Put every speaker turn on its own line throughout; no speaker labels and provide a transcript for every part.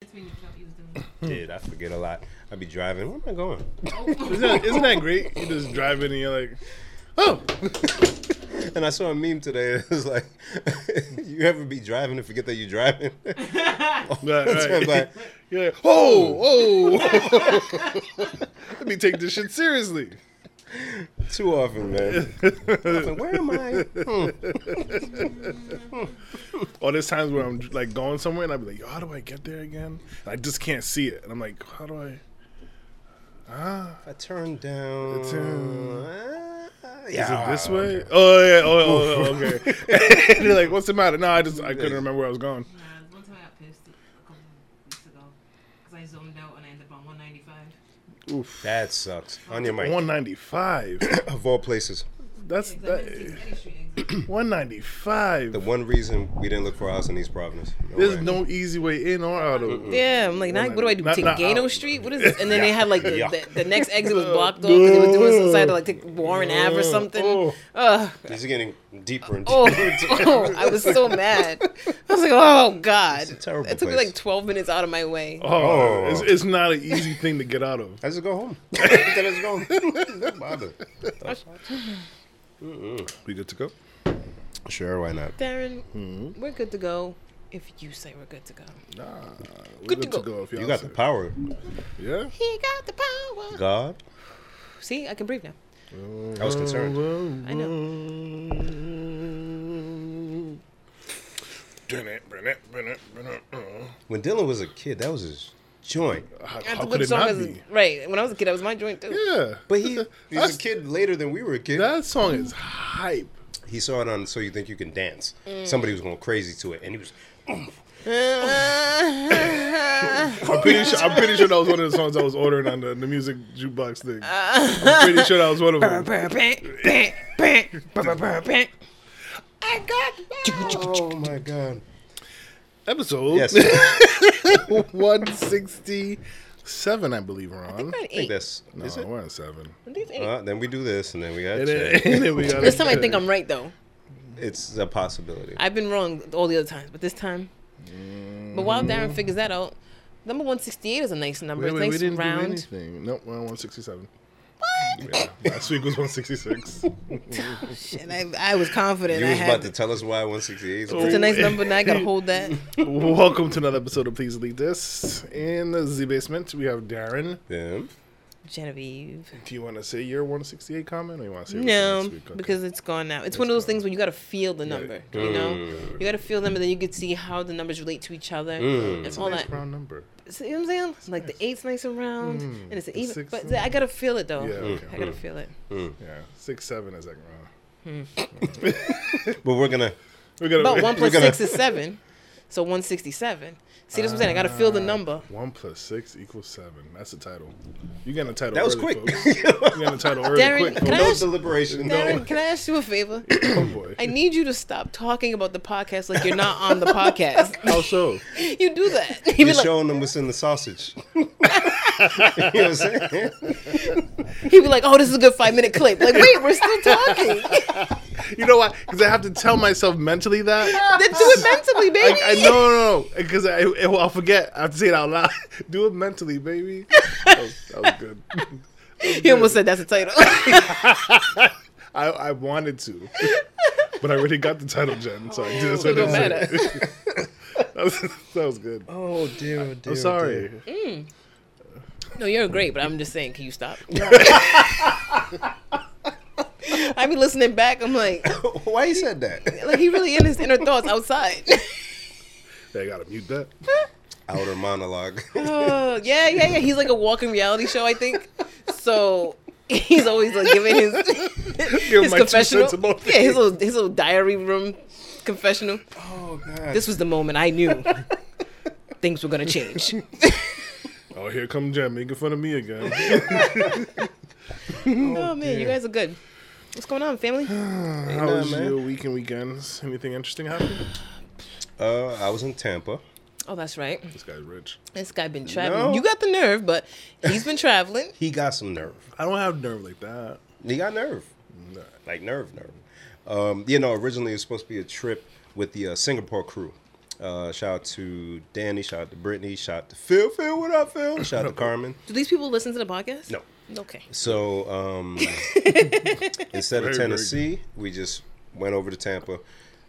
gets me with Joe Easton.
Hmm.
Dude, I forget a lot. I be driving. Where am I going?
Oh.
Isn't that, isn't that great? You just drive in and you're like, oh,
and I saw a meme today. It was like, you ever be driving and forget that you're driving?
Right, right.
I'm like,
You're like, oh, oh. Let me take this shit seriously.
too often, man. I'm like, Where am I?
Or there's times where I'm like going somewhere and I'll be like, yo, how do I get there again? And I just can't see it. And I'm like, how do I?
I turned down.
turn.
Ah,
Is
yeah,
it this
ah,
way? Oh yeah. Oh, oh, oh okay. and you're like, what's the matter? No, I just I couldn't remember where I was going.
Nah, one time I got pissed a couple weeks ago because I zoned out and I ended up on 195.
That sucks. On your mic.
195.
Of all places,
That's
Because I
that,
missed East Eddie Street exit.
195.
the one reason we didn't look for a house in East Providence. No
There's
way.
no easy way in or out of it.
Yeah, I'm like, now what do I do?
Not-
take
not
Gato
out.
Street? What is this? And then they had like the,
Yuck.
the, the next exit was blocked off. 'cause They were doing some side of like take Warren Ave or something.
Oh.
Ugh.
This is getting deeper and
Oh,
deeper.
oh, I was so mad. I was like, oh god,
It's a terrible
It took me
place.
like 12 minutes out of my way.
Oh,
Oh.
It's, it's not an easy thing to get out of.
I just go home. I just go home. Don't bother.
We good to go?
Sure, why not?
Darren,
Hmm?
we're good to go. If you say we're good to go,
Nah,
Good
we're good,
to go.
to go. if
You
y'all
got
say-
the power.
Yeah.
he got the power.
God,
See, I can breathe now.
I was concerned.
I know.
uh.
When Dylan was a kid, that was his joint.
How,
That's
how
what
could it
song
not
is-
be?
Right. When I was a kid, that was my joint too.
Yeah,
But he, he was
That's-
a kid later than we were a kid.
that song is hype.
He saw it on So You Think You Can Dance.
Mm.
Somebody was going crazy to it, and he was.
I'm pretty sure. I'm pretty sure that was one of the songs I was ordering on the, the music jukebox thing.
Uh.
I'm pretty sure that was one of them.
Oh my God!
Episode
Yes, I
167, I believe, Ron.
About eight.
think that's.
no,
is it?
we're on seven.
I think it's eight.
Uh, then we do this, and then we got.
And then,
check.
and then we got
This time I think I'm right though.
It's a possibility.
I've been wrong all the other times, but this time. But while Darren figures that out, number 168 is a nice number.
Mm. Wait,
It's
wait,
nice
we didn't do
round.
anything. Nope, we're on 167. What? Yeah, last week was 166.
Shit, I, I was confident.
You
I
was
had
about to tell us why 168. is
It's a
approved.
nice number. Now I gotta hold that.
Welcome to another episode of Please Lead This. In the Z Basement, we have Darren.
Them.
Genevieve.
Do you want to say your 168 comment or you want to say it
No,
next week? Okay.
because it's gone now. It's one of those things where you gotta feel the number. You know, you gotta feel them, and then you could see how the numbers relate to each other. It's all
Nice
that.
round number.
See what I'm saying? Like the eight's nice and round, and it's an
The
even.
six
But
and-
I gotta feel it though.
Hmm. Yeah, okay. Hmm.
I gotta feel it.
Yeah, 6 7 is like round.
But we're gonna.
We're gonna,
But one plus
gonna-
six is seven, so one sixty-seven. See, that's what I'm saying. I gotta feel
Ah.
the number.
One plus six equals seven. That's the title. You getting a title.
That was
early,
quick.
folks. you getting a title early,
Darren,
quick.
can
folks.
I
No
ask-
deliberation.
Darren, can I ask you a favor?
Oh boy.
I need you to stop talking about the podcast like you're not on the podcast.
How so?
you do that. You be
You're
like,
showing them what's in the sausage. you know what I'm saying?
He'd be like, "Oh, this is a good five minute clip." Like, wait, we're still talking.
You know why? Because I have to tell myself mentally that.
then do it mentally,
I,
baby.
I no no because I I- I'll forget. I have to say it out loud. Do it mentally, baby. That was, that was good.
He almost said that's the title.
I, I wanted to, but I already got the title, Jen. So I just said
don't
that.
matter.
was- That was good.
Oh dear, oh, dear.
I'm
oh,
sorry.
dear.
No, you're great, but I'm just saying, can you stop? I be listening back. I'm like,
Why you said that?
like he really in his inner thoughts outside.
Yeah, I gotta mute that.
Outer monologue.
Uh, yeah, yeah, yeah. He's like a walking reality show, I think. So he's always like giving his
Give
his
my two
confessional.
cents about
Yeah, his little his little diary room confessional.
oh God.
This was the moment I knew things were gonna change.
Oh, here come Jen making fun of me again.
Oh, man, you guys are good. What's going on, family?
How
Nah,
was
man.
your week and weekends? Anything interesting happen?
Uh, I was in Tampa.
Oh, that's right.
This guy's rich.
This guy been traveling.
No.
You got the nerve, but he's been traveling.
He got some nerve.
I don't have nerve like that.
He got nerve. Like nerve, nerve. Um, you know, originally it was supposed to be a trip with the uh, Singapore crew. Uh, shout out to Danny. Shout out to Brittany. Shout out to Phil. Phil, what up, Phil? Shout out to Carmen.
Do these people listen to the podcast?
No.
Okay.
So um, instead
Very, very
of Tennessee, we just went over to Tampa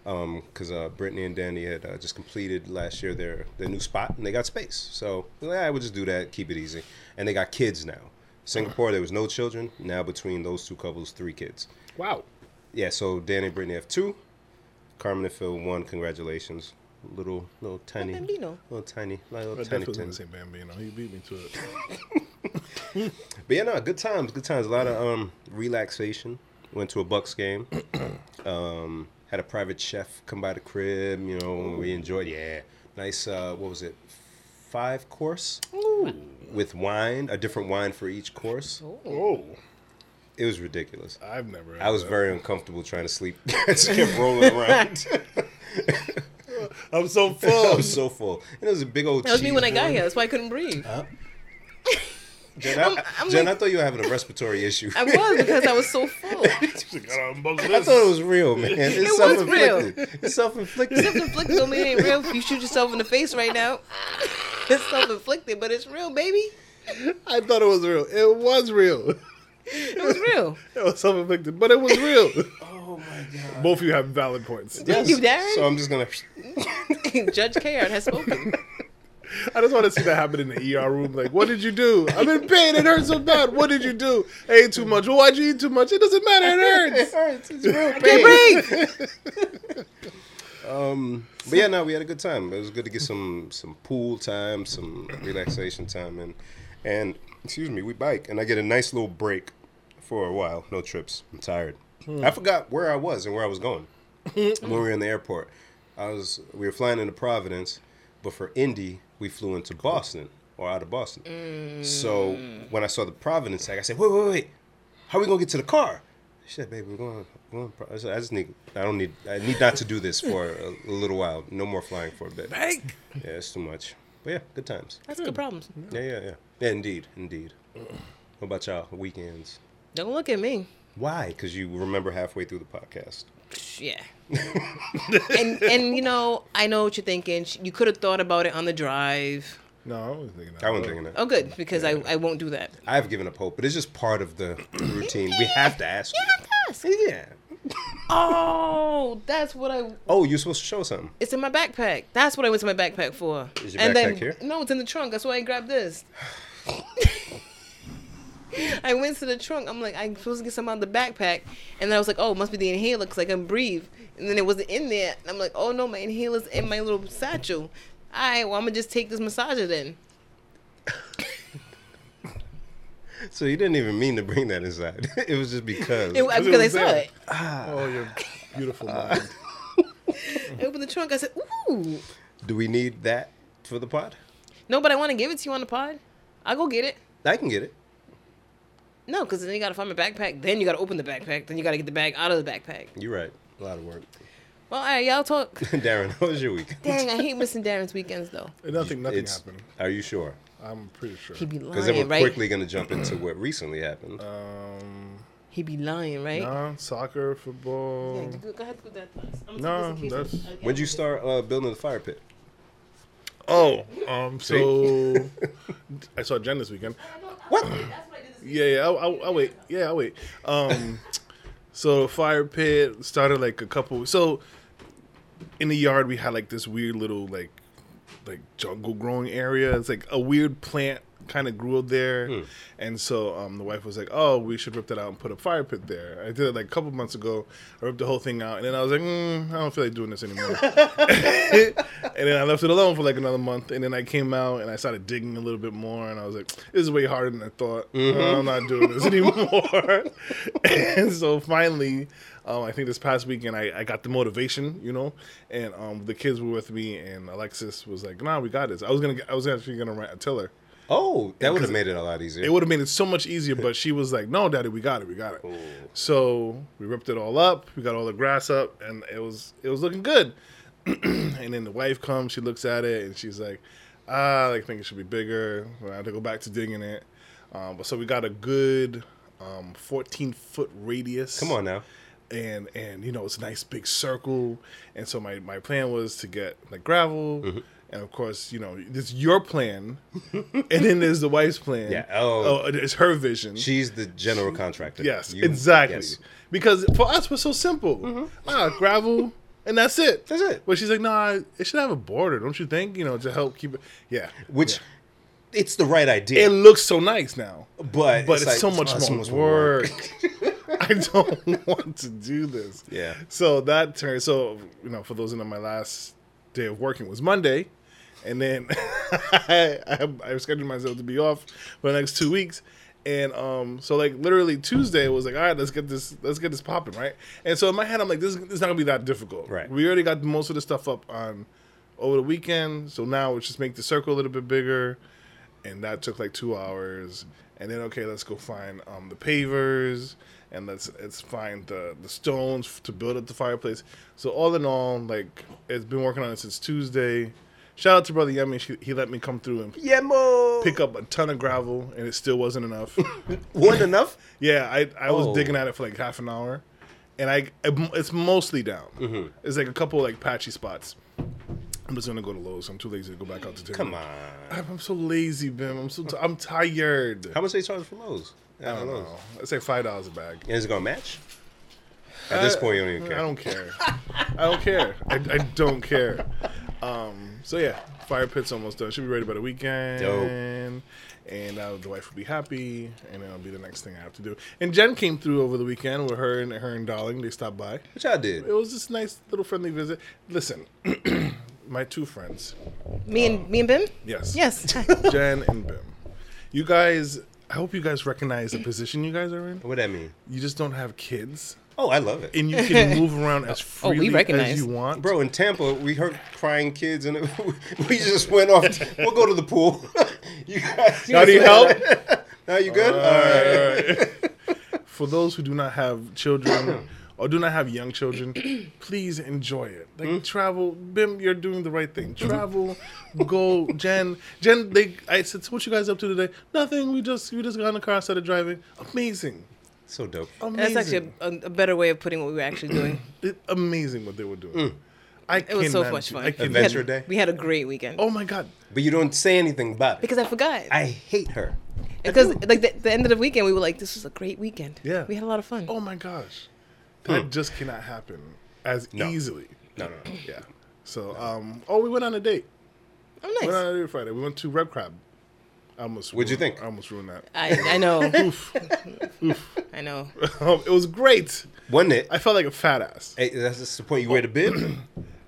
because uh, Brittany and Danny had uh, just completed last year their their new spot and they got space. So yeah, we'll just do that, keep it easy. And they got kids now. Singapore, there was no children. Now between those two couples, three kids.
Wow.
Yeah, so Danny and Brittany have two. Carmen and Phil one. Congratulations, little little tiny,
Bambino.
little tiny, little
I
tiny.
definitely
tiny.
didn't say Bambino. He beat me to it.
But yeah, no, good times, good times. A lot of um relaxation. Went to a Bucks game. um, had a private chef come by the crib. You know, we enjoyed. Yeah, nice. Uh, what was it? Five course with wine, a different wine for each course.
Oh,
It was ridiculous.
I've never. had
I was
that.
very uncomfortable trying to sleep. I just kept rolling around.
I'm so
I
full.
was so full. And it was a big old.
That was me when I got here. That's why I couldn't breathe.
Jen, I,
I'm
Jen,
like-
I thought you were having a respiratory issue.
I was because I was so full.
She's like, "Gotta unbox
I
this."
thought it was real, man. It's
was
self-inflicted. It's self-inflicted.
Self-inflicted don't mean it ain't real. You shoot yourself in the face right now. It's self-inflicted, but it's real, baby.
I thought it was real. It was real.
It was real.
It was self-inflicted, but it was real.
Oh my god.
Both of you have valid points.
Thank you, Darren.
So I'm just gonna.
Judge Kayard has spoken.
I just want to see that happen in the ER room. Like, what did you do? I'm in pain. It hurts so bad. What did you do? I ate too much. Well, why'd you eat too much? It doesn't matter. It hurts.
hurts. It's real
Can't breathe.
But yeah, no, we had a good time. It was good to get some some pool time, some relaxation time, and and excuse me, we bike, and I get a nice little break for a while. No trips. I'm tired. I forgot where I was and where I was going when we were in the airport. I was we were flying into Providence, but for Indy we flew into Boston or out of Boston. So when I saw the Providence tag, I said, wait, wait, wait, how are we gonna get to the car? She said, baby, we're going. We're going pro- I, said, I just need. I don't need. I need not to do this for a, a little while. No more flying for a bit. Yeah, it's too much. But yeah, good times.
That's good problems.
Yeah, yeah, yeah. Yeah, indeed, indeed. What about y'all? Weekends?
Don't look at me.
Why? Because you remember halfway through the podcast.
Yeah. and and you know, I know what you're thinking. Sh- You could have thought about it on the drive.
No, I wasn't thinking that.
I wasn't thinking that.
Oh, good, because I, I won't do that.
I've given up hope, but it's just part of the routine. We have to ask. you. Yeah.
Oh, that's what I.
Oh, you're supposed to show something.
It's in my backpack. That's what I went to my backpack for.
Is your
and then,
backpack here?
No, it's in the trunk. That's why I grabbed this. I went to the trunk. I'm like, I'm supposed to get something out of the backpack, and then I was like, oh, it must be the inhaler because I can breathe. And then it wasn't in there. And I'm like, oh no, my inhaler's in my little satchel. All right, well I'm gonna just take this massager then.
So you didn't even mean to bring that inside. it was just because.
It,
it
because I
was
saw
there.
it.
Oh, your beautiful
Uh,
mind.
I opened the trunk. I said, ooh.
Do we need that for the pod?
No, but I want to give it to you on the pod. I'll go get it.
I can get it.
No, because then you gotta find my backpack. Then you gotta open the backpack. Then you gotta get the bag out of the backpack.
You're right. A lot of work.
Well, all right, y'all talk.
Darren, how was your week?
Dang, I hate missing Darren's weekends though.
Nothing, nothing
It's-
happened.
Are you sure?
I'm pretty sure.
He be
Because then we're
lying, right?
quickly going to jump into what recently happened.
Um,
He be lying, right?
nah, soccer, football.
Yeah, go- go ahead, do that first. I'm
No,
gonna take this in
that's-
case I- I-
When'd you start uh, building the fire pit?
Oh, um, so I saw Jen this weekend.
What?
Yeah, yeah, I'll, I'll, I'll wait. Yeah, I'll wait. Um, so fire pit started like a couple. So in the yard, we had like this weird little like like jungle growing area. It's like a weird plant kind of grew up there, and so um, the wife was like, "Oh, we should rip that out and put a fire pit there." I did it like a couple months ago. I ripped the whole thing out, and then I was like, mm, "I don't feel like doing this anymore." and then I left it alone for like another month, and then I came out and I started digging a little bit more, and I was like, "This is way harder than I thought. I'm not doing this anymore." and so finally, um, I think this past weekend I, I got the motivation, you know, and um, the kids were with me, and Alexis was like, "Nah, we got this." I was gonna, I was actually gonna rent a tiller.
Oh, that would have made it a lot easier.
It would have made it so much easier, but she was like, "No, Daddy, we got it, we got it." So we ripped it all up. We got all the grass up, and it was it was looking good. and then the wife comes, she looks at it, and she's like, "Ah, like, I think it should be bigger." I have to go back to digging it. Um, but so we got a good um, 14 foot radius.
Come on now.
and and you know it's a nice big circle and so my my plan was to get like gravel
Mm-hmm.
and of course you know there's your plan and then there's the wife's plan
Yeah, oh.
it's her vision
She's the general contractor.
yes
You-
exactly
yes. Mm-hmm.
because for us we're so simple ah gravel and that's it
That's it.
but she's like nah it should have a border don't you think you know to help keep it yeah
Which
Yeah.
it's the right idea,
it looks so nice now
but
but it's,
like,
so much
not
more work. I don't want to do this.
Yeah.
So that turned. So you know, for those who know, my last day of working was Monday, and then I, I I scheduled myself to be off for the next two weeks. And um, so like literally Tuesday was like, all right, let's get this, let's get this popping, right? And so in my head, I'm like, this, this is not gonna be that difficult,
Right.
We already got most of the stuff up on over the weekend, so now let's just make the circle a little bit bigger, and that took like two hours. And then okay, let's go find um, the pavers, and let's let's find the the stones f- to build up the fireplace. So all in all, like it's been working on it since Tuesday. Shout out to brother Yummy, she, he let me come through and
Yemo.
pick up a ton of gravel, and it still wasn't enough.
One enough?
yeah, I I was
Oh.
digging at it for like half an hour, and I it's mostly down.
Mm-hmm.
It's like a couple like patchy spots. I'm just gonna go to Lowe's. I'm too lazy to go back out to take.
Come on.
I'm, I'm so lazy, Bim. I'm so t- I'm tired.
How much they charge for Lowe's? I
I don't know. It's like five dollars a bag.
And is it gonna match? At
Uh,
this point, you don't even
I
care.
don't care. I don't care. I, I don't care. Um, so yeah, fire pit's almost done. Should be ready by the weekend. And uh, the wife will be happy, and that'll be the next thing I have to do. And Jen came through over the weekend with her and her and Darling. They stopped by.
Which I did.
It was just a nice little friendly visit. Listen, my two friends,
Me and me and Bim.
yes,
Yes.
Jen and Bim. You guys, I hope you guys recognize the position you guys are in.
What that mean?
You just don't have kids.
Oh, I love it.
and you can move around as freely
recognize.
as you want.
Bro, in Tampa, we heard crying kids, and we just went off. we'll go to the pool. you guys,
Now, do you
guys- now you good? All right.
For those who do not have children or do not have young children, please enjoy it. Like travel, Bim, you're doing the right thing. Travel, go, Jen. Jen, they, I said, so what you guys up to today? Nothing. We just we just got in the car, started driving. Amazing,
So dope.
amazing.
That's actually a, a better way of putting what we were actually doing.
It- amazing what they were doing. I
It was so
cannot
much
do-
fun.
I cannot-
We had-
Adventure Day?
We had a great weekend.
Oh my god.
But you don't say anything about it.
Because I forgot.
I hate her.
because like the, the end of the weekend, we were like, "This was a great weekend.
Yeah.
we had a lot of fun."
Oh my gosh. That just cannot happen as
No.
easily.
No, no, no.
Yeah. So, um, oh, we went on a date.
oh
We
nice.
went on a date Friday. We went to Red Crab. I almost
What'd you
ruined-
think?
I almost ruined that.
I, I know.
Oof.
I know.
Um, it was great.
Wasn't it?
I felt like a fat ass.
Hey, that's just the point. You wear the bib.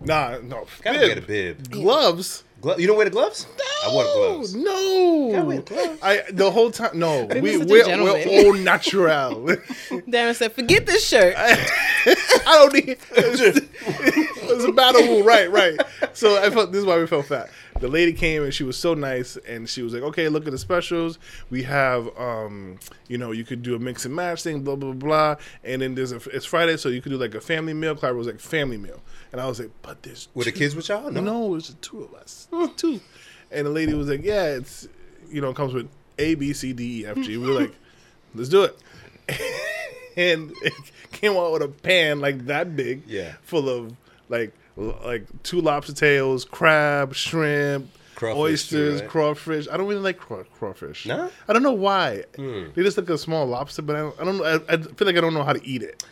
Nah, no.
Gotta wear the bib.
Gloves.
Glo- you don't wear the gloves? I wore the gloves. Gotta wear the
No.
gloves.
I the whole time. No, we
Maybe
we're,
such a gentleman.
we're all natural.
Darren said, "Forget this shirt."
I don't need. It's a battle rule, right? Right. So I felt this is why we felt fat. The lady came and she was so nice, and she was like, "Okay, look at the specials. We have, um, you know, you could do a mix and match thing, blah blah blah, blah. and then there's a it's Friday, so you could do like a family meal." Clara was like, "Family meal," and I was like, "But there's
Were the
two-
kids with y'all? No.
no, it's the two of us. It's two. And the lady was like, Yeah, it's you know, it comes with A, B, C, D, E, F, G. We were like, let's do it. and it came out with a pan like that big.
Yeah.
Full of like l- like two lobster tails, crab, shrimp,
Crawfish,
oysters,
right?
crawfish. I don't really like craw- crawfish.
No? Hmm.
I don't know why. They just like a small lobster, but I don't, I don't know. I, I feel like I don't know how to eat it.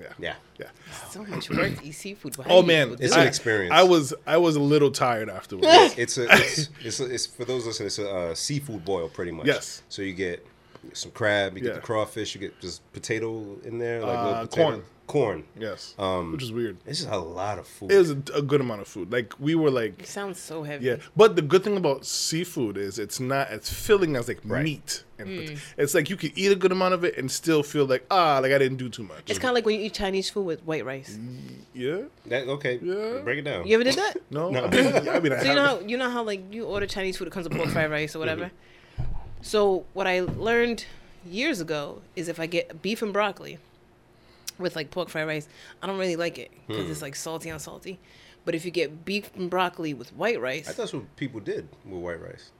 Yeah.
Yeah.
Yeah.
so much work to eat seafood. Why do
Oh
you
man,
do
It's
this?
an
I-
experience.
I was I was a little tired afterwards.
It's a it's it's, a, it's for those listening. It's a uh, seafood boil, pretty much.
Yes.
So you get some crab, you get
Yeah.
the crawfish, you get just potato in there, like
Uh,
little potato.
corn.
Corn.
yes,
Um,
which is weird.
This is a lot of food.
It was a, a good amount of food. Like we were like
It sounds so heavy.
yeah, but the good thing about seafood is it's not as filling as like meat, and
Mm.
pot- it's like you can eat a good amount of it and still feel like ah, like I didn't do too much.
It's kind of like when you eat Chinese food with white rice.
yeah,
that, okay.
Yeah.
Break it down.
You ever did that?
no, I mean, I, mean, I
So you know, how,
haven't.
you know how like you order Chinese food, it comes with pork fried rice or whatever. So what I learned years ago is if I get beef and broccoli with like pork fried rice, I don't really like it because it's like salty on salty. But if you get beef and broccoli with white rice,
I thought that's what people did with white rice.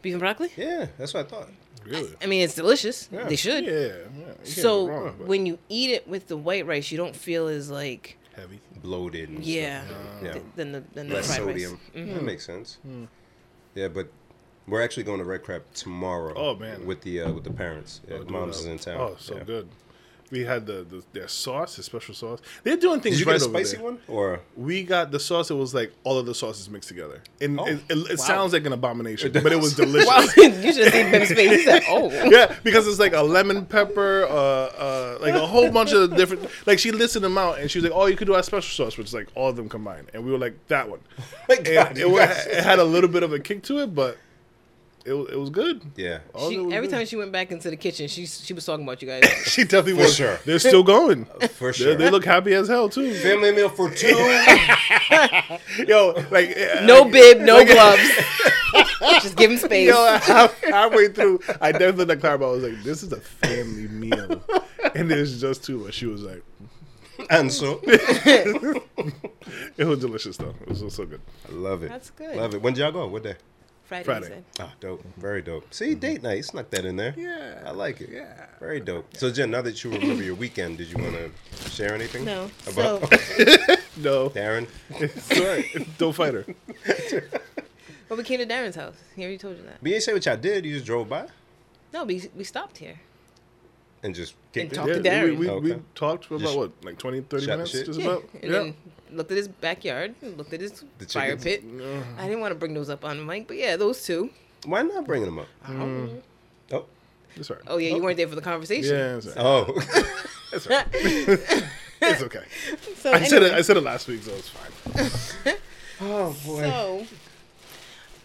Beef and broccoli?
Yeah, that's what I thought.
Really?
I mean, it's delicious.
Yeah.
They should.
Yeah. yeah, you can't be
so
wrong, but
when you eat it with the white rice, you don't feel as like
heavy.
Bloated. And
yeah,
Stuff. Yeah.
th- than the than the
Less
fried
sodium.
rice. Mm-hmm.
That makes sense.
Hmm.
Yeah, but we're actually going to Red Crab tomorrow.
Oh, man.
with the uh, with the parents. Yeah,
Oh, dude,
Mom's
uh,
is in town.
Oh, so
Yeah.
good. We had the, the their sauce, the special sauce. They're doing things
Did you
right
get a
over
spicy
there.
one or?
We got the sauce. It was like all of the sauces mixed together, and
Oh,
it, it, it
wow.
sounds like an abomination, but it was
Wow,
delicious.
you should have seen Ben's face. He said, "Oh,
yeah, because it's like a lemon pepper, uh, uh, like a whole bunch of different. Like she listed them out, and she was like, "Oh, you could do our special sauce," which is like all of them combined. And we were like, "That one."
My
And it, wa- it had a little bit of a kick to it, but it wa- it was good.
yeah.
All of it was
she, every
good.
time she went back into the kitchen, she she was talking about you guys."
she definitely
For
was.
sure.
They're still going.
For
They,
sure.
they look happy as hell too.
Family meal for two.
Yo, like uh,
No
like,
bib, no gloves. Just give him space.
Yo, uh, half- halfway through, I definitely looked at her. I was like, "This is a family meal," and it was just too much. She was like,
and so
"It was delicious though. It was so, so good."
I love it.
That's good.
Love it. When did y'all go? What day?
Friday.
Friday.
he said.
Ah, dope. Very dope. See, date night. Snuck that in there.
Mm-hmm. Yeah.
I like it.
Yeah.
Very dope. So Jen, now that you remember your weekend, did you want to share anything?
No.
About
So,
No,
Darren.
sorry, don't fight her.
but we came to Darren's house. He already told you that.
But you didn't say what y'all did. You just drove by
No, we we stopped here.
and just kicked
talked
it.
to
Yeah.
Darren.
we, we, we
Okay.
talked for
Just
about what, like 20, 30
shot the
minutes,
shit?
just
Yeah.
about.
and then looked at his backyard. and Looked at his
The
fire
chickens.
pit. I didn't want to bring those up on mic, but yeah, those two.
Why not bringing them up?
Mm.
Oh.
It's all right.
Oh yeah, you weren't there for the conversation.
Yeah, it's, all right.
Oh.
it's okay.
So
I said it.
Oh, anyway,
I said it last week, so it's fine.
oh boy.
so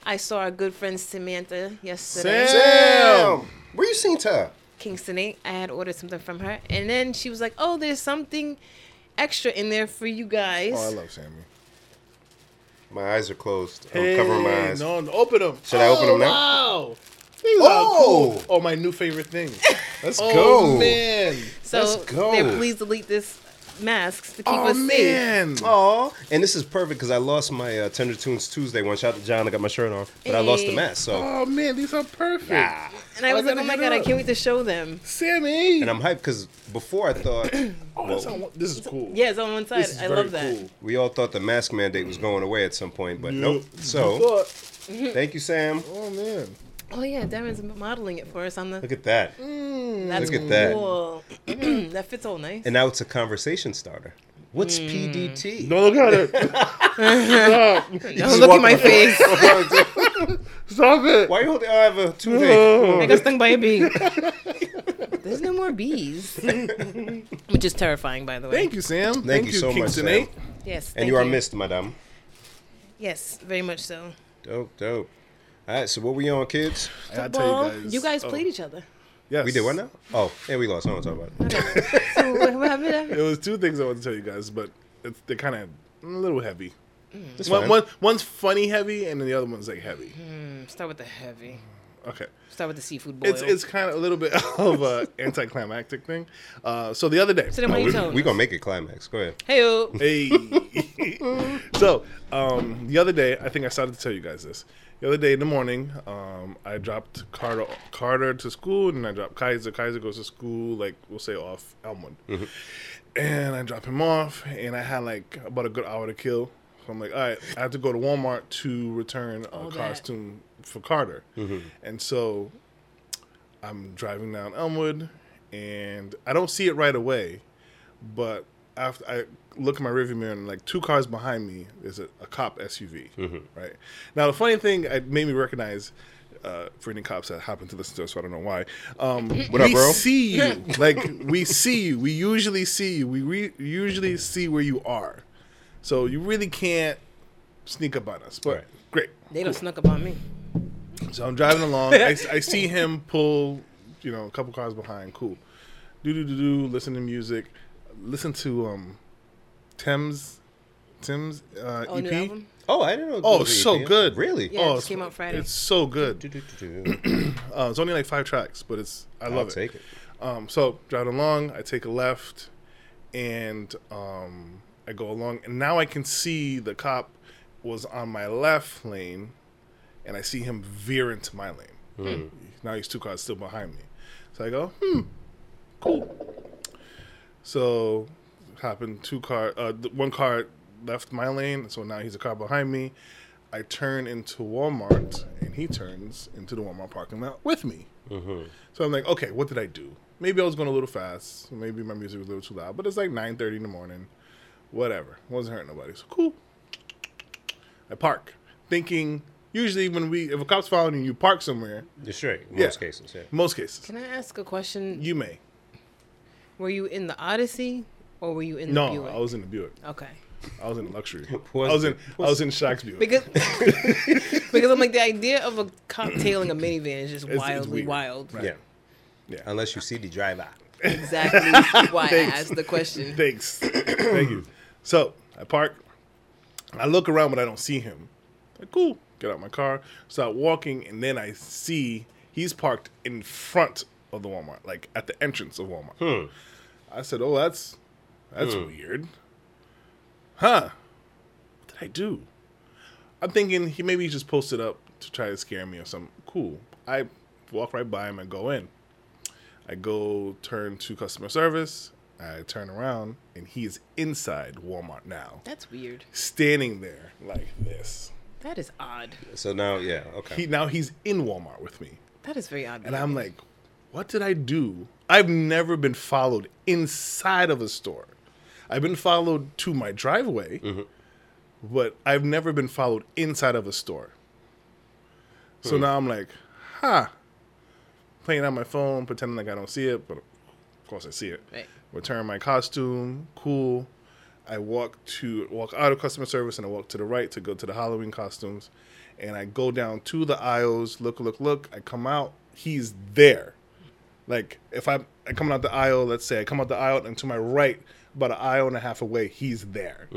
I saw our good friend Samantha yesterday.
Sam-
Damn. Where you seen Ty?
Kingston 8. I had ordered something from her, and then she was like, "Oh, there's something extra in there for you guys."
Oh, I love Sammy.
My eyes are closed. I'm covering my eyes.
No, no, open them.
Should I open 'em now?
Wow.
Oh!
oh, cool. oh, my new favorite thing.
Let's
oh
go.
man.
so
let's go.
they're please delete this masks to keep
Oh
us safe.
man.
Aw, and this is perfect because I lost my uh, Tender Tunes Tuesday one. Shout out to John, I got my shirt on, but I lost the
Hey.
mask. So,
Oh man, these are perfect.
ah.
And I
Oh,
was like,
I gotta
"Oh my
hit
god, I
up."
can't wait to show them."
Sammy.
and I'm hyped because before I thought,
oh, that's on, one- this is cool.
Yeah, it's on one side.
This is
I
very
love that.
cool.
we all thought the mask mandate was going away at some point, but
Yeah.
nope. So,
Look.
thank you, Sam.
Oh man.
Oh yeah, Darren's modeling it for us on the.
Look at that.
That's
look at that.
cool. that fits all nice.
And now it's a conversation starter. What's PDT?
No, look at it.
Don't Oh, look at my face.
Stop it.
Why you holding? Oh, I have a toothache.
I got stung by a bee. There's no more bees, which is terrifying, by the way.
Thank you, Sam. Thank,
Thank you so much,
Kingston
Sam.
Eight.
Yes,
And
thank
you are missed, madame.
Yes, very much so.
Dope, dope. All right, so what we on, kids?
I gotta
Well,
tell you guys. oh,
played each other.
Yes.
We did what now? Oh, yeah, we lost. I don't want to talk about it.
So what, what happened? After?
It was two things I want to tell you guys, but it's, they're kind of a little heavy.
It's
Mm. One,
fine.
one, one's funny heavy, and then the other one's like heavy.
Mm, Start with the heavy.
Okay.
Start with the seafood boil.
It's it's kind of a little bit of a anticlimactic thing. Uh, so the other day,
so then what are you telling
We
us?
gonna make it climax. Go ahead.
Hey,
hey. so um, the other day, I think I started to tell you guys this. The other day in the morning, um, I dropped Carter Carter to school, and I dropped Kaiser. Kaiser goes to school, like we'll say off Elmwood, and I drop him off, and I had like about a good hour to kill. So I'm like, all right, I have to go to Walmart to return a
All that.
costume for Carter, and so I'm driving down Elmwood, and I don't see it right away, but after I look in my rearview mirror and like two cars behind me is a, a cop SUV, right? Now the funny thing it made me recognize. Uh, for any cops that happen to listen to us, so I don't know why. Um,
What up,
we
bro?
see you, like we see you. We usually see you. We re- usually see where you are, so you really can't sneak up on us. But
Right.
great,
they don't snuck up on me.
so I'm driving along. I, I see him pull, you know, a couple cars behind. Cool. Do do do do. Listen to music. Listen to um, Tim's Tim's uh,
Oh,
EP.
new album.
Oh, I didn't know.
Oh,
those were
so
EP.
good.
Really?
Yeah, it
oh,
just came out Friday.
It's so good.
Do-do-do-do.
Uh, it's only like five tracks, but it's I
I'll
love it.
take it.
Um, so driving along, I take a left, and um, I go along, and now I can see the cop was on my left lane, and I see him veer into my lane. Now he's two cars still behind me. So I go, hmm, cool. So happened two car, uh, th- one car left my lane, so now he's a car behind me. I turn into Walmart, and he turns into the Walmart parking lot with me. So I'm like, okay, what did I do? Maybe I was going a little fast. Maybe my music was a little too loud. But it's like 9:30 in the morning. Whatever. Wasn't hurting nobody. So cool. I park, thinking. Usually, when we if a cop's following you, you park somewhere.
It's straight.
Yeah.
Most cases, yeah.
Most cases,
Can I ask a question?
you may.
Were you in the Odyssey or were you in the
No,
Buick?
I was in the Buick.
okay.
I was in luxury.
Was-
I was in I was in Shaq's Buick.
Because because I'm like the idea of a cocktailing a minivan is just
it's
wildly
weird.
wild.
Right.
Yeah.
Yeah.
Unless you see the driver.
Exactly why I asked the question.
Thanks. Thank you. So I park. I look around, but I don't see him. Like, cool. Get out my car. Start walking, and then I see he's parked in front of the Walmart, like at the entrance of Walmart. I said, "Oh, that's that's weird, huh? What did I do?" I'm thinking he maybe he just posted up to try to scare me or something. Cool. I walk right by him and go in. I go turn to customer service. I turn around and he is inside Walmart now,
That's weird.
standing there like this.
That is odd.
So now, yeah, okay.
He now he's in Walmart with me,
That is very odd.
and I'm like, "What did I do? I've never been followed inside of a store. I've been followed to my driveway, but I've never been followed inside of a store." So now I'm like, "Huh." Playing on my phone, pretending like I don't see it, but of course I see it.
Right.
return my costume. Cool. I walk to walk out of customer service and I walk to the right to go to the Halloween costumes, and I go down to the aisles. Look, look, look. I come out. He's there. Like if I'm, i coming out the aisle, let's say I come out the aisle and to my right, about an aisle and a half away, he's there.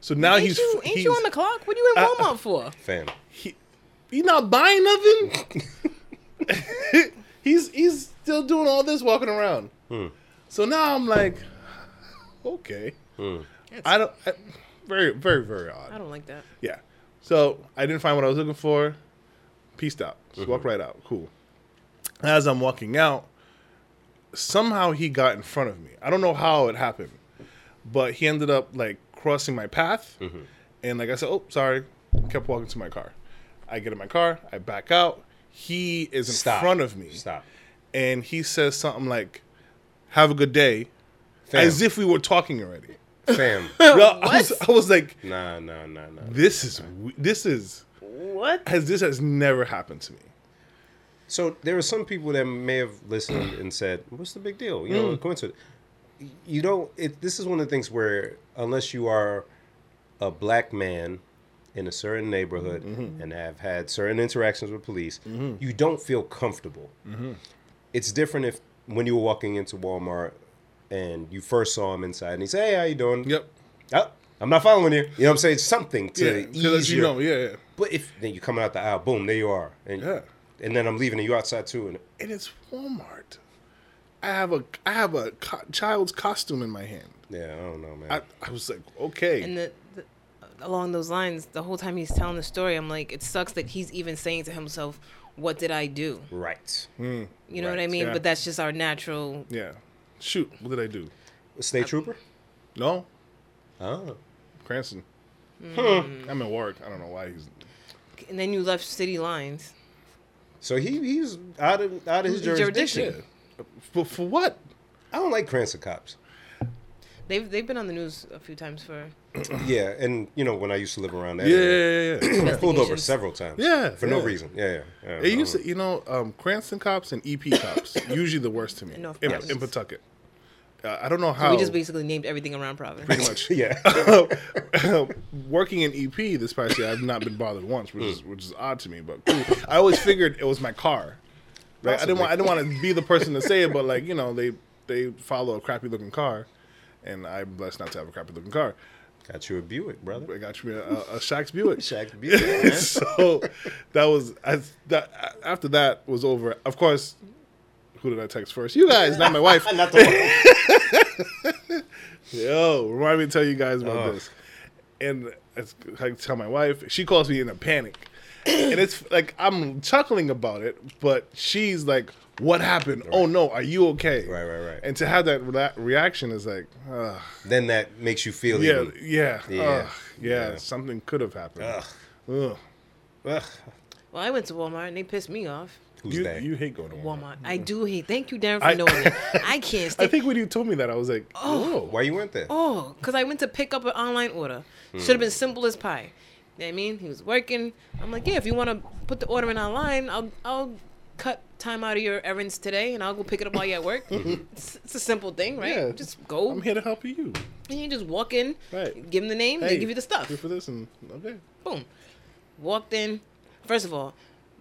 So now
ain't
he's
you, ain't
he's,
you on the clock? What are you in
I-
Walmart for?
Fam.
he, he not buying nothing. he's he's still doing all this walking around. So now I'm like, okay, I don't. I, very very very odd.
I don't like that.
Yeah. So I didn't find what I was looking for. Peaced out. Just walk
Mm-hmm.
right out. Cool. As I'm walking out, somehow he got in front of me. I don't know how it happened, but he ended up like crossing my path.
Mm-hmm.
And like I said, oh, sorry. Kept walking to my car. I get in my car. I back out. He is in
Stop.
front of me.
Stop.
And he says something like, have a good day,
Fam.
as if we were talking already.
Fam.
No, I, was, I was like,
Nah, nah, nah, nah.
this is, we- this is,
What?
has this has never happened to me.
So there are some people that may have listened and said, "What's the big deal?" You
Mm.
know, coincidence. You don't. It, this is one of the things where, unless you are a black man in a certain neighborhood
Mm-hmm.
and have had certain interactions with police, you don't feel comfortable.
Mm-hmm.
It's different if when you were walking into Walmart and you first saw him inside and he said, "Hey, how you doing?" Oh, I'm not following you. You know what I'm saying? Something
Yeah,
to
to let
ease
you
your-
know, yeah, yeah.
But if then you come out the aisle, boom, there you are, and
Yeah.
and then I'm leaving and you outside too, and
And it's Walmart. I have a I have a co- child's costume in my hand.
Yeah, I don't know, man.
I, I was like, okay,
And the, the, along those lines, the whole time he's telling the story, I'm like, it sucks that he's even saying to himself, "What did I do?"
right.
Mm.
You know what I
Right.
mean?
Yeah.
But that's just our natural.
yeah. Shoot, what did I do?
State trooper?
No,
Oh.
Cranston.
Hmm.
I'm in Warwick. I don't know why he's.
And then you left city lines.
So he he's out of out of his
His
jurisdiction.
jurisdiction.
Yeah, but for what?
I don't like Cranston cops.
They've they've been on the news a few times for.
yeah, and you know when I used to live around that,
Yeah,
area,
yeah, yeah. yeah.
I pulled over
Investigations.
several times.
Yeah,
for no
yeah.
reason. Yeah, yeah. yeah
It used to, you know, um, Cranston cops and EP cops usually the worst to me
North
in,
Providence.
in Pawtucket. Uh, I don't know
So
how.
we just basically named everything around Providence.
pretty much.
yeah.
working in EP this past year, I've not been bothered once, which is which is odd to me. But cool. I always figured it was my car. Like, I didn't want I didn't want to be the person to say it, but like you know they they follow a crappy looking car, and I'm blessed not to have a crappy looking car.
Got you a Buick, brother.
I got you a, a, a Shaq's Buick.
Shaq's Buick, man.
so that was I, that after that was over. Of course, who did I text first? You guys, not my wife.
Not the
Yo, remind
Oh.
me to tell you guys about
Ugh.
this. And I I tell my wife, she calls me in a panic. and it's like I'm chuckling about it, but she's like, "What happened? Oh no, are you okay?"
Right, right, right.
And to have that rela reaction is like, uh,
Then that makes you feel
yeah,
even.
yeah, yeah,
Yeah.
yeah,
Yeah.
something could have happened.
Ugh.
Ugh.
Ugh.
Well, I went to Walmart and they pissed me off.
Who's
You,
that?
you hate going to Walmart.
Walmart. I do hate. Thank you, Darren, for
Mm-hmm. I-
knowing it. I can't
I
stand.
think when you told me that, I was like, "Oh,
Why you went there?
Oh, because I went to pick up an online order. Should have been simple as pie. You know what I mean? He was working. I'm like, yeah, if you want to put the order in online, I'll I'll cut time out of your errands today and I'll go pick it up while you're at work. it's, it's a simple thing, right?
Yeah.
Just go
I'm here to help you."
and you just walk in,
Right.
give them the name, Mm, they give you the stuff.
Here for this and okay.
Boom. Walked in. First of all,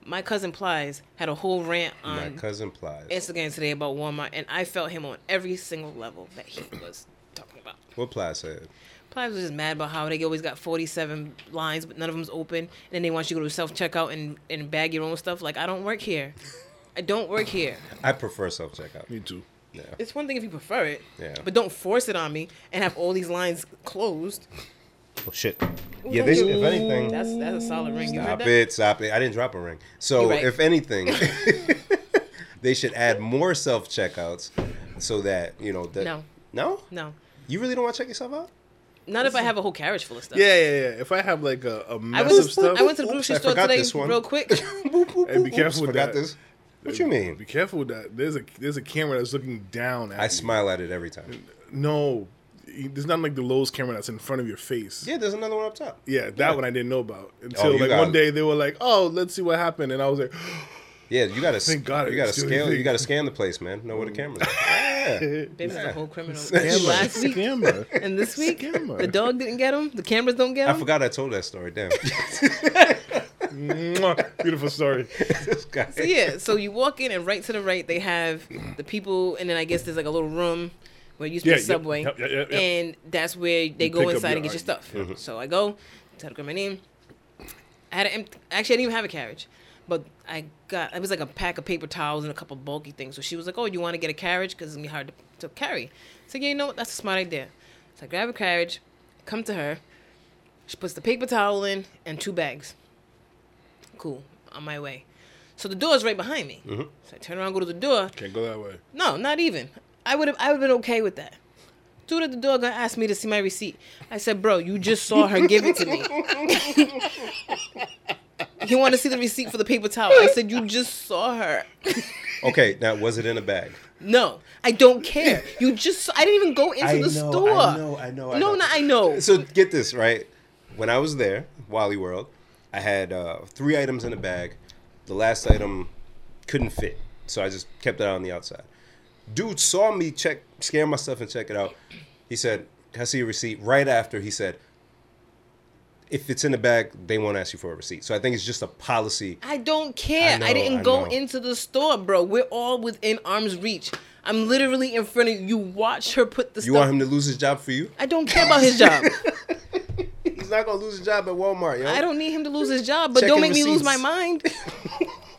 my cousin Plies had a whole rant
My
on
cousin Plies.
Instagram today about Walmart, and I felt him on every single level that he was talking about.
What Plies said?
Plies was just mad about how they always got 47 lines, but none of them's open. And then they want you to go to self checkout and, and bag your own stuff. Like, I don't work here. I don't work here.
I prefer self checkout.
Me too.
Yeah.
It's one thing if you prefer it,
Yeah.
but don't force it on me and have all these lines closed.
Oh shit. Yeah, they, if anything,
That's that's a solid ring. You heard
Stop
that?
it, stop it. I didn't drop a ring. So
You're right.
if anything, they should add more self checkouts so that, you know, that
No.
No?
No.
You really don't want to check yourself out?
Not if I have a whole carriage full of stuff.
Yeah, yeah, yeah. If I have like a, a
I
mess
went,
of stuff,
I went to the
Oops,
grocery
I
store
forgot
today
this one.
real quick.
boop, boop,
Hey, be
boop,
careful
oops,
with
forgot
that.
this. What you mean?
Be careful with that there's a there's a camera that's looking down at
I
you.
smile at it every time.
No, there's not like the Lowe's camera that's in front of your face.
Yeah, there's another one up top.
Yeah, that one I didn't know about until
Oh, you
like
got-
one day they were like, "Oh, let's see what happened," and I was like,
Yeah, you gotta
Thank God I
you gotta
didn't do
scale
anything.
you gotta scan the place, man. Know where the
Mm.
cameras are. Yeah.
Baby, was a whole criminal.
"Camera,
Last week
camera."
and this week,
Scammer.
the dog didn't get him. The cameras don't get
I
him.
forgot I told that story, damn.
Mwah. Beautiful story.
this guy.
So yeah, so you walk in and right to the right they have the people, and then I guess there's like a little room where you
Yeah,
speak
yep,
Subway,
yep, yep, yep, yep.
and that's where they
You
go
pick up
inside
your
and get your
art. Mm-hmm.
stuff. So I go, tell them my name. I had an empty, actually I didn't even have a carriage, but I got it was like a pack of paper towels and a couple bulky things. So she was like, "Oh, you want to get a carriage? Because it's gonna be hard to, to carry." So yeah, you know what? That's a smart idea. So I grab a carriage, come to her. She puts the paper towel in and two bags. Cool, on my way. So the door's right behind me.
Mm-hmm.
So I turn around, go to the door.
Can't go that way.
No, not even. I would have. I would have been okay with that. Dude at the door gonna ask me to see my receipt. I said, "Bro, you just saw her give it to me." he wanted to see the receipt for the paper towel. I said, "You just saw her."
Okay, now was it in a bag?
No, I don't care. You just. Saw, I didn't even go into
I
the
know,
store.
I know, I know,
no,
I know.
not I know.
So get this right. When I was there, Wally World, I had uh, three items in a bag. The last item couldn't fit, so I just kept that on the outside. Dude saw me check, scan my stuff, and check it out. He said, "Can I see a receipt?" Right after he said, "If it's in the bag, they won't ask you for a receipt." So I think it's just a policy.
I don't care. I,
I know,
didn't
I
go
know.
into the store, bro. We're all within arm's reach. I'm literally in front of you. You Watch her put the
You
stuff.
want him to lose his job for you?
I don't care about his job.
He's not gonna lose his job at Walmart, yo.
I don't need him to lose his job, but
Checking
don't make me lose
receipts.
my mind.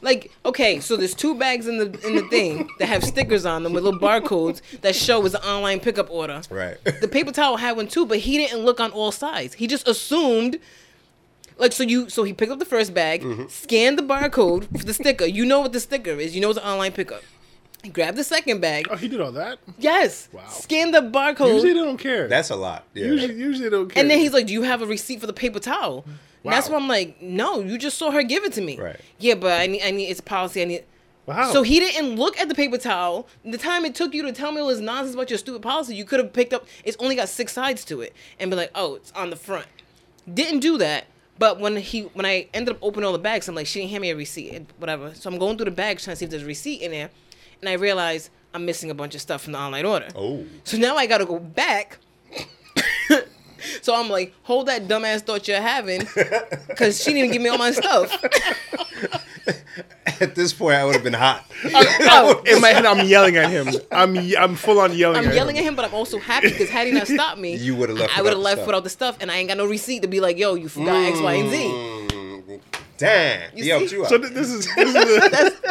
Like, okay, so there's two bags in the in the thing that have stickers on them with little barcodes that show is an online pickup order.
Right.
The paper towel had one too, but he didn't look on all sides. He just assumed like so you so he picked up the first bag,
Mm-hmm.
scanned the barcode for the sticker. You know what the sticker is. You know it's an online pickup. He grabbed the second bag.
Oh, he did all that.
Yes.
Wow.
Scanned the barcode.
Usually they don't care.
That's a lot. Yeah.
usually usually they don't care.
And then he's like, "Do you have a receipt for the paper towel?" And that's
Wow.
why I'm like, "No, you just saw her give it to me."
Right.
Yeah, but I need, I need. It's a policy. I need.
wow.
So he didn't look at the paper towel. The time it took you to tell me all this nonsense about your stupid policy, you could have picked up. It's only got six sides to it, and be like, "Oh, it's on the front." Didn't do that. But when he when I ended up opening all the bags, I'm like, "She didn't hand me a receipt, and whatever." So I'm going through the bags trying to see if there's a receipt in there, and I realize I'm missing a bunch of stuff from the online order.
Oh.
So now I gotta go back. so I'm like, hold that dumbass thought you're having, because she didn't even give me all my stuff.
At this point, I would have been hot.
Bro,
in my head, I'm yelling at him. I'm ye- I'm full on yelling.
I'm yelling at him, but I'm also happy because had he not stopped me,
You would've left
I would have
without the
left
stuff.
without the stuff, and I ain't got no receipt to be like, yo, you forgot X, Y, and Z.
Mm, Damn.
You
He helped
see?
you out.
So th- this is this is a,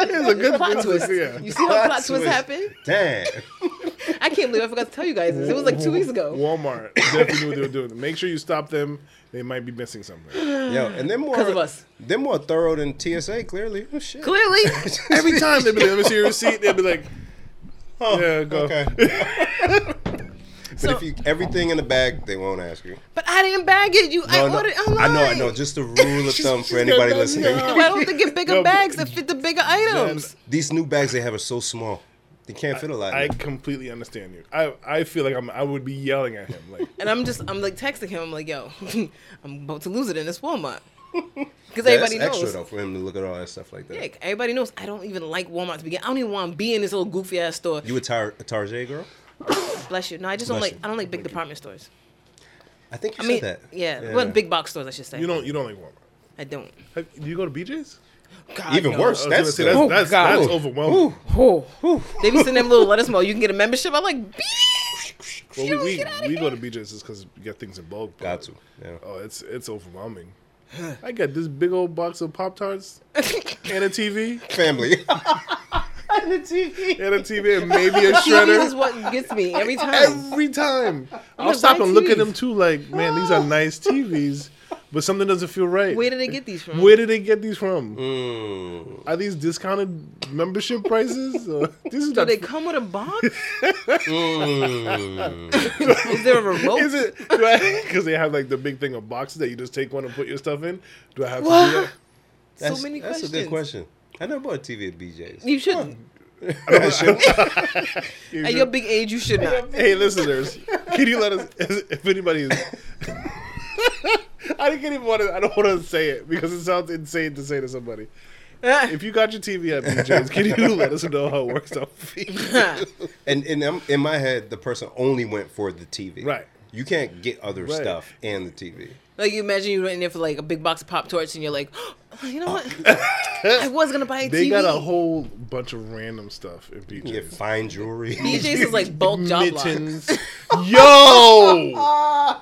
this is a good
Plot
this is-
twist.
yeah.
You see how plot twist happened?
Damn.
I can't believe I forgot to tell you guys this. It was like two weeks ago.
Walmart definitely knew what they were doing. Make sure you stop them. They might be missing something.
Yo, and they're more
'Cause of us.
They're more thorough than TSA. Clearly, oh, shit.
Clearly,
Every time they'd be like, "Let me see your receipt." They'd be like,
Oh,
Yeah, go.
Okay. but
So-
if you everything in the bag, they won't ask you.
but I didn't bag it. You, I
no,
ordered
I
online.
know, I know. Just a rule of
She's-
thumb
she's
for anybody
got that
listening.
now.
Why don't they get bigger
No, but-
bags that fit the bigger items?
These new bags they have are so small, they can't fit a lot.
"I
in
completely understand you. I I feel like I'm. I would be yelling at him. Like,
And I'm just, I'm like texting him. I'm like, yo, I'm about to lose it in this Walmart. Because
Yeah,
everybody
that's extra
knows.
though for him to look at all that stuff like that.
Dick, everybody knows I don't even like Walmart to begin. I don't even want to be in this little goofy ass store.
You a, tar- a Target girl?
Bless you. No, I just don't like.
Bless you.
I don't like big department stores.
I think you
I
said
mean,
that.
yeah, well, big box stores, I should say.
you don't. You don't like Walmart.
I don't.
Have- Do you go to BJ's?
God,
Even
no.
worse.
I was gonna
That's
say,
the-
that's,
Oh,
that's,
God.
that's overwhelming.
Ooh.
Oh, they be sending them little letters. Mo, you can get a membership. I'm like,
Well, we, we,
get outta
we go to BJ's just because we get things in bulk. but-
Got to. Yeah.
Oh, it's it's overwhelming. I got this big old box of Pop Tarts
bitch.
and a TV
Family.
the TV.
and a TV and maybe
TV
a
is
shredder.
what gets me every time.
Every time, I'll
like,
stop
"Why
and look at
TVs?"
them too. Like, man, these are nice TVs, but something doesn't feel right.
Where did they get these from?
Where did they get these from?
Mm.
Are these discounted membership prices? Or, this is
Do
not,
they come with a box?
Mm.
Is there a remote?
is it? Because they have like the big thing of boxes that you just take one and put your stuff in. Do I have to do
What?
that?
so
That's,
many
that's
questions.
a good question. I never bought a TV at BJ's.
You shouldn't.
You
At
sure?
your big age, you should not.
Hey, listeners, can you let us? If anybody is, I didn't even want to. I don't want to say it because it sounds insane to say to somebody.
Ah.
If you got your TV at BJ's, can you let us know how it works out for you?
And and I'm, in my head, the person only went for the TV.
Right.
You can't get other
Right.
stuff and the TV.
like you imagine you went in there for like a big box of pop torch, and you're like, "Oh, you know what? I was gonna buy a
They
TV.
got a whole bunch of random stuff at
You get
BJ's.
fine jewelry.
BJ's is like bulk job lot.
Mittens. Yo,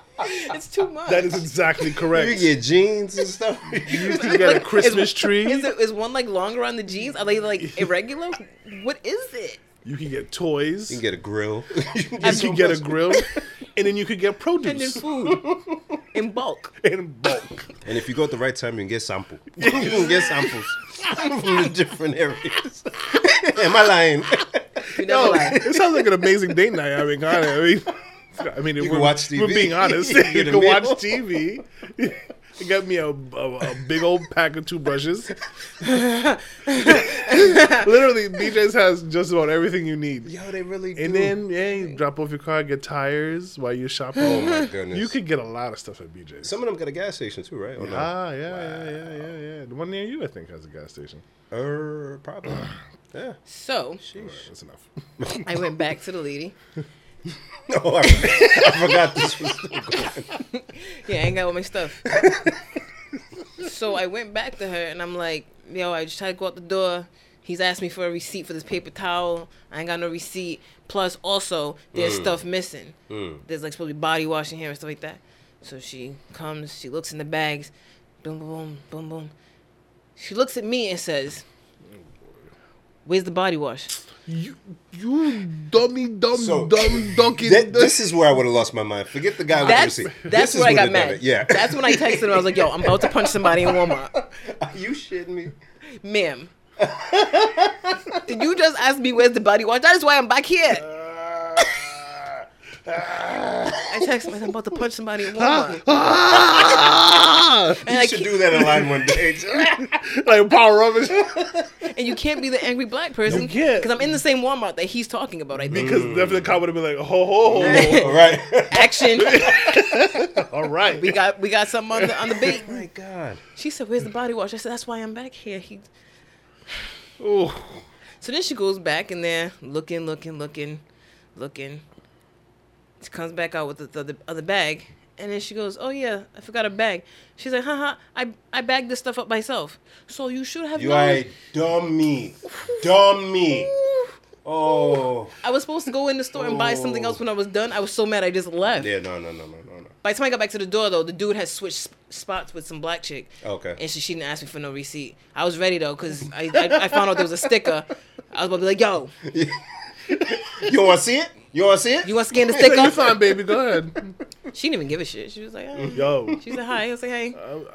It's too much.
that is exactly
You
correct.
get jeans and stuff.
You can get a Christmas tree.
Is it is one like longer on the jeans? Are they like irregular? What is it?
You can get toys.
You can get a grill. You can
You
get,
can get a grill, and then you could get
And then
produce
food in bulk.
in bulk.
and if you go at the right time, you can get sample. you can get samples from the different areas. Am I lying?
You never lie.
it sounds like an amazing date night. I mean, God, I mean, I mean, if
can
we're,
watch
if we're
TV.
being honest.
You
you
get a
can watch
meal.
TV. It got me a, a, a big old pack of toothbrushes. Literally, BJ's has just about everything you need.
Yo, they really do.
And then, yeah, you drop off your car, get tires while you're shopping.
oh my goodness.
you could get a lot of stuff at BJ's.
Some of them got a gas station too, right? Or no?
Ah, yeah, yeah, yeah, yeah, yeah. The one near you, I think, has a gas station.
Er, probably. Yeah.
So
All right, that's enough.
I went back to the lady.
Oh, I, I forgot this was still going.
Yeah, I ain't got all my stuff. so I went back to her and I'm like, yo, I just tried to go out the door. He's asked me for a receipt for this paper towel. I ain't got no receipt. Plus, also, there's
Mm.
stuff missing. There's like supposed to be body wash in here and stuff like that. So she comes, she looks in the bags, boom, boom, boom, boom, boom. She looks at me and says, Where's the body wash?
You, you dummy, dumb,
So,
dumb, donkey.
Th- this is where I would have lost my mind. Forget the guy with
That's,
the receipt.
that's
This is
where I got
would've done
mad.
it. Yeah.
That's when I texted him. I was like, yo, I'm about to punch somebody in Walmart.
Are you shitting me?
ma'am. Did you just ask me where's the body wash? That is why I'm back here. I text him, I'm about to punch somebody in Walmart. and, I
Ah!
You should
can't-
do that in line one day.
like power up and
and you can't be the angry black person
You can't.
because I'm in the same Walmart that he's talking about. I think
because definitely the cop would have been like, ho ho ho.
All right.
action.
All right,
we got we got something on the on the beat.
my God.
She said, "Where's the body wash?" I said, "That's why I'm back here." He
Ooh.
So then she goes back in there, looking, looking, looking, looking. She comes back out with the, the, the other bag, and then she goes, "Oh yeah, I forgot a bag." She's like, "Haha, I I bagged this stuff up myself, so you should have
You
known."
are a dummy. Dummy. Oh.
I was supposed to go in the store and buy something else when I was done. I was so mad, I just left.
Yeah, no, no, no, no, no, no.
By the time I got back to the door, though, the dude had switched sp- spots with some black chick.
Okay.
And she, she didn't ask me for no receipt. I was ready though, cause I, I I found out there was a sticker. I was about to be like, "Yo,
You want to see it? You want to see it?
You want to scan the
Take
stick
your
off?
time, baby. Go ahead.
She didn't even give a shit. She was like, oh.
Yo,
she was like, hi. I was like, hey.
I'm,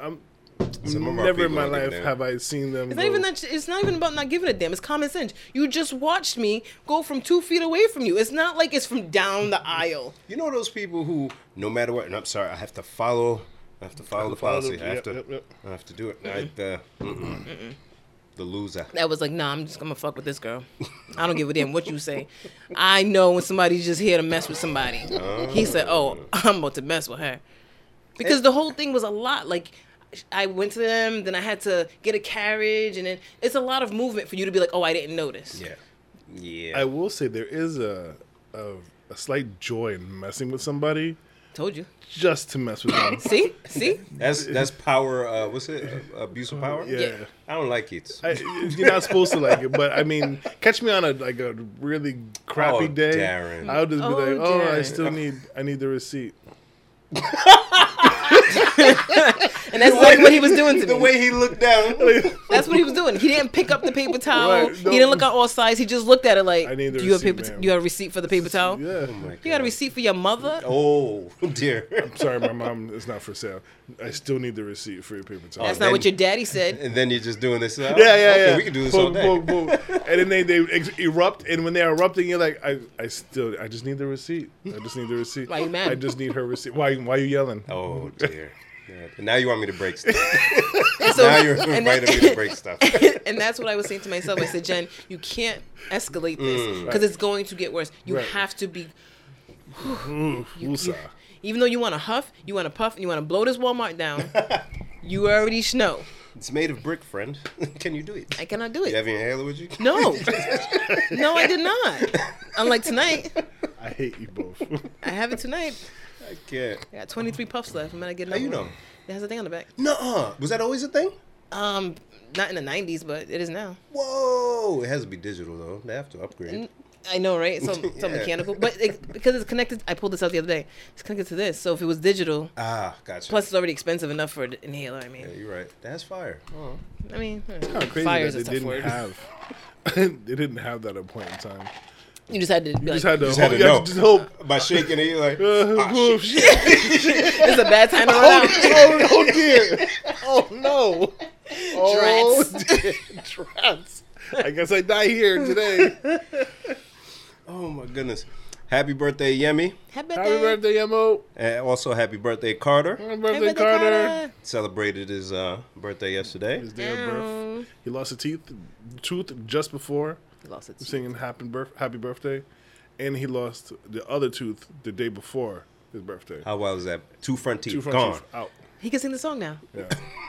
I'm
Some of our
never in
people
my
don't get
life
that.
have I seen them.
It's not even
go-
that. It's not even about not giving a damn. It's common sense. You just watched me go from two feet away from you. It's not like it's from down the aisle.
You know those people who, no matter what, and I'm sorry, I have to follow, I have to follow the
follow
policy.
the-
I have
yep,
to,
yep, yep.
I have to do it. I, uh, mm-mm. the loser.
That was like, nah, I'm just gonna fuck with this girl. I don't give a damn what you say. I know when somebody's just here to mess with somebody. He said, oh, I'm about to mess with her. Because the whole thing was a lot. Like, I went to them, then I had to get a carriage, and then it's a lot of movement for you to be like, oh, I didn't notice.
Yeah. Yeah.
I will say there is a, a a slight joy in messing with somebody
Told you.
just to mess with them.
See? See?
that's that's power. Uh, what's it? Uh, abuse of power.
Yeah.
I don't like it.
I, you're not supposed to like it, but I mean, catch me on a like a really crappy
Oh,
day.
Darren.
I'll just
Oh,
be like, oh, I
Darren.
still need I need the receipt.
And that's like what he was doing to me.
the way he looked down.
That's what he was doing. He didn't pick up the paper towel.
Right, no.
He didn't look at all sides. He just looked at it like,
I need the
"Do you have
receipt,
paper?
ma'am."
you have a receipt for the paper towel?
Yeah.
You got a receipt for your mother?
Oh dear.
Sorry, my mom is not for sale. I still need the receipt for your paper towel.
That's
then-
not what your daddy said.
And then you're just doing this. uh,
yeah, yeah,
okay,
yeah.
We can do this
Boom,
all day.
boom, boom. And then they, they ex- erupt, and when they're erupting, you're like, I, I still, I just need the receipt. I just need the receipt.
Why you mad?
I just need her receipt. Why, why you yelling?
Oh dear. Yeah. And now you want me to break stuff.
And so,
now you're
and,
inviting me to break stuff.
and that's what I was saying to myself. I said, Jen, you can't escalate this because it's going to get worse. You
Mm. Right. uh,
have to be,
Usa.
even though you want to huff, you want to puff, and you want to blow this Walmart down. you already know
It's made of brick, friend. Can you do it?
I cannot do it.
You have your inhaler with you?
No, no, I did not. Unlike tonight,
I hate you both.
I have it tonight.
I can't.
I got 23 puffs left. I'm gonna get.
How you know?
It has a thing on the back.
Nuh-uh. Was that always a thing?
Um, not in the 90s, but it is now.
Whoa. It has to be digital though. They have to upgrade.
I know, right? So, so
Yeah.
mechanical, but it, because it's connected. I pulled this out the other day. It's connected to this. So if it was digital,
Ah, gotcha.
plus it's already expensive enough for an inhaler. I
Yeah,
mean,
you're right. That's fire.
I mean,
Kind of crazy
fire is
that
a
they
tough
didn't
word.
have. they didn't have that at a point in time.
You just had to. Be
You
like,
just had to
Just had
hope.
to
you had
know.
to just hope.
By shaking it, you're like,
Uh,
ah,
oh,
shit.
shit.
it's a bad time to run out.
oh, oh, dear. Oh, no. Oh,
Drats.
dear. Drats. I guess I die here today.
Oh my goodness. Happy birthday, Yemi.
Happy birthday,
Happy birthday, Mo.
And also happy birthday, Carter.
Happy
Happy
birthday,
birthday,
Carter.
Celebrated his uh, birthday yesterday.
His day of birth. He lost a teeth, tooth just before
He Lost it.
singing "Happy Birth, Happy Birthday," and he lost the other tooth the day before his birthday.
How wild is that? Two front teeth
Two front
gone.
teeth out.
He can sing the song now. Oh,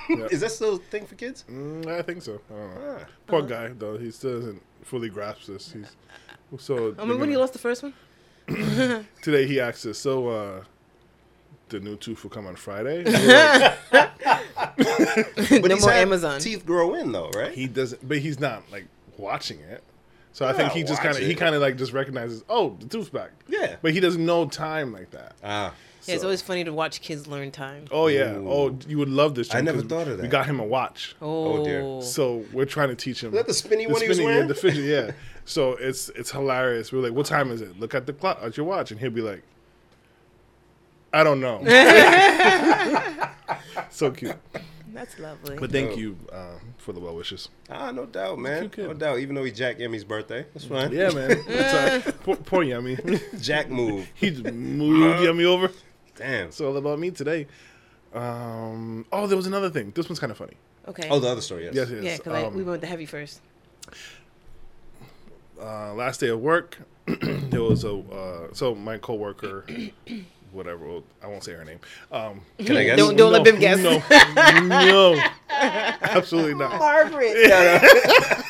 Yeah,
Is that still a thing for kids?
Mm, I think so. I don't
Ah.
know. Poor guy though. He still doesn't fully grasp this. He's so.
I mean, when he lost the first one,
today, he asked us. So. uh the new tooth will come on Friday. We're like,
But
no
he's
more
had
Amazon.
Teeth grow in though, right?
he doesn't, but he's not like watching it. So I
Yeah,
think he just
watch
kind of he
it.
kind of like just recognizes, oh, the tooth's back.
Yeah.
but he doesn't know time like that.
ah,
yeah, it's
So-
always funny to watch kids learn time.
Oh yeah.
Ooh.
Oh, you would love this.
I
Jim,
never
'cause
thought of
We
that.
got him a watch.
Oh,
dear.
So we're trying to teach him.
that the spinny one he was
yeah,
wearing?
the fidget, yeah. So it's it's hilarious. We're like, what time is it? Look at the clock at your watch, and he'll be like, I don't know. so cute.
that's lovely.
But thank you uh, for the well wishes.
ah, no doubt, man.
cute kid. Mm.
No doubt. Even though he jacked Yemi's birthday, that's fine.
Yeah, man. It's, uh, poor, poor Yummy.
Jack move.
he just moved Yummy over.
Damn.
It's all about me today. Um, oh, there was another thing. This one's kind of funny.
Okay.
Oh, the other story. Yes.
Yes, yes.
yeah, because
um,
we went with the heavy first.
uh, last day of work, there was a uh, so my coworker, whatever well, I won't say her name. Um,
Can I guess?
Don't- don't- let them guess.
No, no, absolutely not.
Margaret.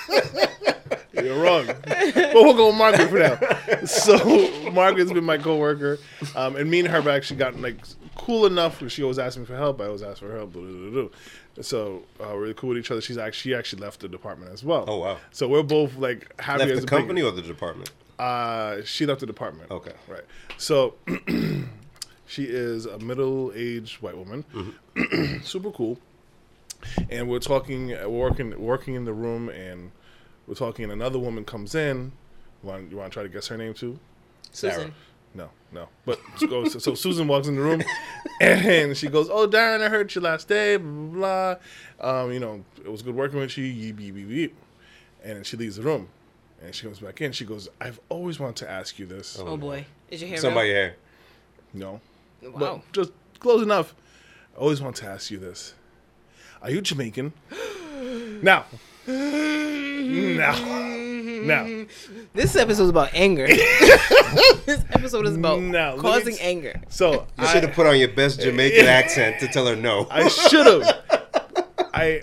You're wrong. But we'll go with Margaret for now. So Margaret's been my coworker, um, and me and her have actually gotten like cool enough. where She always asked me for help. I always asked for help. blah, blah, blah, blah. So uh, we're cool with each other. She's actually she actually left the department as well.
Oh, wow.
So we're both like happy
Left
as
the
a pig.
company or the department?
Uh, she left the department.
Okay.
Right. So she is a middle aged white woman, super cool. And we're talking, we're working, working in the room, and we're talking, and another woman comes in. You want, you want to try to guess her name too?
Susan.
Sarah.
No, no. But she goes- so, Susan walks in the room, and she goes, "Oh, Darren, I heard you last day. Blah blah. blah. Um, you know, it was good working with you. Yeep, yeep, yeep, yeep." And she leaves the room, and she comes back in. She goes, "I've always wanted to ask you this.
Oh.
Oh boy.
Is your hair
Somebody
real?
here.
No,
Wow.
but just close enough. I always wanted to ask you this. Are you Jamaican? now, now, now."
This episode's about anger. this episode is about
No, let me
causing
ex-
anger.
So
You should have put on your best Jamaican accent to tell her no.
I should have. I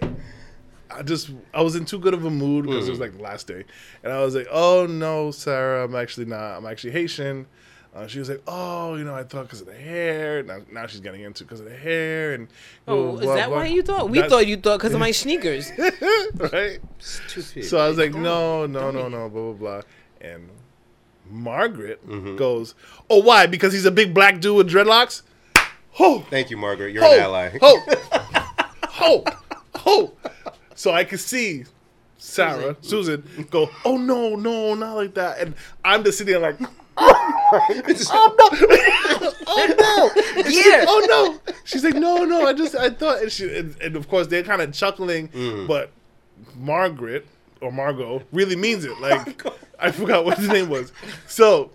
I just I was in too good of a mood because it was like the last day, and I was like, "Oh no, Sarah, I'm actually not. I'm actually Haitian." Uh, she was like, "Oh, you know, I thought because of the hair. Now, now she's getting into because of the hair and."
Oh, is
blah,
that
blah.
why you thought? We
That's- Oh,
thought you thought because of my sneakers.
right? So I was
Oh,
like, "No, no, no, no, blah blah blah," and Margaret goes, "Oh, why? Because he's a big black dude with dreadlocks." Oh,
Thank you, Margaret. You're
ho,
an ally.
Ho, ho, ho. So I could see Sarah, Susan. go, oh no, no, not like that. And I'm just sitting there like, oh no, oh no. And she's like,
Yeah.
oh no. She's like, no, no, I just, I thought. And, she, and, and of course, they're kind of chuckling, but Margaret or Margot really means it. Like, I forgot what his name was. So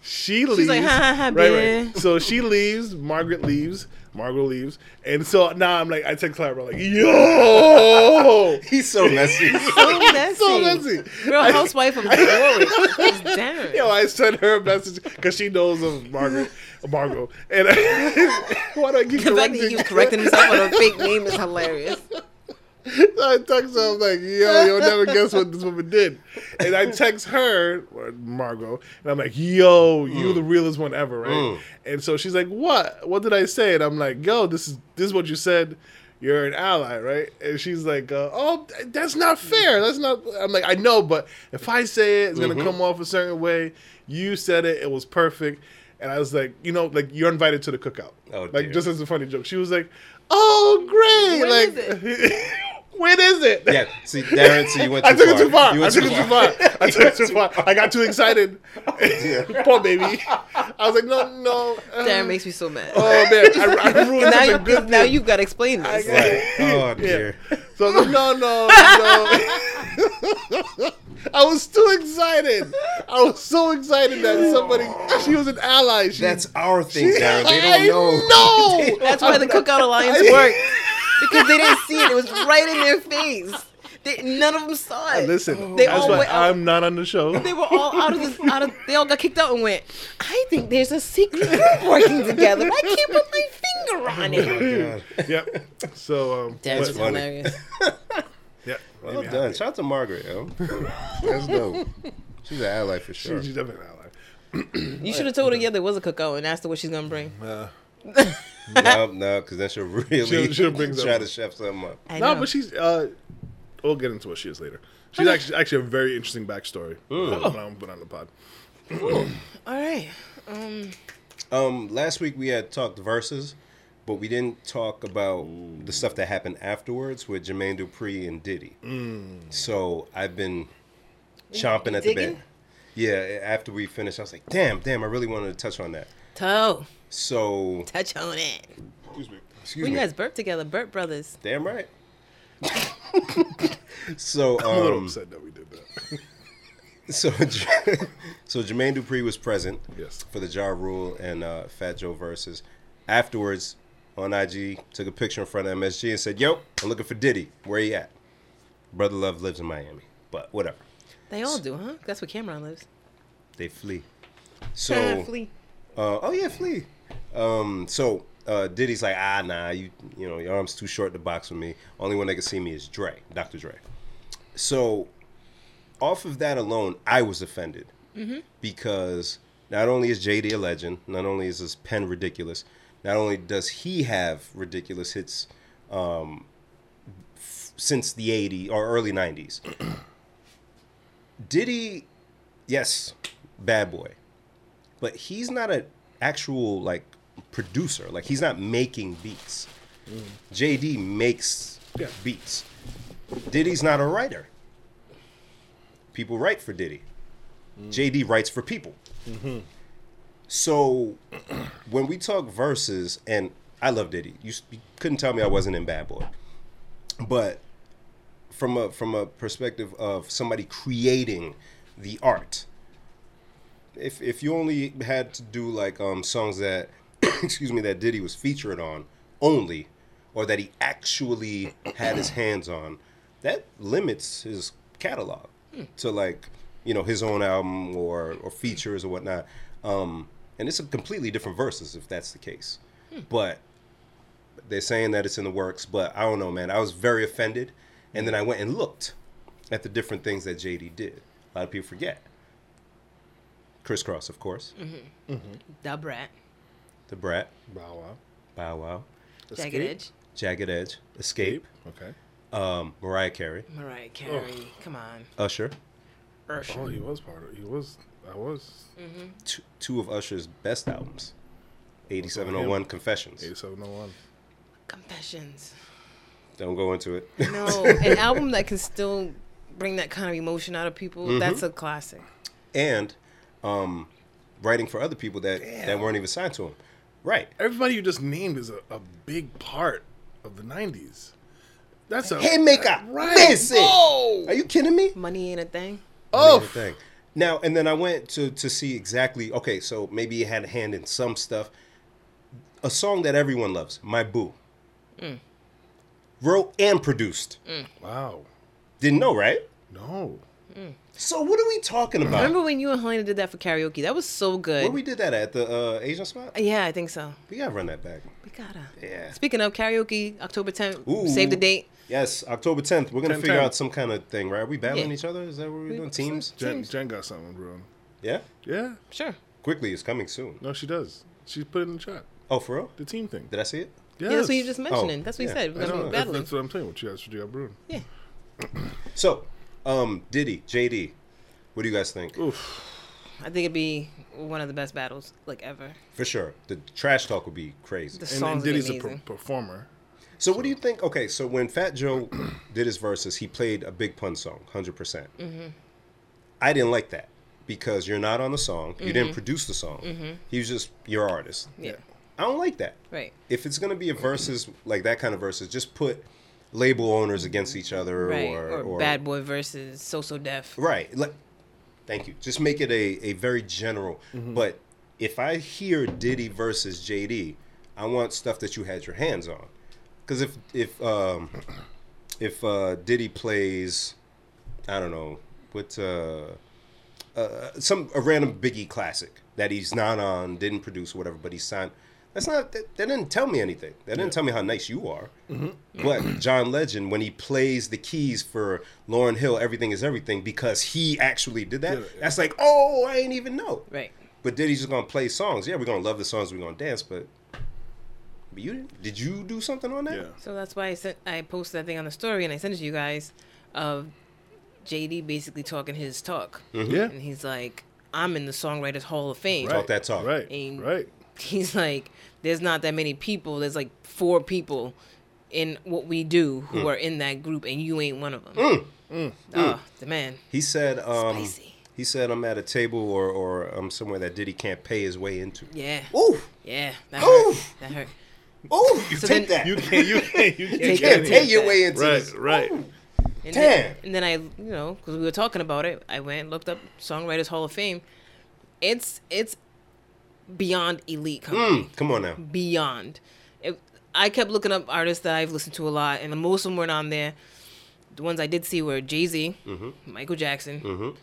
she leaves.
like, "Ha, ha, ha,
right, right.
bitch."
So she leaves. Margaret leaves. Margot leaves. And so now I'm like, I text Clara like, yo,
He's so messy.
so messy.
so messy.
Oh, Real housewife of Warwick. It's Darren.
Yo, I sent her a message because she knows of Margaret, Margot. And why do I keep
the fact that he
correcting?
was correcting himself on a fake name is hilarious.
So I text her, I'm like, yo, you'll never guess what this woman did. And I text her, or Margot, and I'm like, yo, you the realest one ever, right?
Mm.
And so she's like, what? What did I say? And I'm like, yo, this is this is what you said. You're an ally, right? And she's like, uh, oh, th- that's not fair. That's not. I'm like, I know, but if I say it, it's
Mm-hmm.
gonna come off a certain way. You said it; it was perfect. And I was like, you know, like you're invited to the cookout.
Oh,
like
dear.
just as a funny joke. She was like, oh, great.
When
like,
is it?
when is it?
yeah, see, Darren, so you went too
I took it too far.
You
I
went
took it too far. I took it too far. I got too excited.
Oh,
Poor baby. I was like, no, no. uh,
Darren makes me so mad.
Oh man, I, I
now,
ruined such a
you,
good
now
thing.
you've got to explain this.
I-
Right. Oh, dear.
So I was like, no, no, no. I was too excited. I was so excited that somebody. She was an ally. She,
Oh. That's our thing, Darren. They don't know.
I know.
That's why the Cookout Alliance
I-
worked. Because they didn't see it. It was right in their face. They, none of them saw it.
Listen,
They
that's
all
why
went out-
I'm not on the show.
They were all out of the out of. They all got kicked out and went. I think there's a secret group working together. I can't put my finger on it.
Oh, God.
Yep. So um,
That was
but-
funny.
hilarious.
yeah.
Well
made me
done.
happy.
Shout out to Margaret, yo. That's dope. She's an ally for sure.
She's definitely an ally.
You should have told her yeah there was a cookout and asked her what she's gonna bring.
no, no, because then she'll really
She'll- she'll bring
try
something.
to chef something up.
I
No,
know.
but she's. Uh, we'll get into what she is later. She's actually actually a very interesting backstory. But I'm put on the pod.
all right.
Um, last week we had talked verses, but we didn't talk about the stuff that happened afterwards with Jermaine Dupri and Diddy.
Mm.
So I've been chomping at the
digging?
bit. Yeah, after we finished, I was like, "Damn, damn! I really wanted to touch on that."
Toe,
So,
touch on it.
excuse me. Excuse
When
me.
you guys burp together, burp brothers.
Damn right. so,
I'm a little
um,
upset that we did that.
so, so Jermaine Dupri was present
Yes.
for the Ja Rule and uh, Fat Joe verses. Afterwards, on IG, took a picture in front of MSG and said, "Yo, I'm looking for Diddy. Where he at? Brother Love lives in Miami, but whatever.
They all do, huh? That's where Cameron lives.
They flee. So,
Flea.
uh, oh yeah, flee. Um, so uh, Diddy's like, ah, nah, you, you know, your arm's too short to box with me. Only one that can see me is Dre, Dr. Dre. So, off of that alone, I was offended because not only is JD a legend, not only is his pen ridiculous, not only does he have ridiculous hits um, f- since the 80s or early 90s, Diddy, yes, bad boy, but he's not an actual like producer. Like he's not making beats. JD makes
Yeah.
beats. Diddy's not a writer. People write for Diddy. JD writes for people. So when we talk verses, and I love Diddy. You, s- you couldn't tell me I wasn't in Bad Boy, but from a from a perspective of somebody creating the art. If if you only had to do like um songs that excuse me that Diddy was featured on only, or that he actually had his hands on, that limits his catalog to like you know his own album or or features or whatnot. Um, and it's a completely different verses if that's the case, but they're saying that it's in the works, but I don't know, man. I was very offended, and then I went and looked at the different things that JD did. A lot of people forget. Crisscross, of course,
The brat.
the Brat,
Bow Wow.
Bow Wow,
Jagged
Escape?
Edge.
Jagged Edge, Escape,
Okay.
um, Mariah Carey,
Mariah Carey. Come on.
Usher.
Usher.
Oh, he was part of. He was. I was.
Mm.
Two, two of Usher's best albums, 8701 Confessions.
Eighty-seven oh one.
Confessions.
Don't go into it.
No, an album that can still bring that kind of emotion out of people, that's a classic.
and um, writing for other people that, that weren't even signed to him. Right.
Everybody you just named is a, a big part of the nineties. That's a
Haymaker.
Right.
Listen.
Oh.
Are you kidding me?
Money ain't a thing.
Oh,
Oh.
thing. Now and then I went to to see exactly. Okay, so maybe it had a hand in some stuff. A song that everyone loves, "My Boo,"
Mm.
wrote and produced.
Wow.
Didn't know, right?
No.
So what are we talking about?
Remember when you and Helena did that for karaoke? That was so good.
Where we did that at the uh, Asian spot?
yeah, I think so.
We gotta run that back.
We gotta.
Yeah.
Speaking of karaoke, October 10th,
Ooh.
save the date.
Yes, October tenth. We're gonna
10,
figure
10.
out some kind of thing, right? Are we battling
Yeah.
each other? Is that what we're doing? Teams?
Jen, Jen got something, bro.
Yeah.
Yeah.
Sure.
Quickly, it's coming soon.
No, she does. She put it in the chat.
Oh, for real?
The team thing.
Did I see it?
Yes.
Yeah, that's what you were just mentioning.
Oh,
that's what you
yeah.
said. We're
I
gonna
know,
be
that's,
battling.
that's what I'm saying. What you asked for J.R. Bruin.
yeah.
So, um, Diddy, JD, what do you guys think?
Oof.
I think it'd be one of the best battles like ever.
For sure. The trash talk would be crazy.
The
And, and
songs would be
Diddy's a per-
amazing.
performer.
So, what do you think? Okay, so when Fat Joe did his verses, he played a Big Pun song, 100%. percent
Mm-hmm.
I didn't like that because you're not on the song. You didn't produce the song. He was just your artist.
Mm-hmm. yeah.
I don't like that.
Right.
If it's going to be a versus, like that kind of versus, just put label owners against each other
Right.
or,
Or, Bad Boy versus So So Def.
Right. Like, thank you. Just make it a, a very general. But if I hear Diddy versus JD, I want stuff that you had your hands on. Because if if um, if uh, Diddy plays, I don't know, what uh, uh, some a random Biggie classic that he's not on, didn't produce, whatever, but he signed. That's not that, that didn't tell me anything. That didn't tell me how nice you are.
Mm-hmm.
But John Legend, when he plays the keys for Lauren Hill, everything is everything because he actually did that.
Yeah, yeah.
That's like, oh, I ain't even know.
Right.
But Diddy's just gonna play songs. Yeah, we're gonna love the songs. We're gonna dance. But, but you didn't. Did you do something on that?
Yeah.
So that's why I sent I posted that thing on the story and I sent it to you guys of JD basically talking his talk.
Mm-hmm.
Yeah.
And he's like, I'm in the Songwriters Hall of Fame.
Right.
that talk.
Right.
And-
Right.
He's like, there's not that many people. There's like four people in what we do who
Mm.
are in that group, and you ain't one of them. Oh,
Mm.
the man.
He said. Um,
Spicy.
He said, "I'm at a table or or um, somewhere that Diddy can't pay his way into."
Yeah.
Ooh,
Yeah. That
Ooh.
hurt. That hurt.
ooh, you
So
take
then-
that.
You can't. You can't. You
You
can't.
Take
get
can't
it.
it.
pay your way into
Right.
this.
Right.
And
Damn.
Then, and then I, you know, because we were talking about it, I went and looked up Songwriters Hall of Fame. It's it's beyond elite company.
Mm, come on now.
Beyond. It, I kept looking up artists that I've listened to a lot, and most of them weren't on there. The ones I did see were Jay Z,
Mm-hmm.
Michael Jackson,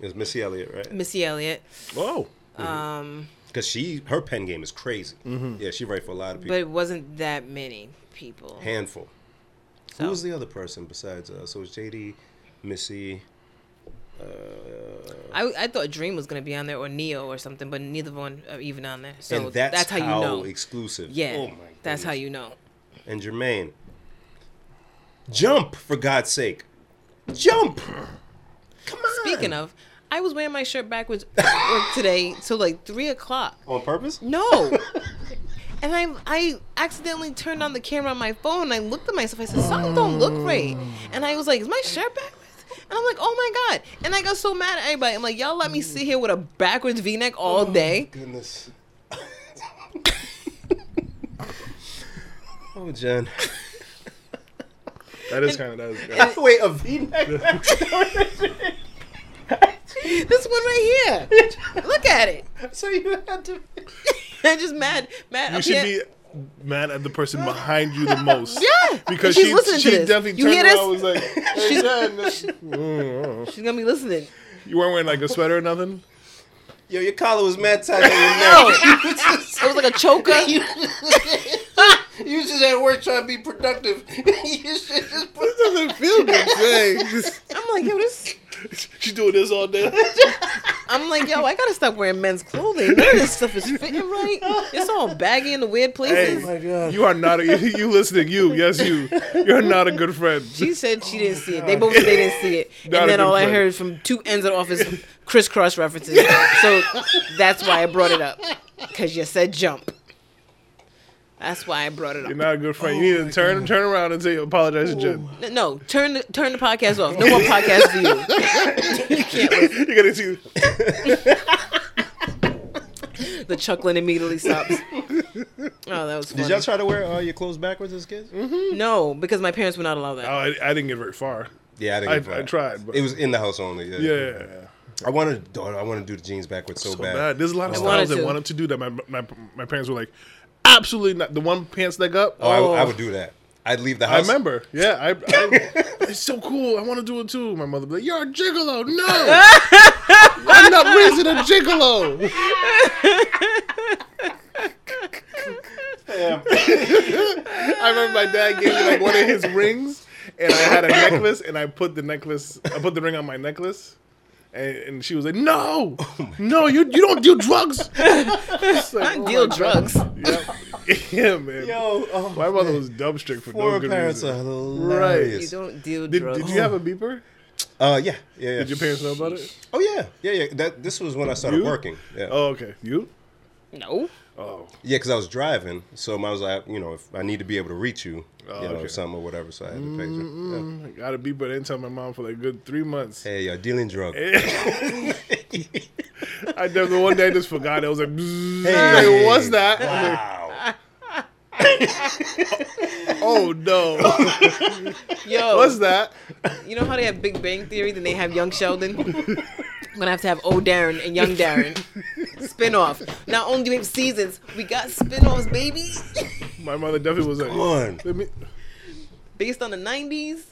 It's Missy Elliott, right?
Missy Elliott.
Whoa.
Because she her pen game is crazy. Yeah, she write for a lot of people.
But it wasn't that many people.
Handful.
So.
Who was the other person besides? Uh, so it was JD, Missy.
I, I thought Dream was gonna be on there or Neo or something, but neither one are even on there. So
and that's,
how, you know.
exclusive.
yeah,
Oh my
that's how
goodness.
you know.
And Jermaine. Jump for God's sake. Jump. Come on.
Speaking of, I was wearing my shirt backwards at work today till like three o'clock.
on purpose.
No. And I, I accidentally turned
Mm.
on the camera on my phone. And I looked at myself. I said, "Something don't look right." And I was like, "Is my shirt backwards?" And I'm like, oh my God. And I got so mad at everybody. I'm like, y'all let me sit here with a backwards v neck all
Mm.
day.
Goodness. oh, Jen.
That is kind of that is. That
Wait, a V-neck?
This one right here. Look at it.
so you had to.
I'm just mad. Mad.
You
up
should
here.
be mad at the person behind you the most.
Yeah,
Because
she's
she,
listening
she
to this.
definitely
You
turned
hear
around
this?
and was like, hey,
She's-
Jen, this- Mm, mm.
She's gonna be listening.
you weren't wearing like a sweater or nothing?
Yo, your collar was mad tight on your
No,
neck.
it was like a choker.
You just at work trying to be productive. you should just put.
This doesn't feel good.
I'm like, yo, this.
She's doing this all day.
Oh I'm like, yo, I gotta stop wearing men's clothing. None of this stuff is fitting right. It's all baggy in the weird
Hey,
places.
God.
you are not a, you listening. You, yes, you. You're not a good friend.
She said she didn't see it. They both said they didn't see it.
Not a
and then
good
all I
friend.
heard from two ends of the office crisscross references. so that's why I brought it up. Because you said jump. That's why I brought it up.
You're not a good friend.
Oh
you need to turn turn around and say apologize to Jen.
No, no, turn the, turn the podcast off. No more podcast for you. you can't listen.
You gotta see.
The chuckling immediately stops. Oh, that was funny.
Did y'all try to wear uh, your clothes backwards as kids?
no, because my parents would not allow that.
Oh, I, I didn't get very far.
Yeah, I didn't.
I,
give a
I
fuck.
tried, but
It was in the house only. Yeah.
yeah, yeah, yeah.
I wanted. to- I wanted to do the jeans backwards so,
so bad. There's a lot of
I wanted
styles that
to.
wanted to do that. My, my my parents were like, absolutely not. The one pants leg up.
Oh, I, I
Oh.
would do that. I'd leave the
I
house.
remember. Yeah, I, I- it's so cool. I want to do it too. My mother be like, "You're a gigolo." No, I'm not raising a gigolo. I remember my dad gave me like one of his rings, and I had a necklace, and I put the necklace, I put the ring on my necklace. And, and she was like, "No, no, you you don't do drugs. It's like,
I
oh
deal
my
drugs.
God. Yeah, yeah, man.
Yo, oh,
my mother was dumb strict for no
four
good
parents
reason.
are
You
hilarious.
don't deal
Did,
drugs.
did you have a beeper?
Uh, yeah, yeah, yeah.
Did your parents know about it?
Oh yeah, yeah, yeah. That this was when I started
You?
working. Yeah,
Oh, okay. You?
no.
Oh,
yeah, because I was driving, so I was like, you know, if I need to be able to reach you,
Oh,
you know,
okay. Mm-hmm.
something or whatever, so I had to pay you. Yeah.
I got a beeper. I didn't tell my mom for like a good three months.
Hey, you're dealing drugs.
I never one day I just forgot. It I was like,
Hey.
hey, what's that? I'm like,
Wow.
oh no,
Yo,
what's that?
you know how they have Big Bang Theory, then they have Young Sheldon. I'm gonna have to have old Darren and Young Darren spin-off. Not only do we have seasons, we got spin-offs, baby.
My mother definitely was like,
Come on.
Let me.
Based on the '90s.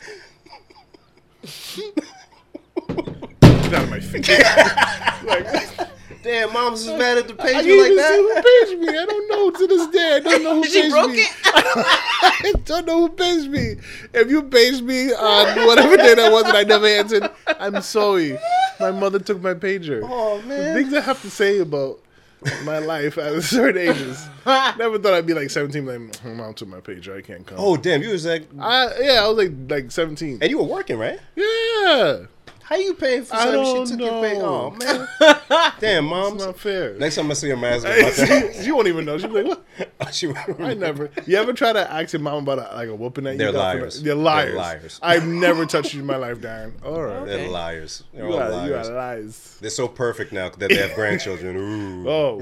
Get out of my face! like,
Damn, mom's is mad at the
I
page
didn't
you like
even see
that.
who paged me. I don't know to this day. I don't know who
She
paged
broke
me.
it.
I don't know who paged me. If you paged me on whatever day that was and I never answered, I'm sorry. My mother took my pager.
Oh
The
man.
things I have to say about my life at certain ages. Never thought I'd be like 17. Like, "Hmm, I'm out to my pager. I can't come.
Oh damn, you was like,
I, yeah, I was like like 17.
and you were working, right?
Yeah,
How you paying for
I
something
don't
she took your pay? Oh
know.
man. Damn,
it's
mom's.
not fair.
Next time I see her, my ass about
she won't even know. She'll be like, what?
that. oh, she
I never. You ever try to ask your mom about a, like a whooping that
They're
you got? from
liars.
her? They're liars.
They're liars.
I've never touched you in my life, Darren. All right.
They're
Okay.
liars. They're
You
all
are, you
liars.
are lies.
They're so perfect now that they have grandchildren. Ooh,
Oh.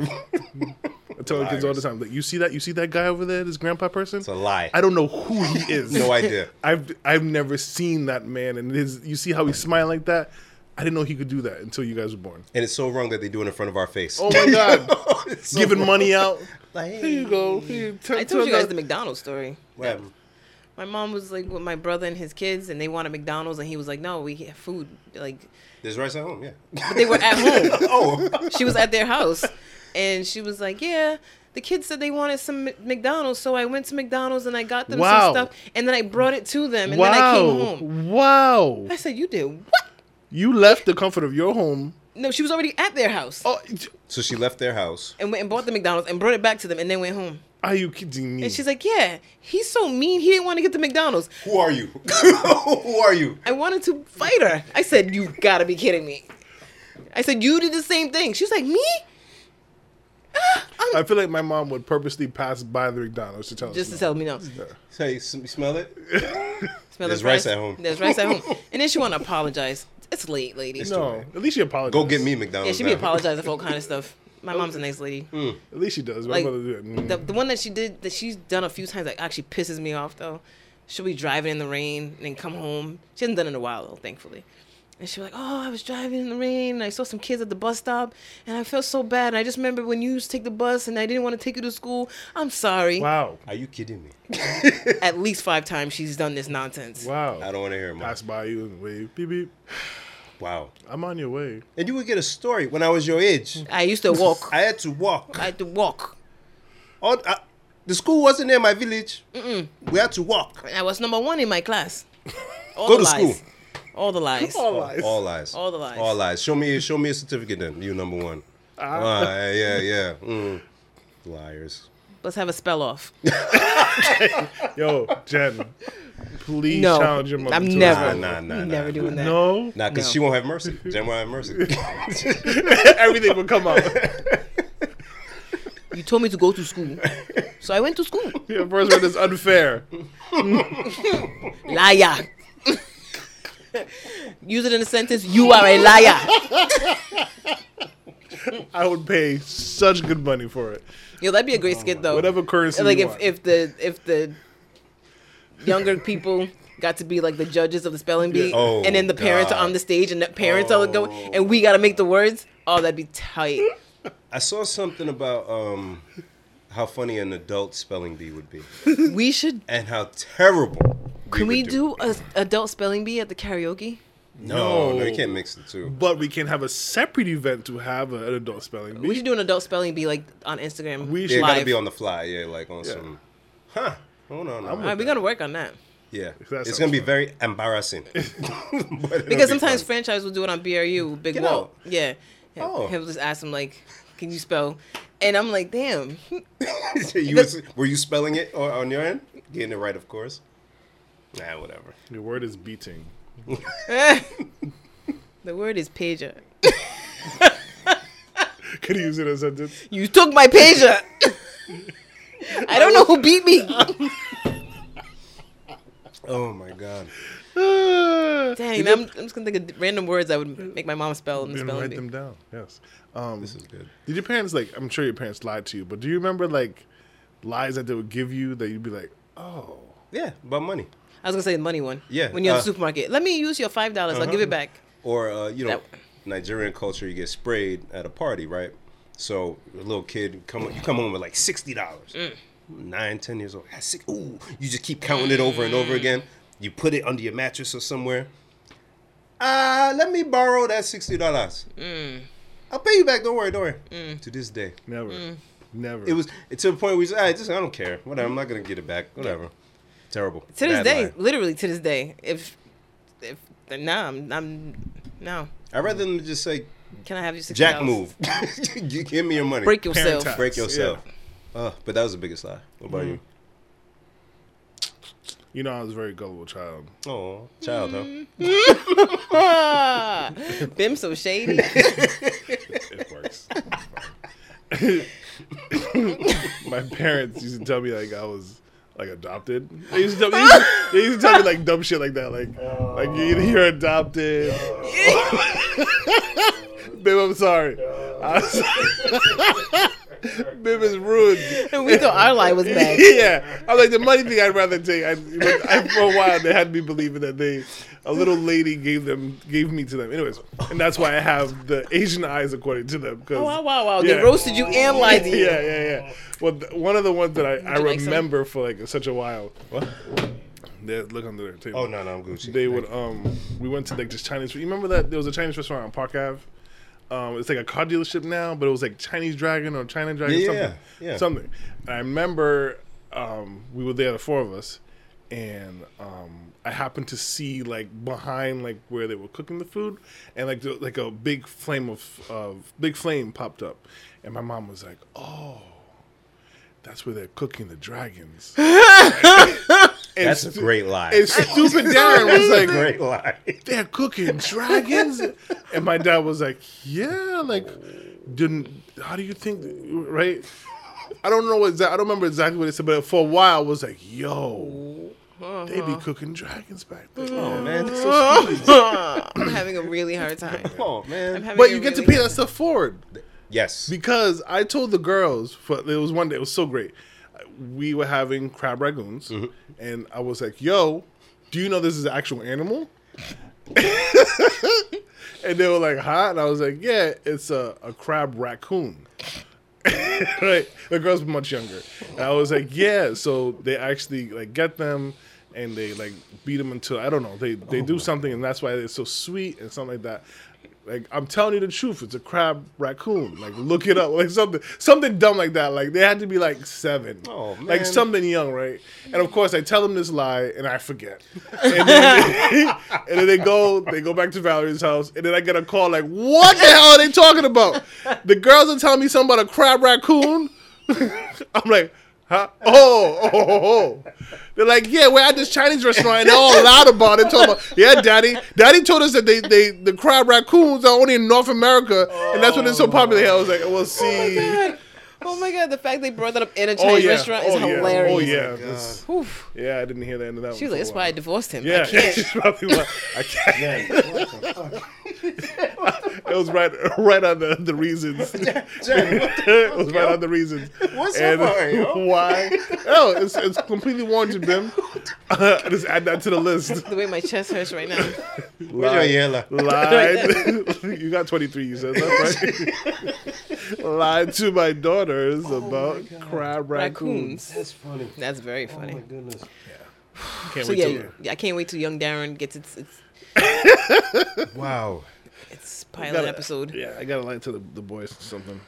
I tell the kids all the time, like, you see that? You see that guy over there, this grandpa person?
it's a lie.
I don't know who he is.
no idea.
I've I've never seen that man, and his. You see how he's smiling like that? I didn't know he could do that until you guys were born.
And it's so wrong that they do it in front of our face.
Oh my god,
It's so
giving
wrong.
money out.
Like,
Here you go. Here, t-
I told you guys the McDonald's story.
What happened?
My mom was like with my brother and his kids, and they wanted McDonald's, and he was like, "No, we have food." Like,
There's rice at home, yeah.
but they were at home.
oh,
she was at their house and she was like, Yeah, the kids said they wanted some Mc- McDonald's. So I went to McDonald's and I got them some
Wow.
stuff and then I brought it to them and then I came
wow,
home.
wow.
I said, You did what?
You left the comfort of your home.
No, she was already at their house
Oh, j-
so she left their house.
and went and bought the McDonald's and brought it back to them and then went home.
are you kidding me?
And she's like, Yeah, he's so mean. He didn't want to get the McDonald's.
Who are you? Who are you?
I wanted to fight her. I said, You gotta be kidding me. I said, You did the same thing. She was like, Me?
I feel like my mom would purposely pass by the McDonald's to tell us.
Just to
no.
tell me no.
Say, s- you smell it?
Smell
There's
those
rice at home.
There's rice at home. And then she want to apologize. It's late, lady.
No, at least she apologized.
Go get me
yeah,
McDonald's.
she be
now.
apologizing for all kind of stuff. My mom's a nice lady.
At least she does. My
Like,
mother did. Mm.
The, the one that she did that she's done a few times that actually pisses me off though. She'll be driving in the rain and then come home. She hasn't done it in a while though, thankfully. And she'll be like, "Oh, I was driving in the rain and I saw some kids at the bus stop and I felt so bad. And I just remember when you used to take the bus and I didn't want to take you to school. I'm sorry."
wow,
Are you kidding me?
At least five times she's done this nonsense.
wow.
I don't want to hear more.
pass by you and wave. Beep beep.
Wow.
I'm on your way.
And you would get a story when I was your age.
I used to walk.
I had to walk.
I had to walk.
All, I, the school wasn't near my village. We had to walk.
And I was number one in my class. All the
Go to
lies.
school.
All the lies.
lies.
All lies.
All the lies.
All lies. Show me, show me a certificate then. You number one. Ah, yeah, yeah. Mm. Liars.
Let's have a spell off.
Yo, Jen, please
No,
challenge your mother.
I'm
to a
never,
spell.
Nah, nah, nah,
never
nah,
doing that.
No,
Nah, because
No.
she won't have mercy. Jen won't have mercy.
everything will come out.
You told me to go to school, so I went to school.
Your first one is unfair.
Liar. Use it in a sentence. You are a liar.
I would pay such good money for it.
Yo, that'd be a great skit though.
Whatever currency.
Like
you
if,
want.
if the if the younger people got to be like the judges of the spelling bee,
Oh,
and then the parents
God.
are on the stage and the parents are going, and we gotta make the words. Oh, that'd be tight.
I saw something about um, how funny an adult spelling bee would be,
We should
and how terrible.
Can we
would
do a adult spelling bee at the karaoke?
No,
No.
no, you can't mix the two.
but we can have a separate event to have an adult spelling bee.
We should do an adult spelling bee like on Instagram.
We
Yeah,
should-
it
live.
gotta be on the fly. Yeah, like on some. Huh? Hold on.
All right, we're gonna work on that
yeah,
That
it's
sounds
gonna be
fun.
very embarrassing. But it'll be
because sometimes
fun.
franchise will do it on BRU. Big
Get
Walt,
out.
yeah.
Oh.
He'll just ask him like, "Can you spell?" And I'm like, "Damn,
You was- were you spelling it o- on your end? Getting it right, of course. Nah, whatever.
Your word is beating.
the word is pager.
Could you use it as a sentence?
You took my pager. I don't know who beat me.
Oh my god.
Ah.
Dang, I'm, I'm just gonna think of random words I would make my mom spell in the
and
spelling
write
bee.
them down. Yes. Um,
This is good.
did your parents like? I'm sure your parents lied to you, but do you remember like lies that they would give you that you'd be like, oh,
Yeah, about money.
I was gonna say the money one.
Yeah,
When you're in
uh,
the supermarket, let me use your five dollars. I'll give it back.
Or uh, you know,
That-
Nigerian culture, you get sprayed at a party, right? So a little kid come you come home with like sixty dollars,
Mm.
nine, ten years old. That's sick. Ooh, you just keep counting it over and
Mm.
over again. You put it under your mattress or somewhere. Uh, let me borrow that sixty dollars.
Mm.
I'll pay you back. Don't worry. Don't worry. To this day,
never,
Mm.
never.
it was to the point where we said, "All right, just, I don't care. Whatever. I'm not gonna get it back. Whatever. Terrible.
to this
Bad
day,
lie.
literally to this day, if if nah, I'm, I'm no.
I'd rather them just say,
Can I have your six
"Jack,
dollars?
move. You give me your money.
Break yourself.
Parent
break
Yeah.
yourself. Uh, but that was the biggest lie. What about you?
You know, I was a very gullible child.
Oh, child,
Mm.
Ah, Bim so shady.
It works. My parents used to tell me like I was like adopted. They used to tell me, they used to- they used to tell me like dumb shit like that, like like you're, you're adopted. Babe, I'm sorry. I'm sorry. Babe is ruined.
and we thought our lie was bad.
yeah, I'm like the money thing. I'd rather take. I, but I, for a while, they had me believing that they, a little lady gave them, gave me to them. Anyways, and that's why I have the Asian eyes according to them. Cause,
Oh, wow, wow, wow.
Yeah.
They roasted you and lied to you.
Yeah, yeah, yeah. Well, th- one of the ones that I, I
you like some?
remember for like such a while. What? They look under their table.
Oh no, no, I'm Gucci.
They would um we went to like this Chinese you remember that there was a Chinese restaurant on Park Ave? Um it's like a car dealership now, but it was like Chinese Dragon or China Dragon
Yeah, yeah,
something.
yeah.
Something. And I remember um we were there the four of us and um I happened to see like behind like where they were cooking the food and like the, like a big flame of of big flame popped up and my mom was like, "Oh, that's where they're cooking the dragons."
That's a great lie.
And stupid Darren was like,
great lie.
they're cooking dragons and my dad was like yeah like didn't. How do you think? Right? I don't know what exactly. I don't remember exactly what it said, but for a while, I was like, "Yo, they be cooking dragons back then."
Oh man, that's so sweet.
I'm having a really hard time.
Come on,
I'm
man.
having
But
a
you get to
really-
pay that stuff forward.
Yes.
because I told the girls for it was one day it was so great. We were having crab ragoons, and I was like, "Yo, do you know this is an actual animal?" and they were like, "Huh?" And I was like, "Yeah, it's a, a crab raccoon." right? The girls were much younger. And I was like, "Yeah." So they actually like get them. And they like beat them until I don't know. They
Oh
they do something, and that's why they're so sweet and something like that. Like I'm telling you the truth, it's a crab raccoon. Like look it up, like something something dumb like that. Like they had to be like seven,
Oh, man.
like something young, right? And of course, I tell them this lie, and I forget. And then, and then they go they go back to Valerie's house, and then I get a call like, "What the hell are they talking about? The girls are telling me something about a crab raccoon." I'm like. Huh? Oh, oh, oh, oh. They're like, yeah, we're at this Chinese restaurant and they're all loud about it. Talking about, yeah, daddy. Daddy told us that they, they the crab raccoons are only in North America and that's when it's so popular here. I was like, well, see.
God. Oh my god, the fact they brought that up in a
Oh,
Chinese
yeah.
restaurant is
oh, yeah.
hilarious.
Oh, yeah. That's-
Oof.
yeah, I didn't hear the end of that
She was
one.
like, that's
for a
why I
while.
divorced him.
Yeah,
I can't.
she's probably why. I can't.
Yeah, what the fuck?
It was right, right on the, the reasons. it was right on the reasons.
What's
and
up, Mario?
why? Oh, it's, it's completely warranted, Bim. just add that to the list.
The way my chest hurts right now.
Where's your yellow?
Lied. you got 23, you said. That's right. Lied to my daughters about crab raccoons.
Raccoons.
That's funny.
That's very
Oh
funny.
my goodness.
Can't
so
wait
yeah,
till
yeah, I can't wait till young Darren gets its its,
Wow.
its pilot
Gotta-
episode.
Yeah, I gotta lie to the, the boys or something.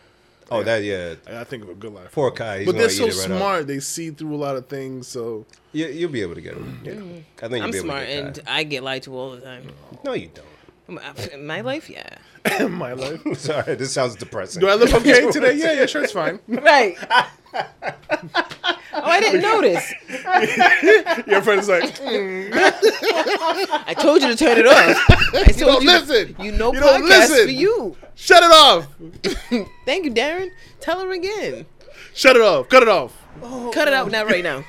Oh, that yeah.
I gotta think of a good lie.
Poor Kai. He's
but they're
gonna
so
eat it right up.
smart. They see through a lot of things. So
You, you'll be able to get him. Yeah.
Mm.
I think you'll
I'm
be able
smart
to get Oh.
and I get lied to all the time.
Kai. No, you don't.
Come on, In my life, yeah.
in my life,
Sorry, this sounds depressing.
do I look okay today? Yeah, yeah, sure, it's fine.
Right. oh, I didn't notice.
Your friend's like,
I told you to turn it off. I told you
don't listen.
You know
You
podcast
don't listen.
for you.
shut it off,
Thank you, Darren. Tell her again.
shut it off, cut it off.
Cut it out now, right now.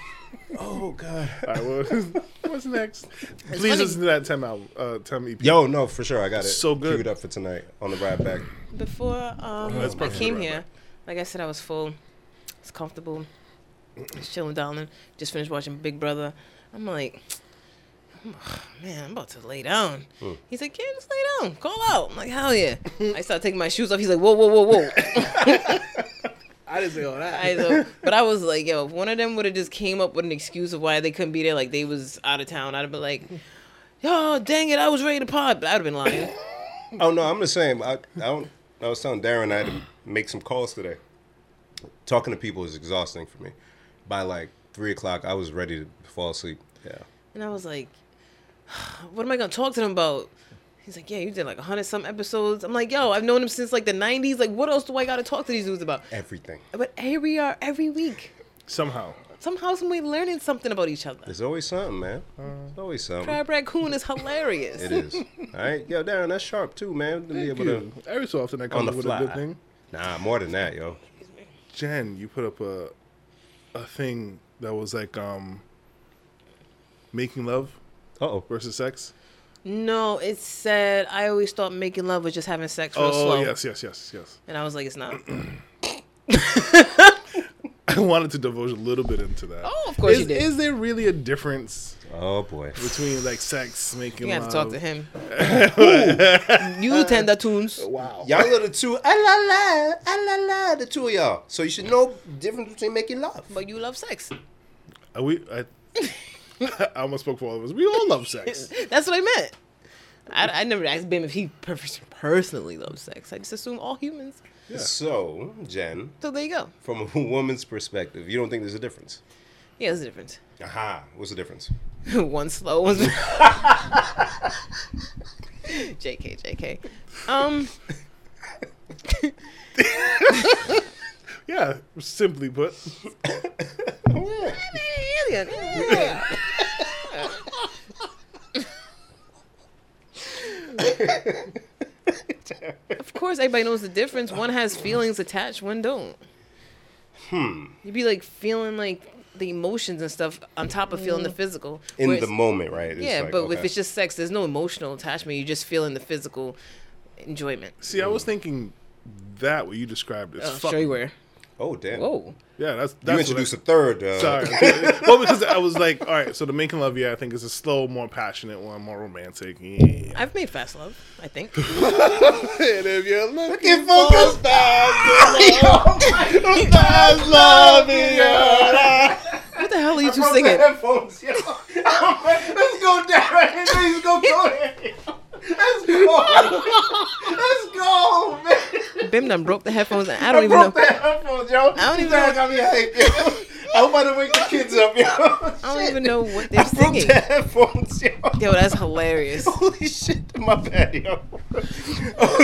Oh God.
All right, well, what's next? Please listen to that Tem album, uh, Tem EP.
Yo, no, for sure. I got it.
So good.
Queued up for tonight on the ride back.
Before um,
that's
I
perfect.
came here, like I said, I was full. It's comfortable. It's chilling, darling. Just finished watching Big Brother. I'm like, man, I'm about to lay down. He's like, yeah, just lay down. Call out. I'm like, hell yeah. I start taking my shoes off. He's like, whoa, whoa, whoa, whoa.
I didn't say all that.
I know. But I was like, yo, if one of them would have just came up with an excuse of why they couldn't be there, like they was out of town, I'd have been like, yo, dang it, I was ready to pod, but I'd have been lying.
Oh no, I'm the same. I, I don't. I was telling Darren I had to make some calls today. Talking to people is exhausting for me. By like three o'clock, I was ready to fall asleep. Yeah.
And I was like, what am I gonna talk to them about? He's like, yeah, you did like hundred some episodes. I'm like, yo, I've known him since like the '90s. Like, what else do I gotta talk to these dudes about?
Everything.
But here we are every week,
Somehow.
somehow, some way, learning something about each other.
There's always something, man.
Uh,
There's always something.
Crab raccoon is hilarious.
It is. All right, yo, Darren, that's sharp too, man. To be able to.
Dude, uh, every so often I
On
come
the
up with
fly.
a good thing.
Nah, more than that, yo.
Jen, you put up a a thing that was like um making love
Uh oh.
versus sex.
No, it said I always thought making love was just having sex real
Oh
slow,
yes, yes, yes, yes.
and I was like, it's not.
I wanted to divulge a little bit into that.
Oh, of course
is,
you did.
Is there really a difference
Oh boy.
between like sex making
You have
love?
to talk to him. you tender tunes.
Wow.
Y'all are the two. Ah la la, ah la la, the two of y'all. So you should know the difference between making love.
But you love sex.
Are Uh, we I, I almost spoke for all of us. We all love sex.
That's what I meant. I, I never asked Bim if he per- personally loves sex. I just assume all humans.
So, Jen,
So there you go.
from a woman's perspective, you don't think there's a difference?
Yeah, there's a difference.
Aha. What's the difference?
one slow, one. JK, JK. Um,
Yeah, simply put.
alien. Yeah. of course, everybody knows the difference. One has feelings attached, one don't. Hmm. You'd be like feeling like the emotions and stuff on top of feeling the physical.
Mm. in
Whereas-
the moment, right? It's
yeah,
like,
but
okay.
if it's just sex, there's no emotional attachment. You're just feeling the physical enjoyment.
See, I was thinking that what you described as
Oh,
fuck.
show you where.
oh damn,
Whoa.
Yeah, that's
you
that's
introduced
what
a third. Uh,
I, sorry. well, because I was like, all right, so the making love, yeah, I think is a slow, more passionate one, more romantic. Yeah.
I've made fast love, I think.
And if you're looking
Looking for the stars, the stars love in your eyes.
what the hell are you two singing?
headphones, yo. Let's go down right here. Let's go go there. Let's go. Let's go, man.
Bim done broke the headphones and I
I
don't even know.
broke the headphones, yo. I
don't even know-
Got me hyped, yo. I hope I didn't wake the kids up, yo.
I don't
Shit.
even know what
I
they're
broke
singing.
the headphones, yo.
Yo, that's hilarious.
Holy shit, my bad, yo. Oh,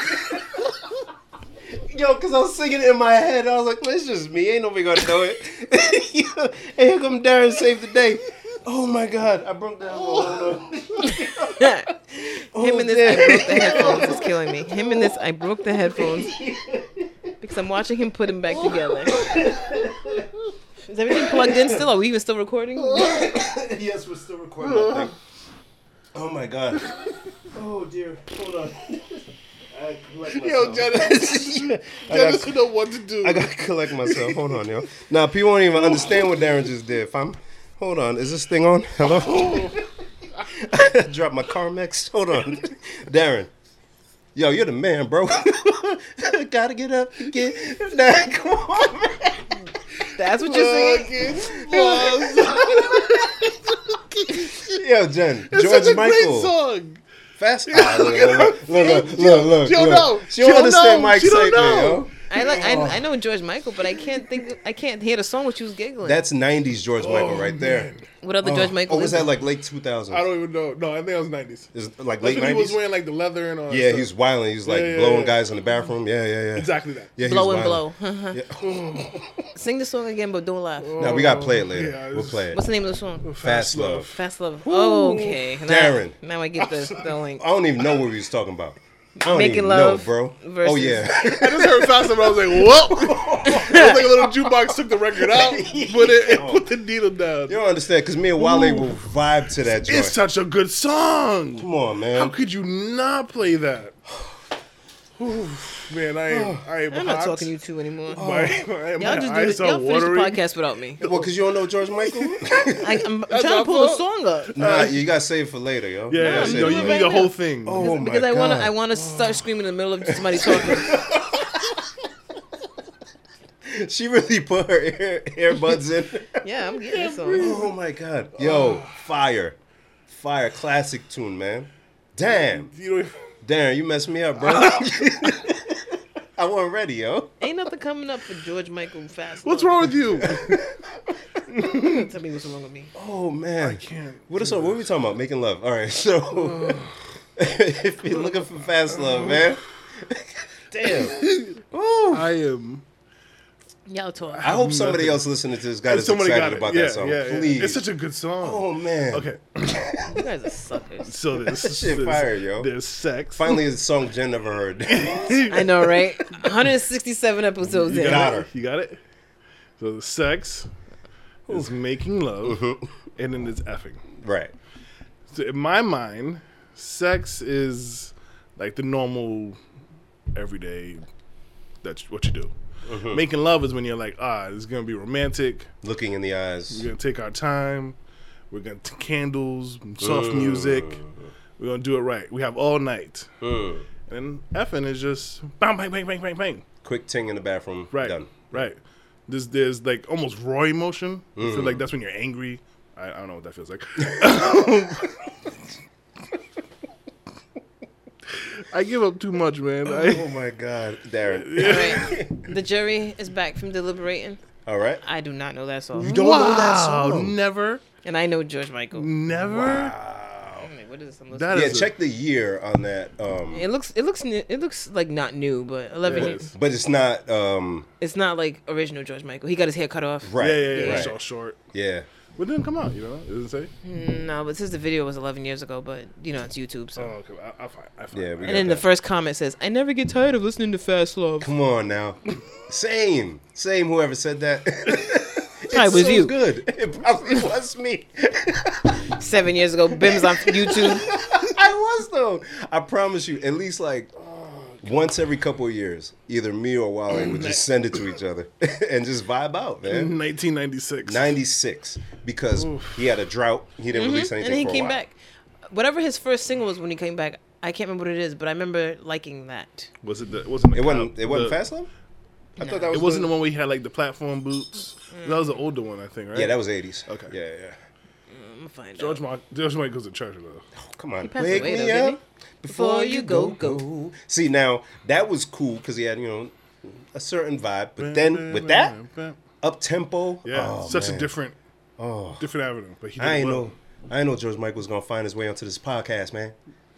yeah. yo, because I was singing it in my head. I was like, well, it's just me. Ain't nobody going to know it. Yo, and here come Darren, save the day. Oh, my God. I broke down.
Him and this, I broke
Oh, damn.
the headphones is killing me. Him and this, I broke the headphones because I'm watching him put them back together. Is everything plugged in still? Are we even still recording?
yes, we're still recording. I think. Oh, my God. Oh, dear. Hold on. I collect myself.
Dennis,
I got-
you know what to do.
I gotta collect myself. Hold on, yo. Now people won't even understand what Darren just did. Fam, hold on. Is this thing on? Hello. Drop my Carmex. Hold on, Darren. Yo, you're the man, bro. gotta get up, get that. Come on, man.
That's what you're singing?
Yo, Jen. George Michael.
song.
Fast. Ah, look, look, look, look, look, look.
She don't know.
She don't
She don't
understand
know.
my
She don't
excitement,
know.
yo.
I like I,
Oh.
I know George Michael, but I can't think I can't hear the song with you was giggling.
That's '90s George Michael right there.
what other George Michael
Oh, was
is
that
it?
like late 2000s?
Oh, I don't even know. No, I think it was nineties.
Is like late
That's when he was
nineties.
wearing like the leather and all. that
Yeah,
stuff.
he was wilding. He was like
Yeah, yeah,
blowing
yeah.
guys in the bathroom. Yeah, yeah, yeah.
exactly that.
Yeah, he
blow
was
and blow.
wilding.
Sing the song again, but don't laugh.
Nah, we gotta play it later.
Yeah,
we'll
it's-
play it.
What's the name of the song?
Fast love.
Fast Love. Oh, okay. Now,
Darren.
Now I get the, the link.
I don't even know what we was talking about. I don't
Making
even
love
know, bro. Oh
versus-
yeah.
I just heard fast and I was like, whoa! it was like a little jukebox took the record out, put it, and put the needle down.
you don't understand because me and Wale will vibe to that joint.
It's such a good song.
Come on, man.
How could you not play that? Oof, man, I am, I
I'm
am hot. Oh,
not talking to you two anymore.
My, my, my
Y'all just do
eyes
this.
are
Y'all finish the
watering.
podcast without me.
well, because you don't know George Michael.
I, I'm, I'm
That's
trying
our
to pull the
fault.
song up
nah, you gotta save it for later, yo.
Yeah,
gotta
you,
save
know,
it
you
for
need
later.
the whole thing.
Oh my
because I
god.
want to. I want to start screaming in the middle of somebody talking.
She really put her ear, earbuds in.
yeah, I'm getting this song.
Oh my god. Yo, fire. Fire. Classic tune, man. Damn.
You don't even-
Darren, you messed me up, bro. I wasn't ready, yo.
Ain't nothing coming up for George Michael Fast.
what's
Love.
wrong with you?
Tell me what's wrong with me.
Oh man.
can't
What is up? What are we talking about? Making love. All right, so if you're looking for fast love, man. Damn.
I am.
Y'all talk.
I hope somebody else listening to this got as
Mm, Somebody
excited
got
about
it. yeah,
that song.
Yeah, yeah.
Please.
It's such a good song.
oh man.
Okay,
You guys are suckers.
so there's
Shit
there's-
fire, yo.
There's sex.
Finally a song Jen never heard.
I know, right? 167 episodes in.
got
I
out. Got her.
You got it. So the sex is making love,
Uh-huh.
and then it's effing.
right.
So in my mind, sex is like the normal, everyday. That's what you do. Making love is when you're like, ah, it's gonna be romantic.
Looking in the eyes.
We're gonna take our time. We're gonna t- candles, soft music. We're gonna do it right. We have all night.
Mm.
And then effing is just bang, bang, bang, bang, bang, bang.
Quick ting in the bathroom.
Right.
Done.
Right. There's there's like almost raw emotion. I
Mm.
feel like that's when you're angry. I, I don't know what that feels like. I give up too much, man. I,
Oh my god. Darren.
Right. The jury is back from deliberating.
All right.
I do not know that song.
don't know that song.
Never,
And I know George Michael.
never.
I'm like, what is this? I'm
Mm. That
Yeah,
is a-
check the year on that. Um,
It looks it looks new, it looks like not new, but eleven
Yeah.
years.
but it's not um,
It's not like original George Michael. He got his hair cut off.
right.
yeah, yeah, yeah.
Right.
It's all short.
Yeah.
When did it come out? You know, it doesn't say.
No, but since the video was 11 years ago, but you know it's YouTube.
Oh,
So.
okay. I, I find. I find.
Yeah,
it.
we
and then the first comment says, "I never get tired of listening to Fast Love."
Come on now. Same. Same whoever said that.
Probably
It
was
so
you.
good. It probably was me.
Seven years ago, Bim's on YouTube.
I was though. I promise you, at least like once every couple of years, either me or Wally would just send it to each other and just vibe out,
Mm-hmm.
man.
1996.
96 because he had a drought. He didn't release
Mm-hmm. and
anything
then he
for a
came
while.
back. Whatever his first single was when he came back, I can't remember what it is, but I remember liking that.
Was it? The, it wasn't.
It wasn't
the-
it wasn't
the-
Fast Love? I thought that was
Uh, It wasn't the one where he had like the platform boots. That was the older one, I think, right?
Mm. Yeah, that was 80s.
Okay.
Yeah, yeah.
I'm gonna find
George
out.
Michael. George Michael goes to church though.
Come on,
passed
wake
away, though,
me
didn't
up before you go go. See now that was cool because he had you know a certain vibe, but then with that up tempo,
yeah,
oh,
such a
man. Oh.
different, different avenue. But he did
I ain't
well.
know, I ain't know George Michael's gonna find his way onto this podcast, man.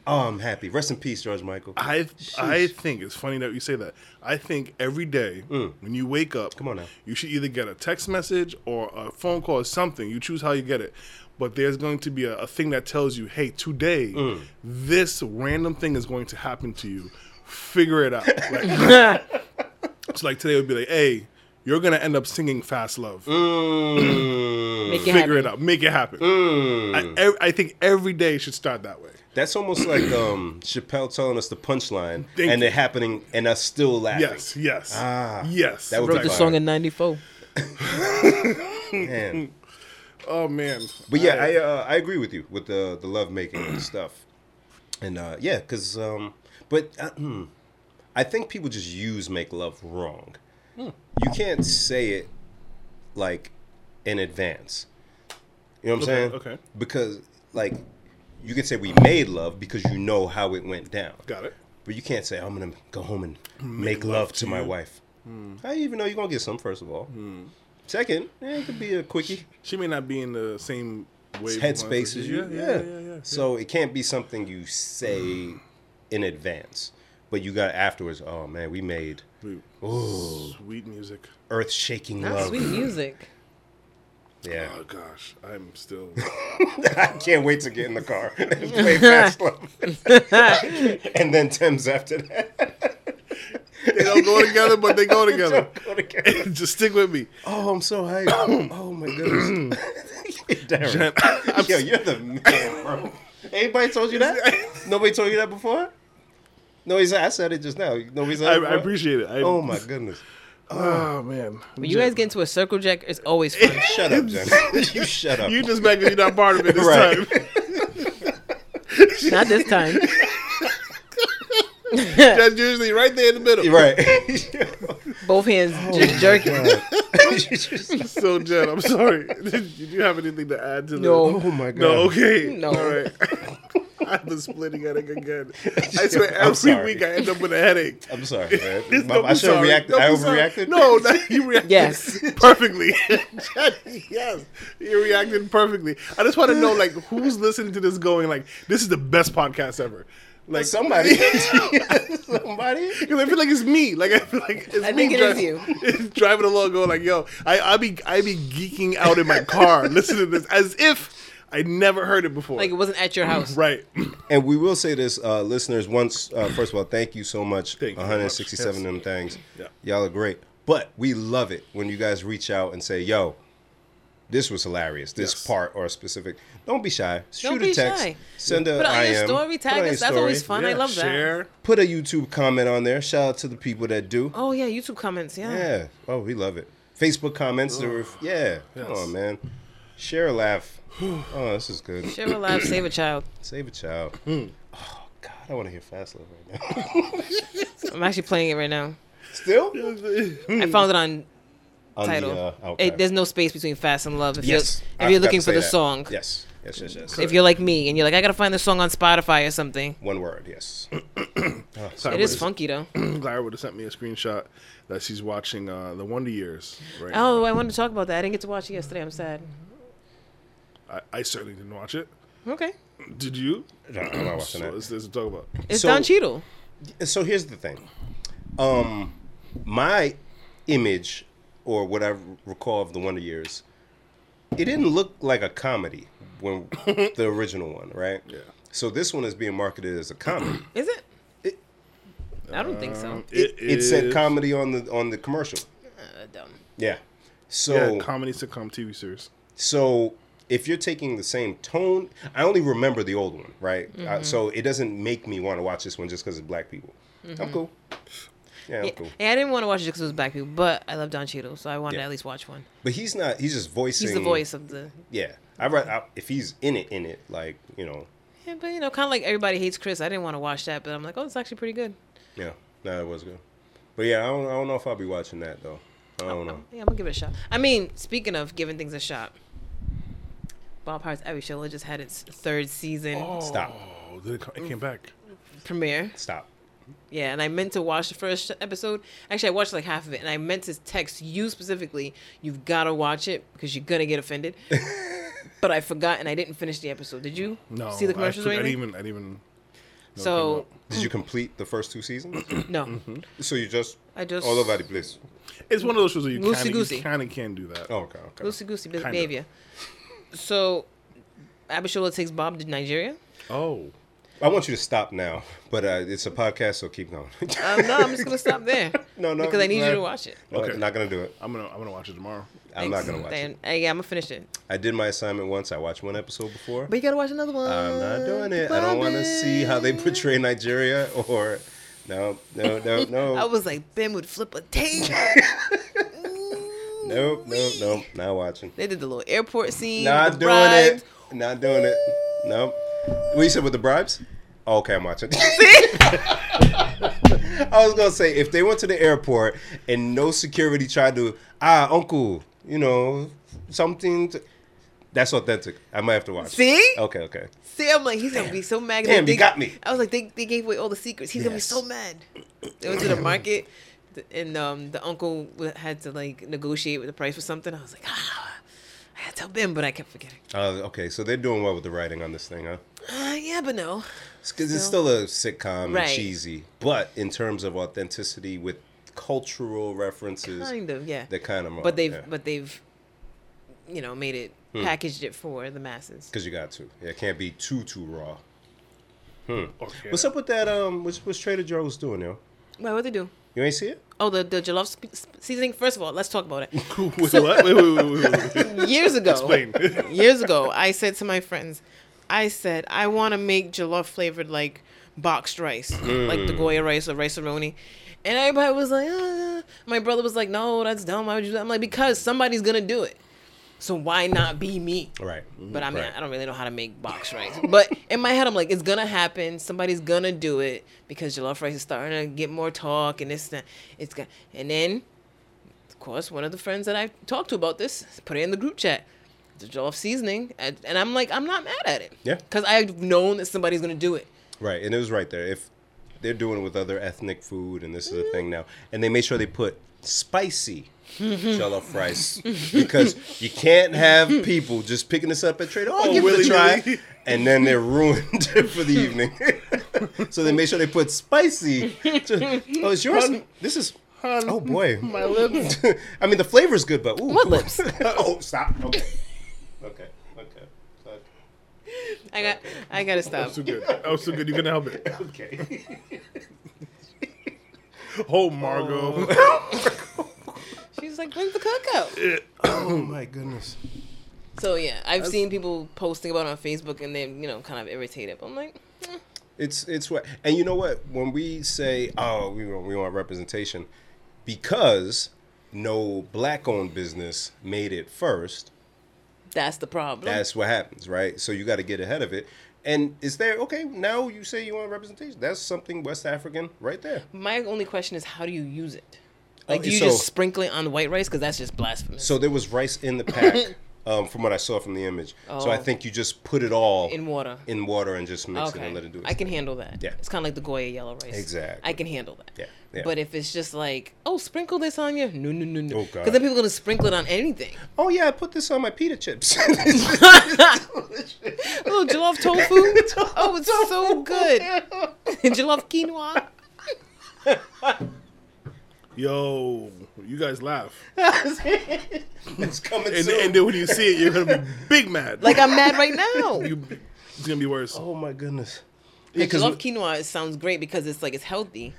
Oh, I'm happy. Rest in peace, George Michael.
I I think it's funny that you say that. I think every day when you wake up,
Mm. Come on now.
you should either get a text message or a phone call or something. You choose how you get it. But there's going to be a, a thing that tells you, hey, today
Mm.
this random thing is going to happen to you. Figure it out. Like, so like today would be like, hey, you're gonna end up singing Fast Love.
Mm.
Make it
Figure it
happen.
out. Make it happen. I, ev- I think every day should start that way.
Mm. That's almost like um, Chappelle telling us the punchline
Thank
and
you.
it happening and us still laughing.
Yes, yes,
Ah,
yes.
That would
Wrote
be
the
fire.
song in '94.
Man.
Oh man.
But yeah, I uh, I agree with you with the the love making and stuff, and uh, yeah, because um, but uh, hmm, I think people just use make love wrong. You can't say it like in advance. You know what I'm
Okay,
saying?
okay.
Because like you can say we made love because you know how it went down,
got it.
but you can't say I'm gonna go home and make, love, to Hmm. my wife. How you even know you're gonna get some? First of all, second, eh, it could be a quickie
She may not be in the same wave
headspace as you.
Yeah, yeah, yeah. yeah, yeah.
So it can't be something you say in advance, but you got afterwards. Oh man, we made
Sweet- Sweet music.
earth-shaking
That's
love.
sweet music.
Yeah,
Oh gosh, I'm still.
I can't wait to get in the car and play fast love, and then Tim's after that.
they don't go together, but they go together.
Go together.
Just stick with me.
Oh, I'm so hyped. oh my goodness, Darren.
Jen, I'm
Yo, you're the man, bro. Anybody told you that? Nobody told you that before? No, he said I said it just now. Nobody said
I,
it
I
before?
appreciate it. I,
Oh my goodness.
Oh man.
When you guys get into a circle jack, it's always fun.
Shut up, Johnny. you shut up.
You just back you're not part of it this
Right.
time.
Not this time.
That's usually right there in the middle.
You're right.
Both hands just jerking.
So Jen, I'm sorry. Did you have anything to add to
No.
oh my god.
that? No. Okay.
No.
All right. I've been splitting headache again. I swear,
I'm
every
sorry.
week I end up with a headache.
Um,
I'm sorry, man.
It's-
My-
don't
I
be
should have
sorry.
reacted.
Don't
I
be sorry.
overreacted.
No, no, you reacted
Yes.
perfectly. yes, you reacted perfectly. I just want to know, like, who's listening to this going, like, this is the best podcast ever. Like,
Somebody. Somebody.
because I feel like it's me. Like I feel like it's
I
me
think it
driv-
is you.
it's driving along, going like, "Yo, I, I be I be geeking out in my car, listening to this as if I never heard it before."
Like it wasn't at your house.
right?
And we will say this, uh, listeners. Once, uh, first of all, thank you so much.
Thank you very
167
much.
of them things.
Yeah.
Y'all are great. But we love it when you guys reach out and say, "Yo, this was hilarious. This
Yes.
part or specific." Don't be shy. Shoot
Don't
a
be
text.
shy.
Send a
Put it on your
IM.
story,
Put it
tag
on your
us. That's always
story.
fun. I
Yeah,
love that.
Share.
Put a YouTube comment on there. Shout out to the people that do.
Oh yeah, YouTube comments. Yeah.
Yeah. Oh, we love it. Facebook comments. the ref- yeah. Come
Yes.
on, man. Share a laugh. Oh, this is good.
Share a life, save a child.
Save a child.
Hmm.
Oh, God. I want to hear Fast Love right now.
I'm actually playing it right now.
Still?
I found it on
Hmm. On the,
title.
uh, okay.
it, there's no space between fast and love. If
yes.
you're,
I
if you're
forgot
looking
to
for
say
the
that.
song,
Yes. Yes, yes, yes.
if you're like me and you're like, I gotta find the song on Spotify or something.
One word, yes.
Sorry,
It
but
is
it's-
funky though.
Clara would have sent me a screenshot that she's watching uh, The Wonder Years. Right now.
Oh, I wanted to talk about that. I didn't get to watch it yesterday. I'm sad.
I, I certainly didn't watch it.
Okay,
Did you?
No, I'm not
So
watching that.
it's, it's a talk about.
it's
So-
Don Cheadle.
so here's the thing um my image or what i recall of the wonder years it didn't look like a comedy when the original one, right?
Yeah.
So this one is being marketed as a comedy.
Is it? I don't think so.
um, it, it said
is-
comedy on the on the commercial.
Uh, dumb.
Yeah. So
Yeah, comedy sitcom TV series.
So if you're taking the same tone, I only remember the old one, right? Uh, so it doesn't make me want to watch this one just because it's black people. I'm cool. Yeah, I'm
Yeah,
Oh, cool.
yeah, I didn't want to watch it because it was black people, but I love Don Cheadle, so I wanted
Yeah.
to at least watch one.
But he's not. He's just voicing.
He's the voice of the.
Yeah, I read I, if he's in it, in it, like you know,
Yeah, but you know, kind of like everybody hates Chris. I didn't want to watch that, but I'm like, oh, it's actually pretty good.
yeah, no, it was good. But yeah, I don't, I don't know if I'll be watching that though. I don't know.
Yeah, I'm gonna give it a shot. I mean, speaking of giving things a shot, Bob Hart's Every Show just had its third season
Stop.
Oh, did it, co- it came back.
premiere.
Stop.
Yeah, and I meant to watch the first episode. Actually, I watched like half of it, and I meant to text you specifically. You've got to watch it because you're gonna get offended. but I forgot, and I didn't finish the episode. Did you?
No,
See the
I
commercials
fr-
or
I, didn't
anything?
even. I didn't even. know it
So
Did you complete the first two seasons?
no,
Mm-hmm.
so you just
I just
all over the place.
came up. it's one of those shows where you kind of
Loosey-goosey.
you kind of can do that.
Oh, okay, okay.
loosey goosey
Kinda.
behavior. So Abishola takes Bob to Nigeria.
Oh,
I want you to stop now, but uh, it's a podcast, so keep going.
Um, no, I'm just gonna stop there.
No, no,
because I need you
no.
to watch it.
okay,
Okay.
not gonna do it.
I'm gonna I'm gonna watch it tomorrow.
I'm not gonna watch it.
Then- uh, yeah, I'm gonna finish it.
I did my assignment once. I watched one episode before.
But you gotta watch another one.
I'm not doing it. I don't want to see how they portray Nigeria or no, no, no, no.
I was like, Ben would flip a table.
nope, nope, nope. Not watching.
They did the little airport scene.
Not
with the
doing
bribes.
it. Not doing it. Nope. What you said with the bribes? Oh, Okay, I'm watching. I was gonna say if they went to the airport and no security tried to ah uncle, you know something. To, that's authentic. I might have to watch. it.
See?
Okay, okay.
See, I'm like, he's gonna be so mad.
Damn,
they,
you got me.
I was like, they, they gave away all the secrets. He's gonna be
Yes.
so mad. They went to the market, th- and um, the uncle w- had to like negotiate with the price for something. I was like, ah, I had to tell Ben, but I kept forgetting.
Uh, okay, so they're doing well with the writing on this thing, huh?
Uh, yeah, but no.
Because it's still a sitcom
Right.
and cheesy, but in terms of authenticity with cultural references,
Kind of, yeah.
they're kind of.
but they've,
yeah. Hmm.
but they've, you know, made it packaged it for the masses.
Cause you got to. Yeah, it can't be too too raw.
Okay.
What's up with that? Um, what's, what's Trader Joe's doing, yo?
Wait, what they do?
You ain't see it?
Oh, the the jollof sp- sp- seasoning. First of all, let's talk about it.
Wait, what? Wait, wait, wait, wait, wait.
Years ago,
Explain.
years ago, I said to my friends, I said, I want to make jollof flavored like boxed rice, like the Goya rice or rice roni. And everybody was like, ah. my brother was like, no, that's dumb. Why would you do that? I'm like, because somebody's going to do it. So why not be me?
Right.
But I mean,
Right.
I don't really know how to make box rice. But in my head, I'm like, it's gonna happen. Somebody's gonna do it because jollof rice is starting to get more talk and this and that. It's got, and then, of course, one of the friends that I talked to about this put it in the group chat. The jollof seasoning, and and I'm like, I'm not mad at it.
Yeah.
because I've known that somebody's gonna do it.
Right, and it was right there. If they're doing it with other ethnic food, and this
Mm-hmm.
is a thing now, and they made sure they put spicy jollof rice because you can't have people just picking this up at Trader. Oh,
Oh,
give it a try,
willy-nilly.
and then they're ruined for the evening. so they made sure they put spicy. oh, it's yours. this is.
Hun,
Oh boy.
My lips.
I mean, the flavor's good, but ooh.
What lips?
oh, stop. Okay. Okay. Okay. Uh,
I got, I gotta stop.
Too good. Oh, so good. You couldn't help it.
Okay. Okay.
Oh, Margot.
She's like, bring the cookout.
oh my goodness.
So yeah, I've seen people posting about it on Facebook, and they're you know kind of irritated. But I'm like, eh.
It's it's what, and you know what? When we say, "Oh, we want, we want representation," because no black-owned business made it first.
that's the problem.
That's what happens, right? So you got to get ahead of it. And is there okay now? You say you want representation. That's something West African, right there.
My only question is, how do you use it?
Oh,
Like, do you
so-
just sprinkle it on white rice? Because that's just blasphemous.
So there was rice in the pack, um, from what I saw from the image. So I
Oh.
think you just put it all
in water.
in water and just mix it
okay.
and let it do it.
I can handle that.
Yeah.
It's kind of like the Goya yellow rice.
Exactly.
I can handle that.
Yeah, yeah.
But if it's just like, oh, sprinkle this on you, no, no, no, no.
Oh, God.
Because then people are going to sprinkle it on anything.
oh yeah, I put this on my pita chips.
A little Oh, jollof tofu. oh, it's so good. jollof quinoa.
yo, you guys laugh.
It's coming
And,
soon.
and then when you see it, you're gonna be big mad.
like I'm mad right now.
you, it's gonna be worse.
oh my goodness.
I
Yeah, 'cause
love
we-
quinoa. It sounds great because it's like it's healthy.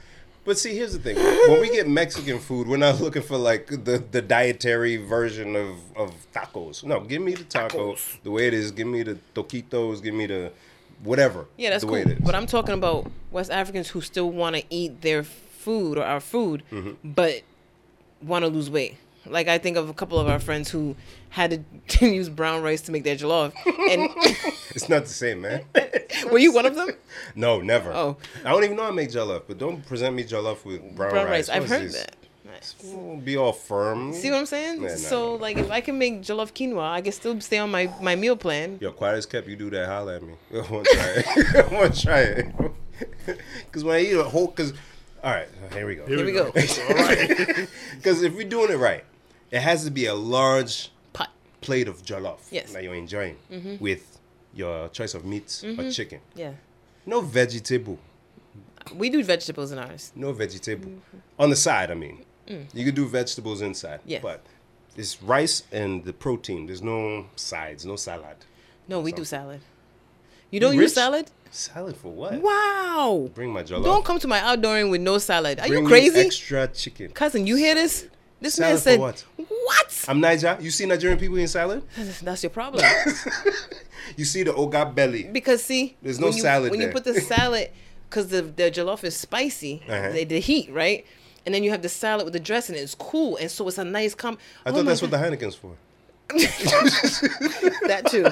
But see, here's the thing: when we get Mexican food, we're not looking for like the, the dietary version of, of tacos. No, give me the taco the way it is. Give me the toquitos. Give me the whatever.
Yeah, that's
the
cool. But I'm talking about West Africans who still want to eat their food or our food,
Mm-hmm.
but want to lose weight. Like I think of a couple of our friends who had to use brown rice to make their jollof, and
it's not the same, man.
were you one of them?
No, never.
Oh.
I don't even know how to make jollof, but don't present me jollof with brown,
Brown rice. I've
What is
heard
this?
that.
It'll Be all firm.
See what I'm saying?
Yeah, nah,
so
nah.
like, if I can make jollof quinoa, I can still stay on my my meal plan.
Yo, quiet as kept. You do that, holla at me. I want to try it. I want to try it. Cause when I eat a whole, cause all right, here we go.
Here we go.
All right.
Because if we're doing it right, it has to be a large
Pot.
plate of jollof
Yes. Mm-hmm.
that you're enjoying with your choice of meat or chicken.
Yeah.
No vegetable.
We do vegetables in ours.
No vegetable.
Mm-hmm.
On the side, I mean. You could do vegetables inside.
Mm. Yes.
But it's rice and the protein. There's no sides, no salad.
No, we do salad. You don't
rich?
use salad?
Salad for what?
Wow.
Bring my jollof.
Don't come to my outdooring with no salad. Are
Bring
you
me
crazy?
extra chicken.
Cousin, you hear this? This
Salad
man
for
said,
what?
What?
I'm Niger. You see Nigerian people eating salad?
That's your problem.
You see the oga belly.
because, see,
There's no
when you,
salad
When
there.
you put the salad, because the, the jollof is spicy,
Uh-huh.
the, the heat, right? And then you have the salad with the dressing, it's cool. And so it's a nice com. oh
I thought that's what the Heineken's for.
the. That too.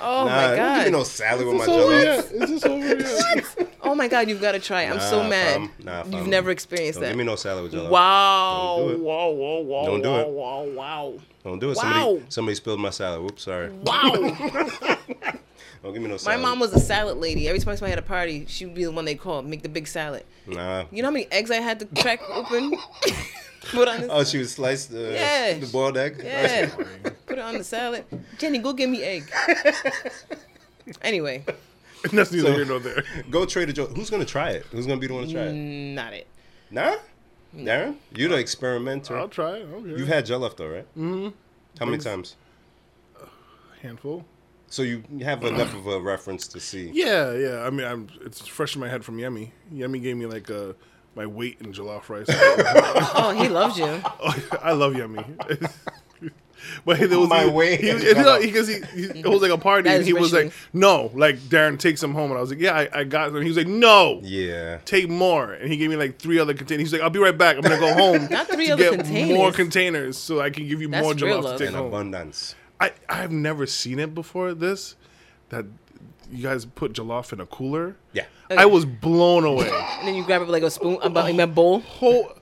oh
Nah,
my
Don't give me
God.
no salad with my
It's over
jollof.
yet. It's just over yet.
oh my God, you've got to try it. I'm so
Nah,
mad.
fam. Nah,
You've
fam.
never experienced
Don't
that.
give me no salad with jollof.
Wow.
Don't do it.
Wow, wow, wow.
Don't do
wow,
it.
Wow, wow.
Don't do it.
Wow.
Somebody, somebody spilled my salad. Whoops, sorry.
Wow.
Don't give me no
My
salad.
mom was a salad lady. Every time I had a party, she would be the one they called, make the big salad.
Nah.
You know how many eggs I had to crack open? Put on the,
Oh, she would slice the,
Yeah.
the boiled egg?
yeah. Put it on the salad. Jenny, go get me egg. anyway,
That's neither here nor there.
Go Trader Joe. Who's going to try it? Who's going to be the one to try
Mm.
it?
not it.
Nah? Darren? You're the
I'll
Oh.
experimenter.
try it. I don't care.
You've had jollof, though, right? Mm-hmm. How many times?
a handful.
So you have enough of a reference to see.
Yeah, yeah. I mean, I'm. It's fresh in my head from Yemi. Yemi gave me like uh my weight in jollof rice.
Oh, he loves you.
Oh, I love Yummy. But he, there was,
My
he,
way
he,
and
he-
jollof.
because he, he, it was like a party,
That
and
is
he was
richly.
like, "No, like Darren takes some home," and I was like, "Yeah, I, I got them." He was like, "No,
Yeah.
take more," and he gave me like three other containers. He's like, "I'll be right back. I'm gonna go home,
Not three
to
other
get
containers.
more containers, so I can give you
That's
more
real
jollof
love.
to
In
take home."
abundance.
I I've never seen it before. This that you guys put jollof in a cooler.
Yeah.
I was blown away.
And then you grab it with like a spoon, about in a bowl.
whole.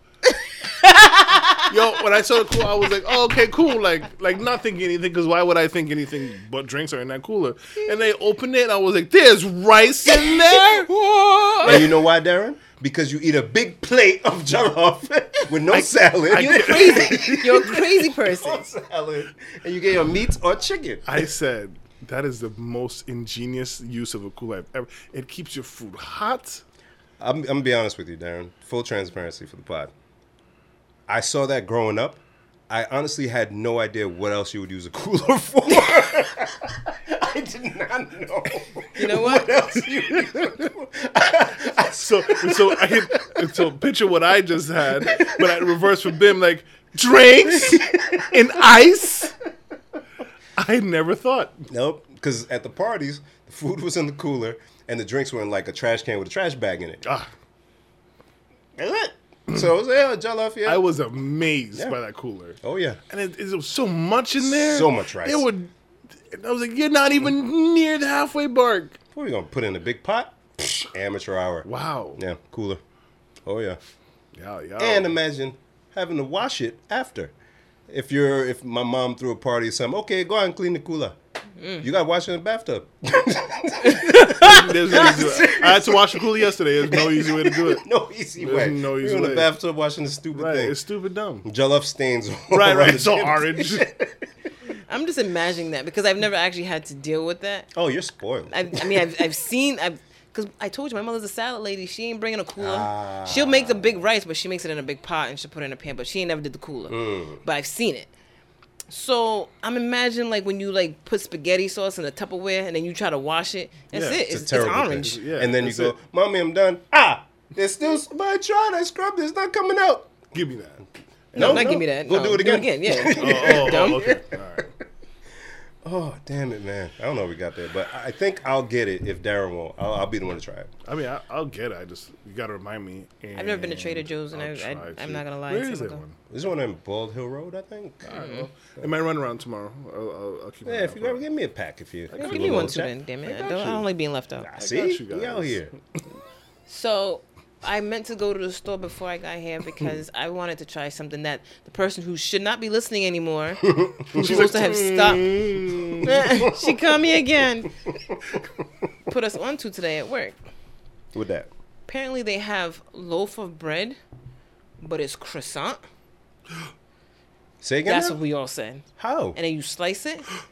Yo, when I saw the cooler, I was like, oh, okay, cool. Like, like not thinking anything, because why would I think anything but drinks are in that cooler? And they opened it, and I was like, there's rice in there?
And you know why, Darren? Because you eat a big plate of jollof with no salad.
You're crazy. You're a crazy person.
on salad, and you get your meat or chicken.
I said, that is the most ingenious use of a cooler I've ever. It keeps your food hot.
I'm, I'm gonna be honest with you, Darren. Full transparency for the pod. I saw that growing up. I honestly had no idea what else you would use a cooler for. I did not know.
You know what?
else you would use a cooler-
So, so I can so picture what I just had, but I reverse for Bim, like drinks and ice. I never thought.
Nope. Because at the parties, the food was in the cooler and the drinks were in like a trash can with a trash bag in it.
Ah,
That's it. So it was yeah, jollof. Yeah.
I was amazed by that cooler.
oh yeah.
And it, it was so much in there.
So much rice.
It would. and I was like, you're not even near the halfway mark.
What are we gonna put in a big pot? Amateur hour.
Wow.
Yeah. Cooler. Oh yeah.
Yeah, yeah.
And imagine having to wash it after. If you're if my mom threw a party or something, okay, go out and clean the cooler.
Mm.
You got to wash it in the bathtub.
There's no easy way. I had to wash the cooler yesterday. There's no easy way to do it.
no easy
There's
way.
no easy
you're in
way.
the bathtub washing the stupid
Right.
thing.
It's stupid dumb.
Jollof stains. all
Right,
around
right.
the
It's all
shit.
orange.
I'm just imagining that because I've never actually had to deal with that.
Oh, you're spoiled.
I've, I mean, I've, I've seen, I've Cause I told you my mother's a salad lady. She ain't bringing a cooler.
Ah.
She'll make the big rice, but she makes it in a big pot and she put it in a pan. But she ain't never did the cooler.
Mm.
But I've seen it. So I'm imagining like when you like put spaghetti sauce in a Tupperware and then you try to wash it. That's
Yeah,
it.
it's
It's,
It's,
it's
a terrible.
orange.
Thing.
Yeah,
and then you
that's
go,
it.
"Mommy, I'm done." Ah, there's still somebody trying. I scrubbed it. It's not coming out.
Give me that.
No,
No,
not
no.
give me that.
Go
No,
do it again.
Yeah.
Oh, oh, oh,
Dumb.
okay. All right.
Oh damn it, man! I don't know if we got there, but I I think I'll get it if Darren won't. I'll, I'll be the one to try it.
I mean, I, I'll get it. I just you gotta remind me. And
I've never been to Trader Joe's, and
I'll
I- I-
try
I'm
to.
not gonna lie,
Where
it's
is
a
that
little-
one?
There's one on Bald Hill Road, I think.
It might run around tomorrow. I'll, I'll, I'll keep. an
Yeah,
eye
if
out
you
for
ever
it.
give me a pack, if you if you
Give me
wanna
one too,
check.
then. Damn it.
I
I
got
don't, I
you.
don't like being left out.
Ah, See,
you
we out
guys.
here.
So I meant to go to the store before I got here because I wanted to try something that the person who should not be listening anymore, who's supposed to have stopped, she called me again, put us onto today at work.
With that,
Apparently, they have loaf of bread, but it's croissant.
say again.
That's
now?
what we all said.
How?
And then you slice it.
What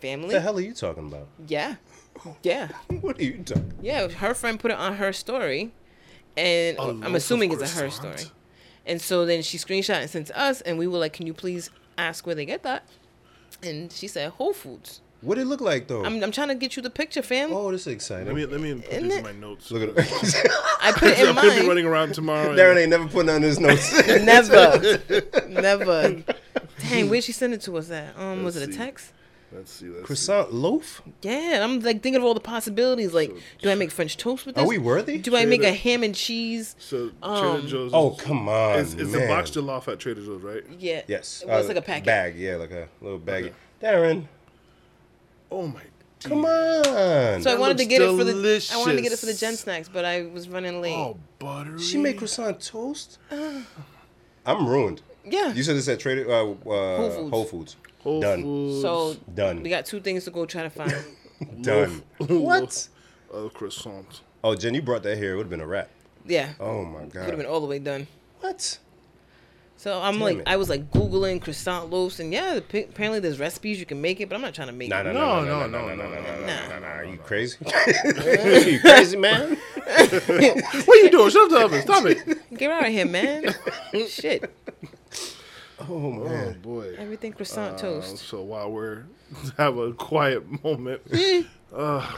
the
Family.
hell are you talking about?
Yeah. Yeah.
What are you talking?
Yeah, her friend put it on her story, and
A loaf
I'm assuming
of
it's a her
croissant?
story. And so then she screenshot and sent to us, and we were like, "Can you please ask where they get that?" And she said, "Whole Foods."
What it look like though?
I'm, I'm trying to get you the picture, fam.
oh, this is exciting.
Let me let me put
Isn't
these
it-
in my notes.
Look at him.
I put it in
I could be
mine.
running around tomorrow. and-
Darren ain't never putting on his notes.
Never, never. Dang, where'd she send it to us at? Um, was it
Let's
a
see.
text?
Let's see. Let's
Croissant loaf?
Yeah, I'm like thinking of all the possibilities. Like, do I make French toast with this?
Are we worthy?
Do I make a
Trader-
ham and cheese?
See. So Trader
Um,
Joe's.
Oh
is,
come on,
Is, is the
man.
box jollof at Trader Joe's right?
Yeah.
Yes.
Well, it's
uh,
like a packet.
Bag, yeah, like a little baggie.
Okay.
Darren,
Oh my. dear.
come on.
So I
That
wanted to
looks
get it for the I wanted to get it for the
delicious.
Gen Snacks, but I was running late.
Oh, buttery.
she made croissant toast? I'm ruined.
yeah.
You said this at Trader uh, uh, Whole Foods.
Foods.
Whole
Done.
Foods.
so
Done.
we got two things to go try to find.
Done. what?
uh, croissant.
Oh, Jen, you brought that here. It would have been a wrap.
yeah.
Oh my
Could have been
god.
all the way done.
What?
So I'm
Damn
like,
it.
I was like googling croissant loaves, and yeah, p- apparently there's recipes you can make it, but I'm not trying to make
Nah,
it.
nah,
No,
nah, nah, nah, nah,
no, no,
nah,
no,
nah,
no,
nah, nah,
no,
nah. You crazy? you crazy, man?
What are you doing? Shut up, the oven. Stop it.
Get out of here, man! Shit,
Oh
Oh
man.
boy.
everything croissant
Uh,
toast.
so while we're have a quiet moment, uh,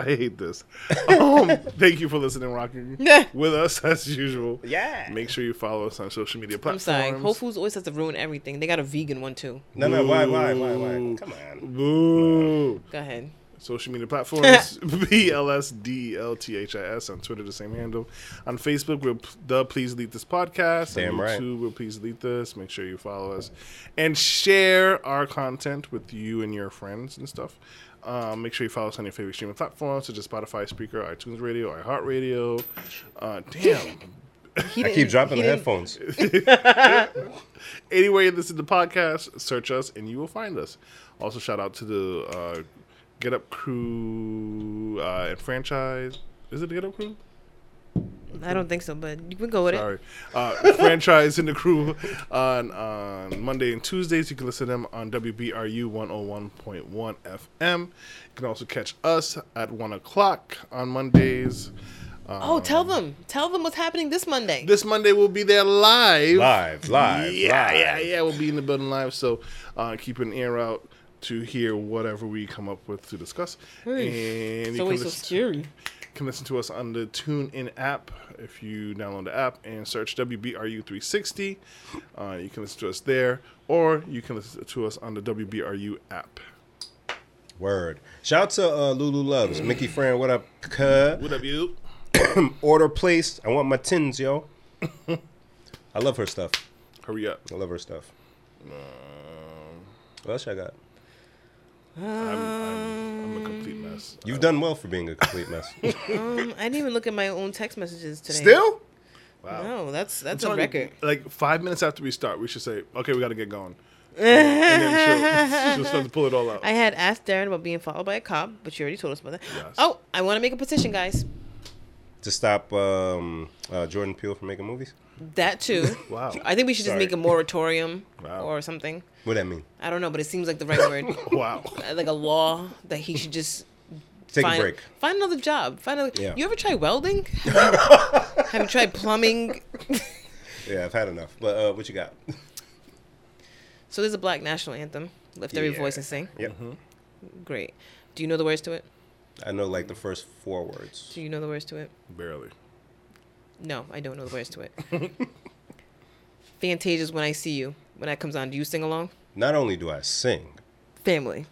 I hate this. Um, thank you for listening, rocking with us as usual.
Yeah.
Make sure you follow us on social media
I'm
platforms.
sorry. Whole Foods always has to ruin everything. They got a vegan one too.
No, no. Why? Why? Why? Why? Come on.
Boo.
Go ahead.
Social media platforms B L S D L T H I S on Twitter, the same handle. On Facebook, we're p- the Please Delete This podcast.
Damn
on
right.
YouTube, we're Please Delete This. Make sure you follow us and share our content with you and your friends and stuff. Um, make sure you follow us on your favorite streaming platforms such as Spotify, Speaker, iTunes Radio, iHeartRadio. Uh, damn.
He
I
didn't-
keep dropping
he
the
didn't-
headphones.
Anywhere you listen to podcasts, search us and you will find us. Also, shout out to the uh, Get Up Crew uh, and franchise. Is it the Get Up Crew?
I don't think so, but you can go with it.
Sorry. Uh, franchise in the crew on, on Monday and Tuesdays. You can listen to them on WBRU 101.1 FM. You can also catch us at 1 o'clock on Mondays. Um,
Oh, tell them, tell them what's happening this Monday.
This Monday we'll be there live.
Live, live,
Yeah,
live.
yeah, yeah. We'll be in the building live. So uh, keep an ear out to hear whatever we come up with to discuss. And
it's
you can
always so
listen-
scary.
can listen to us on the TuneIn app if you download the app and search WBRU360. Uh, you can listen to us there, or you can listen to us on the WBRU app.
Word. Shout out to uh, Lulu Loves, Mickey Fran. What up, cuh?
What up, you?
Order placed. I want my tins, yo. I love her stuff.
Hurry up. Um,
I love her stuff. What else I got?
I'm, I'm, I'm a complete mess.
You've done well for being a complete mess.
Um, I didn't even look at my own text messages today.
Still?
Wow.
No, that's that's a
Tony,
record.
Like five minutes after we start, we should say, okay, we got to get going. and then she'll, she'll start to pull it all out.
I had asked Darren about being followed by a cop, but you already told us about that.
Yes.
Oh, I want to make a petition, guys.
To stop um, uh, Jordan Peele from making movies?
That too.
wow.
I think we should
Sorry.
just make a moratorium
Wow.
or something.
What that mean?
I don't know, but it seems like the right word,
wow.
Uh, like a law that he should just
Take a
find,
break.
Find another job. Find another.
Yeah.
You ever try welding? Have you tried plumbing?
Yeah, I've had enough. But uh, what you got?
so there's a black national anthem. Lift every
Yeah. Mm-hmm.
voice and sing.
Yep.
Great. Do you know the words to it?
I know like the first four words.
Do you know the words to it?
Barely.
No, I don't know the words to it. Fantasia's when I see you. When that comes on, do you sing along?
Not only do I sing,
Family.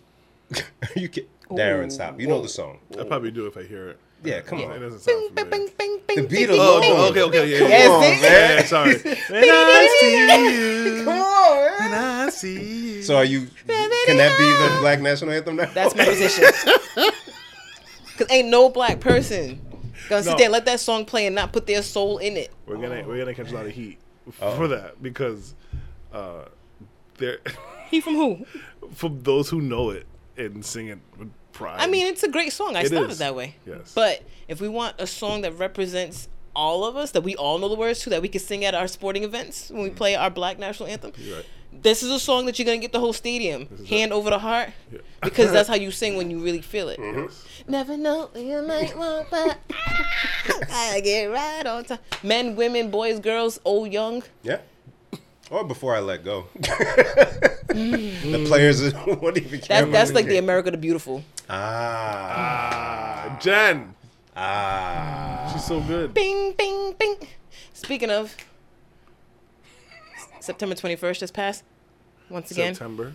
you can Darren
Ooh,
stop. You know the song.
I probably do if I hear it.
Yeah, come
It
on.
doesn't
Bing,
sound
bing,
familiar.
bing, bing, bing,
The
bing, bing,
Beatles.
bing.
Oh, okay, okay, yeah, yeah.
Yes,
yeah.
they-
Yeah, sorry. When I see you,
Come on,
when I see you.
So are you? Can that be the black national anthem now?
That's my position. Cause ain't no black person gonna sit
No.
there and let that song play and not put their soul in it.
We're gonna we're gonna catch a lot of heat
Uh-oh.
for that because uh, there
He from who?
for those who know it and sing it with pride.
I mean, it's a great song. I
It
started
is.
that way.
Yes.
But if we want a song that represents all of us, that we all know the words to, that we can sing at our sporting events when we play our black national anthem,
Mm. You're right.
this is a song that you're gonna get the whole stadium,
is
hand over the heart,
Yeah. Mm-hmm.
because that's how you sing when you really feel it.
Yes.
Never know what you might want, but I get right on time. Men, women, boys, girls, old, young.
Yeah. Or before I let go. the players won't even care.
That's
about
Mm. that's
me.
like the America the Beautiful.
ah
Ah, Jen,
ah.
she's so good.
Bing, bing, bing. Speaking of, S- September 21st just passed. Once again,
September.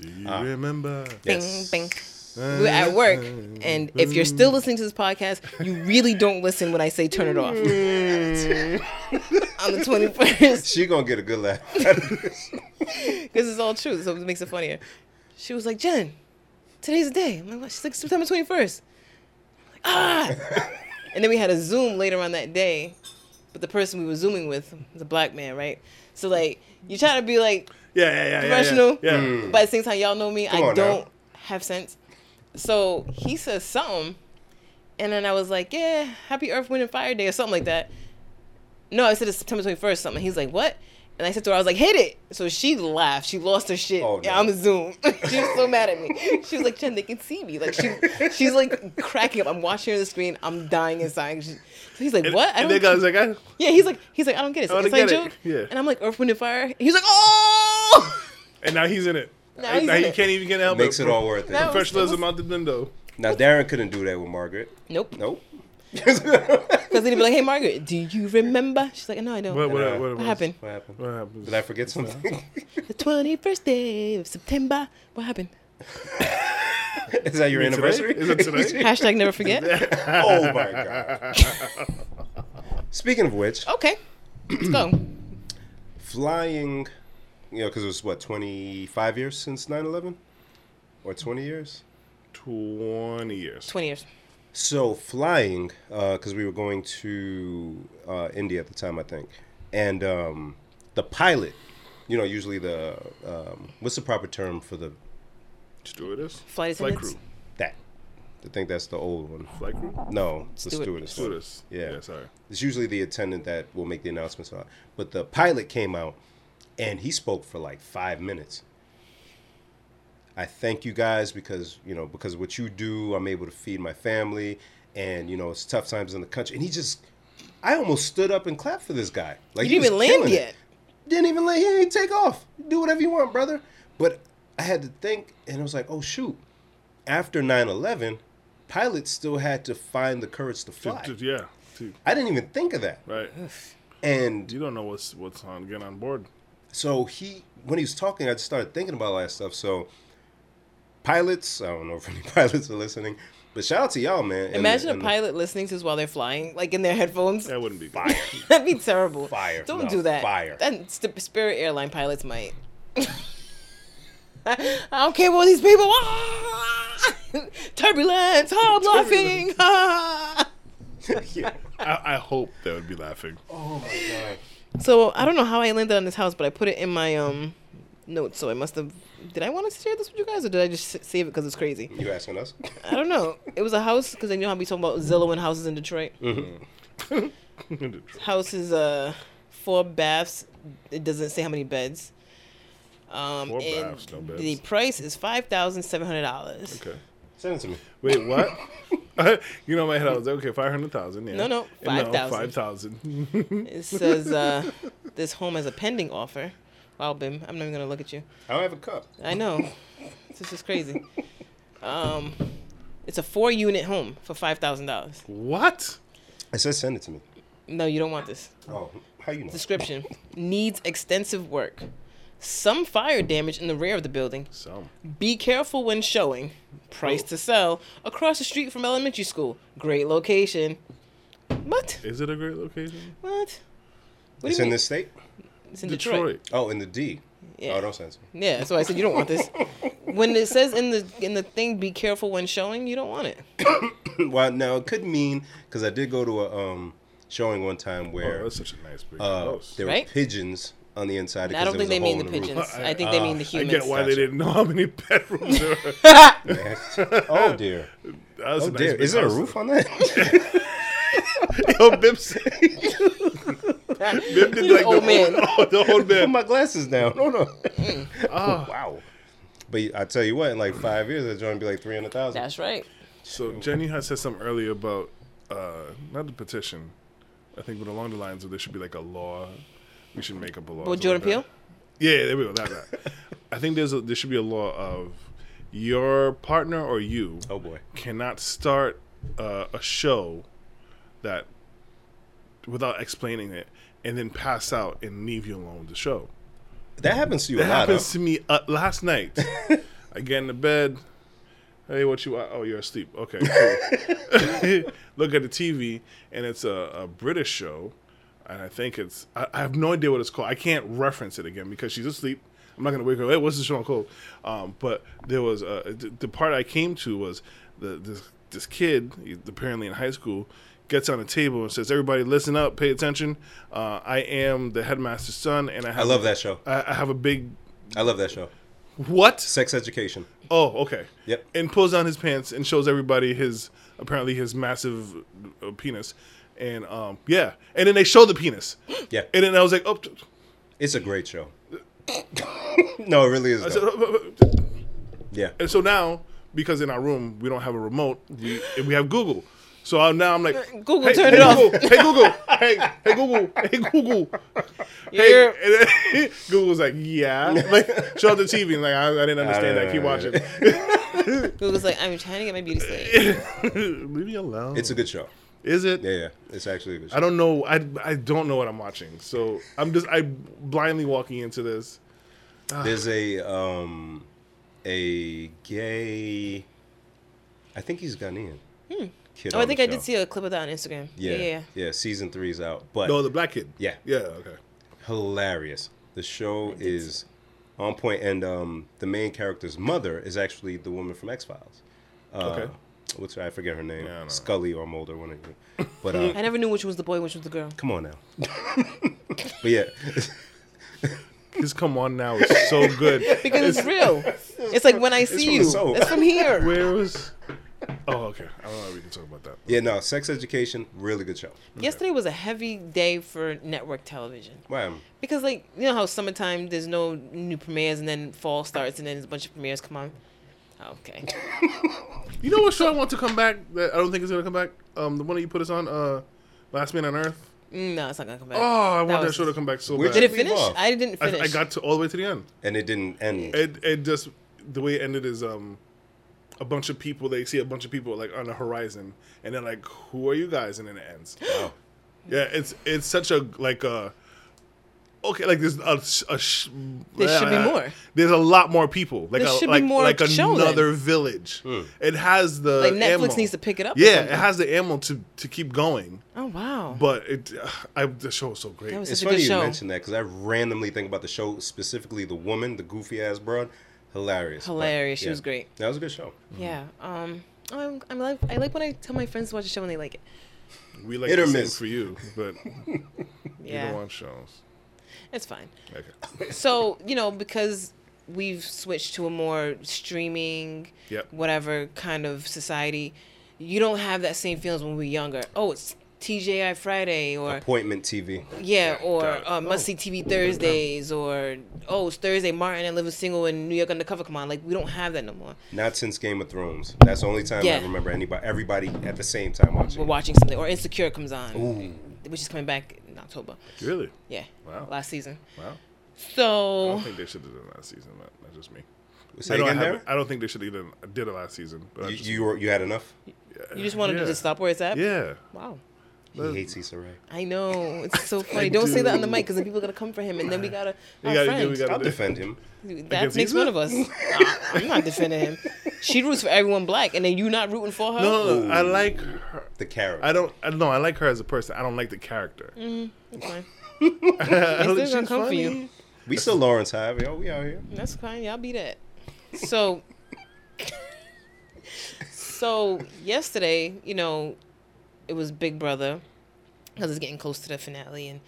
Do you
Ah.
remember?
bing,
Yes.
bing. We're at work, and if you're still listening to this podcast, you really don't listen when I say turn it off. On the 21st.
She gonna get a good laugh. out of this.
This is all true, so it makes it funnier. She was like, Jen, today's the day. I'm like, what? She's like, September 21st. I'm like, ah! and then we had a Zoom later on that day, but the person we were Zooming with was a black man, right? So, like, you try to be like,
Yeah, yeah, yeah, yeah.
Professional.
Yeah. yeah.
Hmm.
but at the same time, y'all know me,
on
I
now.
don't have sense. So he says something, and then I was like, yeah, happy Earth, Wind, and Fire Day or something like that. No, I said it's September 21st, something. He's like, what? And I said to her, I was like, hit it. So she laughed. She lost her shit.
Oh, no.
Yeah, I'm a Zoom. she was so mad at me. She was like, Jen, they can see me. Like, she, she's like cracking up. I'm watching her on the screen. I'm dying inside. She- so he's like,
And,
what? I
and that guy's like, I,
yeah, he's like, he's like, I don't get it. It's
I
an
don't
inside
get it.
joke.
Yeah.
And I'm like, Earth, Wind, and Fire. He's like, oh!
and now he's in it.
Now he's
now
in
he
it.
can't even get help.
Makes it all worth it.
That was-
Professionalism out the window.
Now Darren couldn't do that with Margaret.
Nope.
Nope.
Because they'd be like, hey, Margaret, do you remember? She's like, no, I don't.
What,
What,
what, what, what
happened?
What happened?
What happened?
Did I forget something?
The 21st day of September. What happened?
Is that your
mean today?
anniversary?
Is it today?
Hashtag never forget.
oh my god. Speaking of which,
Okay. Let's go.
flying, you know, because it was what 25 years since 9/11, or 20 years.
20 years.
20 years.
So flying, because we were going to uh, India at the time, I think, and um, the pilot, you know, usually the um, what's the proper term for the
Stewardess?
Flight
Flight
attendants.
crew.
that? I think that's the old one.
Flight crew?
No, it's the
Steward.
stewardess. one.
Stewardess.
Yeah.
yeah sorry.
It's usually the attendant that will make the announcements. Out. But the pilot came out and he spoke for like five minutes. I thank you guys because, you know, because of what you do, I'm able to feed my family. And, you know, it's tough times in the country. And he just, I almost stood up and clapped for this guy. Like,
You
he
didn't even
was
land
killing it
yet.
didn't even let him take off. Do whatever you want, brother. But I had to think, and I was like, oh shoot. After 9-11, pilots still had to find the courage to fly.
Just- yeah. Dude,
I didn't even think of that.
right.
And
You don't know what's what's on getting on board.
so he, when he was talking, I just started thinking about all that stuff. So pilots, I don't know if any pilots are listening, but shout out to y'all, man. And the-
Imagine a
and the-
pilot listening to this while they're flying, like in their headphones.
That wouldn't be good.
That'd be terrible.
Fire.
Don't
No,
do that.
fire.
That st- Spirit Airline pilots might. I don't care what these people want. Turbulence. I'm laughing. Ah.
Yeah.
I, I hope they would be laughing.
Oh my god.
So I don't know how I landed on this house, but I put it in my um notes. So I must have. Did I want to share this with you guys, or did I just s- save it because it's crazy?
You asking us?
I don't know. It was a house because I know how we talking about Zillow and houses in Detroit.
Mm.
House is uh four baths. It doesn't say how many beds. Um,
Four
and
baths, no
The
beds.
price is five thousand seven hundred dollars.
Okay.
Send it to me.
Wait, what? you know, in my head, I was like, okay, 500,000. Yeah.
No, no,
And now
5,000.
5,000.
It says uh, this home has a pending offer. Wow, Bim, I'm not even gonna look at you.
I don't have a cup.
I know. this is crazy. Um, it's a four-unit home for five thousand dollars.
what?
It says send it to me.
No, you don't want this.
Oh, how you know?
Description needs extensive work. Some fire damage in the rear of the building.
So,
Be careful when showing. Price to sell. Across the street from elementary school. Great location. What?
is it a great location?
What? What do
It's
you
in
mean?
this state?
It's in Detroit.
Oh, in the D.
Yeah.
Oh, don't send it to me.
Yeah, so I said you don't want this. when it says in the in the thing, be careful when showing. You don't want it.
Well, now it could mean because I did go to a um, showing one time
Oh,
where
that's such a nice big
uh,
house.
there were
Right?
pigeons on the inside.
I don't think they mean the
pigeons.
pigeons. I think they mean the
Uh, I
humans.
get why they
Gotcha.
didn't know how many bedrooms there were.
oh dear!
That's
Oh
a nice
dear!
big
Is there a
house.
roof on that?
Yo, Bim said- Bim did
You
like
old Oh,
the,
man.
Old, the old
Put
man.
my glasses down. No, no. wow. But I tell you what, in like five years, that joint be like three hundred thousand.
That's right.
So Jenny had said something earlier about uh, not the petition, I think, but along the lines of there should be like a law. We should make up a law.
Well,
something
Jordan
like that.
Peele.
Yeah, there we go. That, that. I think there's a, there should be a law of your partner or you
Oh boy.
cannot start uh, a show that without explaining it and then pass out and leave you alone with the show.
That happens to you
That
a lot. huh?
happens to me uh, last night. I get in the bed. Hey, what you? Oh, you're asleep. Okay. cool. Look at the TV, and it's a, a British show, and I think it's. I, I have no idea what it's called. I can't reference it again because she's asleep. I'm not gonna wake her. up. Hey, what's the show called? Um, but there was uh, the, the part I came to was the this this kid he's apparently in high school gets on a table and says, "Everybody, listen up, pay attention. Uh, I am the headmaster's son, and I have
I love that show.
I, I have a big
I love that show.
what?
Sex education.
Oh, okay.
Yep.
And pulls down his pants and shows everybody his apparently his massive uh, penis, and um yeah, and then they show the penis,
Yeah,
and then I was like, oh, t-
it's a great show. no, it really is.
I said,
though.
oh, oh, oh.
Yeah.
and so now because in our room we don't have a remote, we and we have Google, so I, now I'm like,
Uh, Google,
hey,
turn
hey,
it off.
Google, hey Google, hey hey Google, hey Google, hey,
You're-
and then Google's like, yeah, like show the TV, and like I, I didn't understand that. Keep watching.
Google's like, I'm trying to get my beauty sleep.
Leave me alone.
It's a good show.
Is it?
Yeah, yeah. It's actually a good show.
I don't know. I, I don't know what I'm watching. So I'm just I blindly walking into this.
There's a um a gay I think he's Ghanaian. Kid
Oh, I
on
think
the
I
show.
did see a clip of that on Instagram. Yeah,
yeah,
yeah. yeah.
yeah. season three's out. But
No, Oh, the black kid.
Yeah.
Yeah. Okay.
hilarious. The show is on point and um the main character's mother is actually the woman from X Files. Uh,
Okay.
What's her, I forget her name.
Yeah, I don't know.
Scully or Mulder, one of you. But uh,
I never knew which was the boy, which was the girl.
come on now. but yeah,
His come on now is so good.
Because it's real. It's like when I see
from
you.
the soul.
It's from here.
Where was? Oh, okay. I don't know. if We can talk about that.
yeah. No, sex education, really good show.
Yesterday was a heavy day for network television.
Wow.
Because like you know how summertime there's no new premieres and then fall starts and then there's a bunch of premieres come on. Oh, Okay.
You know what show I want to come back that I don't think is gonna come back. Um, the one that you put us on, uh, Last Man on Earth.
Mm, No, it's not gonna come back.
Oh, I
That
want that,
was-
show to come back so
Which-
bad.
Did it
Leave
finish?
off.
I didn't
I,
finish.
I got to all the way to the end.
And it didn't end.
It it just the way it ended is um a bunch of people they see a bunch of people like on the horizon and they're like who are you guys and then it ends.
Wow.
Yeah, it's it's such a like a okay like there's a, sh- a sh-
There should be more.
There's a lot more people. Like
There
a,
should be
like,
more
like
show then. Hmm.
another village. It has the
like Netflix
ammo.
needs to pick it up. or
Yeah,
something.
it has the ammo to to keep going.
Oh wow.
But it, I the show is so great.
That was
It's
such a
funny
good
you
show.
mentioned that because I randomly think about the show, specifically the woman, the goofy ass broad. Hilarious. but,
Hilarious. She was great.
That was a good show.
Yeah. Um. I'm, I'm like I like when I tell my friends to watch a show and they like it.
we like
Hit
the
or
same
miss.
for you, but you
Yeah.
don't want shows.
It's fine.
Okay.
So you know because we've switched to a more streaming,
Yep.
whatever kind of society, you don't have that same feelings when we were younger. Oh, it's TGI Friday or
Appointment TV.
yeah or
got it.
uh, must see TV Thursdays or oh it's Thursday Martin and Living Single in New York Undercover. Come on, like we don't have that no more.
Not since Game of Thrones. That's the only time
Yeah.
I remember anybody, everybody at the same time watching.
We're watching something or Insecure comes on,
Ooh.
which is coming back in October.
Really?
Yeah,
Wow.
last season.
Wow. I
So
don't think they should have done last season. Not, not just me.
Say
I don't,
again
have
there.
it- I don't think they should have done did it last season. But I
You,
just,
you, were, you had enough.
you just wanted
yeah.
to just stop where it's at.
Yeah.
Wow.
He hates Issa Rae.
I know it's so funny. Don't say that on the mic because then people are gonna come for him, and then we gotta our
We gotta do-
friend.
we gotta
I'll
do-
defend him.
that
Against
makes
Issa?
one of us. I, I'm not defending him. She roots for everyone black, and then you not rooting for her.
No, no, no, I
Ooh.
like her.
The carrot.
I don't. I, no, I like her as a person. I don't like the character.
That's fine.
I don't think
Mm-hmm. still gonna
she's
come for you.
funny.
we still Lawrence Harvey. Oh, we out here.
That's fine. Y'all be that. So, so yesterday, you know, it was Big Brother because it's getting close to the finale, and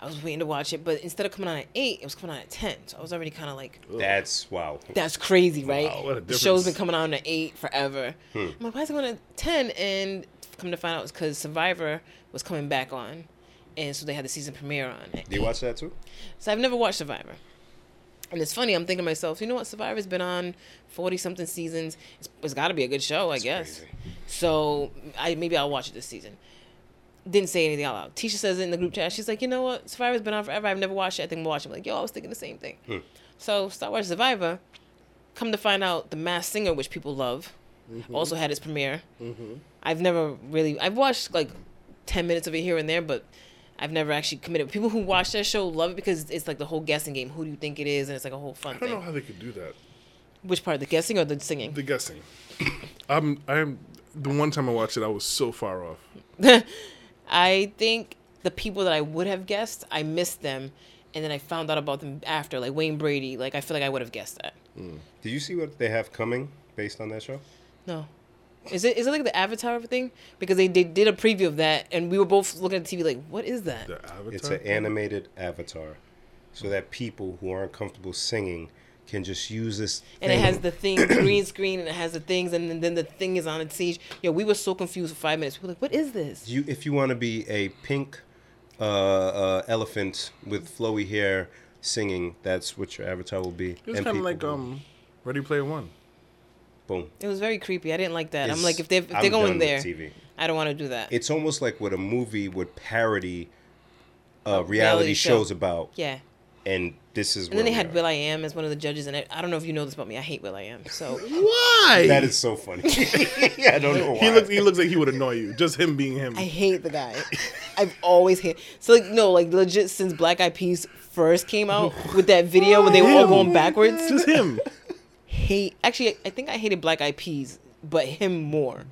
I was waiting to watch it. But instead of coming on at eight, it was coming on at ten. So I was already kind of like,
That's wow.
That's crazy, right?
Wow, what a
the show's been
difference. Hmm.
coming on to eight forever. I'm like, why is it going to ten? And come to find out, it's because Survivor was coming back on, and so they had the season premiere on. at
Do you
eight.
watch that too?
So I've never watched Survivor. And it's funny, I'm thinking to myself, you know what? Survivor's been on 40 something seasons. It's, it's got to be a good show, I guess.
crazy.
So I maybe I'll watch it this season. Didn't say anything out loud. Tisha says it in the group chat. She's like, you know what? Survivor's been on forever. I've never watched it. I think we'll watch it. I'm like, yo, I was thinking the same thing.
Hmm.
So start watching Survivor. Come to find out, The Masked Singer, which people love, also had its premiere. I've never really I've watched like ten minutes of it here and there, but I've never actually committed. People who watch that show love it because it's like the whole guessing game. Who do you think it is? And it's like a whole fun
I don't know
thing.
how they could do that.
Which part, the guessing or the singing?
The guessing. I'm. I'm. The one time I watched it, I was so far off.
I think the people that I would have guessed, I missed them, and then I found out about them after, like Wayne Brady. Like I feel like I would have guessed that.
Did you see what they have coming based on that show?
No. Is it is it like the Avatar thing? Because they, they did a preview of that, and we were both looking at TV like, what is that?
The Avatar.
It's an animated avatar, so that people who aren't comfortable singing can just use this.
And it has the thing green screen, and it has the things, and then, then the thing is on its stage. Yo, we were so confused for five minutes. We were like, what is this?
You, if you want to be a pink uh, uh, elephant with flowy hair singing, that's what your avatar will be.
It's
And
kind of
people
like
will-
um, Ready Player One.
boom.
It was very creepy. I didn't like that. I'm
It's-
like, if they're, if
I'm
they're
done
going
with
there,
TV.
I don't want to do that.
It's almost like what a movie would parody uh, reality,
Oh, reality show.
shows about,
yeah.
and this is.
And then they had Will I Am as one of the judges, and I, I don't know if you know this about me. I hate Will I Am. So
Why?
That is so funny. yeah, I don't know why.
He looks. He looks like he would annoy you. Just him being him.
I hate the guy. I've always hated. So like no, like legit since Black Eyed Peas first came out with that video where they were all going backwards.
Just him.
hate. Actually, I think I hated Black Eyed Peas, but him more.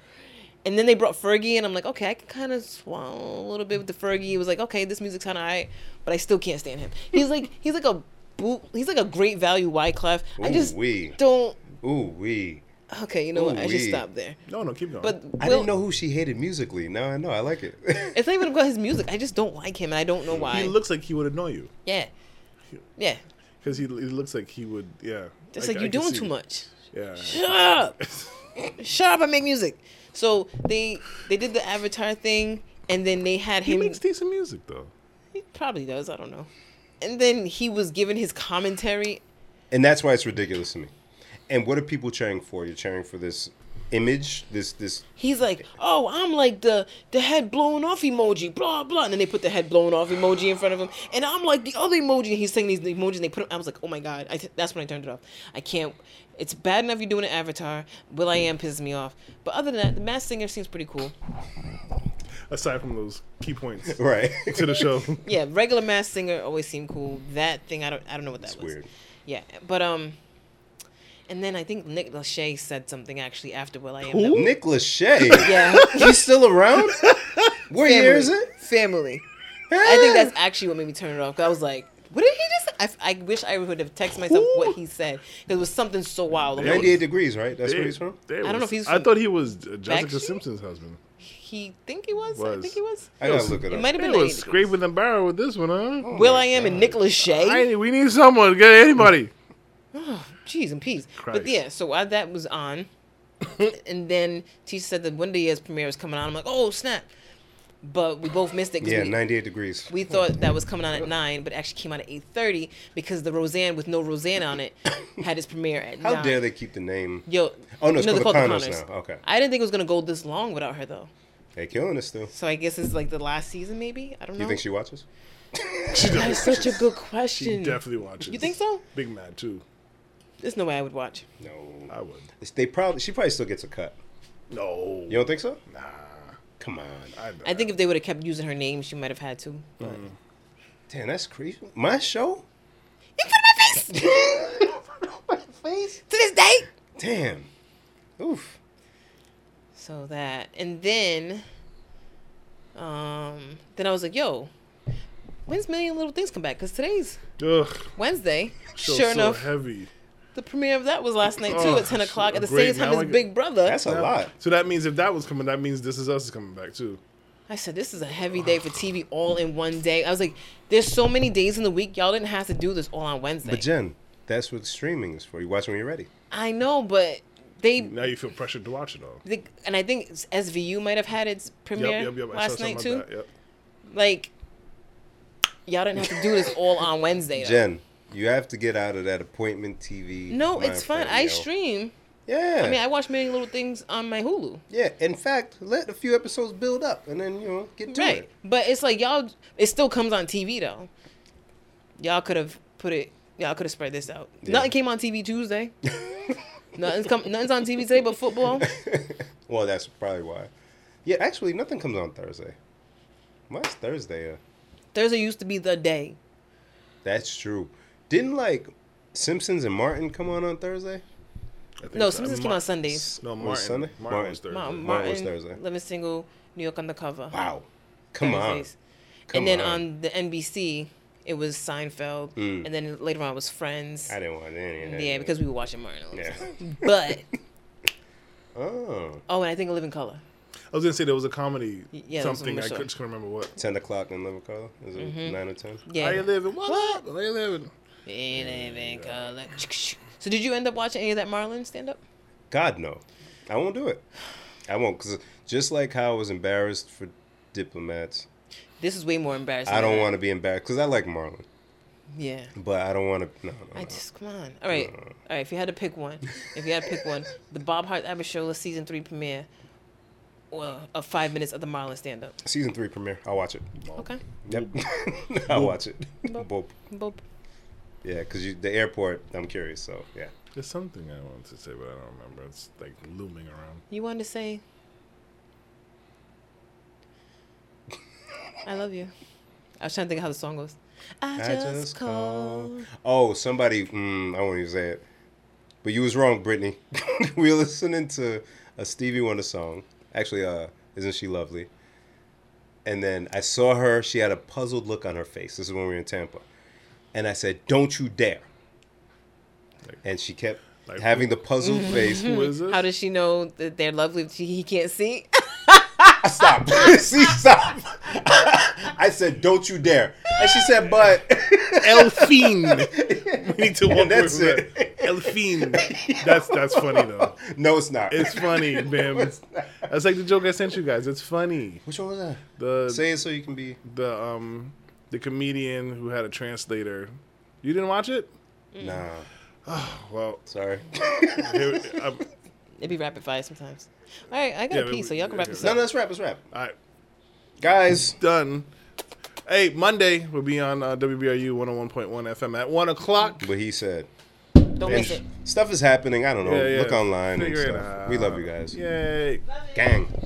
And then they brought Fergie, and I'm like, okay, I can kind of swallow a little bit with the Fergie. It was like, okay, this music's kind of alright, but I still can't stand him. He's like, he's like a boot. He's like a great value Wyclef. I just
Ooh-wee.
don't.
Ooh wee.
Okay, you know what? I should
Ooh-wee.
stop there.
No, no, keep going.
But
I
Will-
didn't know who she hated musically. Now I know. I like it.
It's not even about his music. I just don't like him, and I don't know why.
he looks like he would annoy you
yeah, yeah.
because he, he looks like he would. Yeah.
It's
I-
like
I
you're
can
doing
see
too
it.
much.
Yeah.
Shut up. Shut up and make music. So they they did the Avatar thing, and then they had
He
him.
makes decent music though.
He probably does. I don't know. And then he was given his commentary.
and that's why it's ridiculous to me. And what are people cheering for? You're cheering for this image, this this
He's like, "Oh, I'm like the the head blown off emoji, blah blah." And then they put the head blown off emoji in front of him, and I'm like the other emoji. And he's saying these emojis. And they put. 'em- I was like, "Oh my god!" I t- that's when I turned it off. I can't. It's bad enough you're doing an Avatar. Will I Am pisses me off, but other than that, the Masked Singer seems pretty cool.
Aside from those key points
right.
to the show.
Yeah, regular Masked Singer always seemed cool. That thing, I don't, I don't know what that
It's
was.
weird.
Yeah, but um, and then I think Nick Lachey said something actually after Will I Am.
Who?
Nick Lachey.
Yeah,
He's still around. Where
family.
year is it?
Family. I think that's actually what made me turn it off. 'cause I was like, what did he just? say? I, I wish I would have texted myself what he said because it was something so wild. I'm like,
98 degrees, right? That's where he's from.
They
don't know
was-
if he's
I
from
thought he was uh, Jessica
Backstreet?
Simpson's husband.
he think he was? I
Was.
think he was.
I gotta look it
It
up.
might have
They
been.
was
98 degrees.
scraping the barrel with this one, huh?
Will I Am and Nick Lachey.
I, we need someone. Get anybody.
Jeez and peas. But
Christ.
yeah, so while that was on, and then Tisha said that one day his premiere was coming on. I'm like, oh snap! but we both missed it. 'cause
Yeah,
we,
98 degrees.
we thought that was coming out at nine, but it actually came out at eight thirty because the Roseanne with no Roseanne on it had its premiere at
How
nine.
dare they keep the name?
Yo,
Oh, no, it's
they're called
called The
The
Conners now.
Conners.
Okay.
I didn't think it was gonna go this long without her though.
They killing us still.
So I guess it's like the last season, maybe. I don't know.
You think she watches?
She
That is
does.
such a good
She
question.
definitely watches.
You think so?
Big Mad too.
There's no way I would watch.
No.
I would.
They probably. She probably still gets a cut.
No.
You don't think so?
Nah.
Come on.
I,
I think if they would have kept using her name, she might have had to. But
Damn, that's crazy. My show.
in front of my face
My face.
to this day.
Damn. Oof.
So that, and then, um, then I was like, "Yo, when's Million Little Things come back? Cause today's
Ugh.
Wednesday.
Show's
sure
so
enough,
heavy.
the premiere of that was last night too
Oh,
at ten o'clock at the
great.
same time
Now
as
I get-
Big Brother.
That's a
That-
lot.
So that means if that was coming, that means This Is Us is coming back too.
I said, this is a heavy day for TV all in one day. I was like, there's so many days in the week. Y'all didn't have to do this all on Wednesday.
But Jen, that's what streaming is for. You watch when you're ready.
I know, but they,
Now you feel pressured to watch it all.
they, and I think SVU might have had its premiere
Yep, yep, yep. I
last
saw
night
something
too.
about that, Yep.
Like, y'all didn't have to do this all on Wednesday. though.
Jen, you have to get out of that appointment TV.
no,
mind
it's fine.
frame,
I
yo.
stream.
Yeah.
I mean, I watch many little things on my Hulu.
yeah. In fact, let a few episodes build up and then you know get to
right.
it.
But it's like y'all it still comes on TV though. Y'all could have put it y'all could have spread this out.
Yeah.
Nothing came on TV Tuesday. nothing's come nothing's on TV today but football.
well, that's probably why. Yeah, actually, nothing comes on Thursday. Why is Thursday? Uh,
Thursday used to be the day.
that's true. Didn't like Simpsons and Martin come on on Thursday?
I think
No,
so.
Simpsons
I mean,
came
Mar-
on Sundays.
No,
Was
Martin.
Sunday?
Oh, Martin, was
Martin.
Thursday.
Ma- Martin,
Martin was Thursday.
Living Single, New York Undercover.
Wow. Come
Thursdays.
on. Come
and then
on.
on. the NBC it was Seinfeld
Mm.
and then later on it was Friends.
I didn't want any of that.
Yeah, because we were watching Martin. all the
Yeah.
time. But
Oh.
oh, and I think Living Color.
I was gonna say there was a comedy.
Y- yeah, there was a
something I
mix-up.
could- just couldn't remember what.
10 o'clock in Liverpool? Is it
Mm-hmm.
9 or 10?
Yeah.
How you living? What, up? How you living?
It ain't been color. So did you end up watching any of that Marlon stand up?
God, no. I won't do it. I won't. Because just like how I was embarrassed for diplomats,
This is way more embarrassing.
I don't
than
want to be embarrassed. Because I like Marlon.
that. Yeah.
But I don't want to. No, no, no.
I just come on. All right, all right. If you had to pick one, if you had to pick one, the Bob Hart Abishola season three premiere, or of five minutes of the Marlon stand up.
Season 3 premiere. I'll watch it.
Okay.
Yep. I'll watch it. Boop.
Boop.
Yeah, because the airport, I'm curious. So, yeah.
There's something I wanted to say, but I don't remember. It's like looming around.
You wanted to say, I love you. I was trying to think of how the song goes. I,
I
just,
just
call.
called. Oh, somebody. Mm, I won't even say it. But you was wrong, Brittany. we were listening to a Stevie Wonder song. Actually, uh, isn't she lovely? And then I saw her. She had a puzzled look on her face. This is when we were in Tampa. And I said, "Don't you dare!"
Like-
and she kept
Like
having the puzzled face.
Who is this?
How does she know that they're lovely? if She, he can't see.
stop. See, stop. I said, "Don't you dare!" And she said, "But."
Elfine? We need to walk
that's
away from
it.
that. Elfine. That's that's funny though.
no, it's not.
It's funny, Bim. That's like the joke I sent you guys. It's funny.
Which one was that?
The
Say it so you can be.
the um the comedian who had a translator. You didn't watch it?
Nah,
Well,
sorry.
here, um, I'm,
It'd be rapid fire sometimes. All right, I got
Yeah,
to pee, so y'all can wrap
yeah,
this
No,
up.
no, let's rap. Let's rap,
I
guys.
done. Hey, Monday will be on uh, WBRU 101.1 FM at one o'clock.
But he said,
Don't
and
miss it.
stuff is happening. I don't know.
Yeah, yeah.
Look Oh, online and
Figure it
stuff. We love you guys.
Yay.
Gang.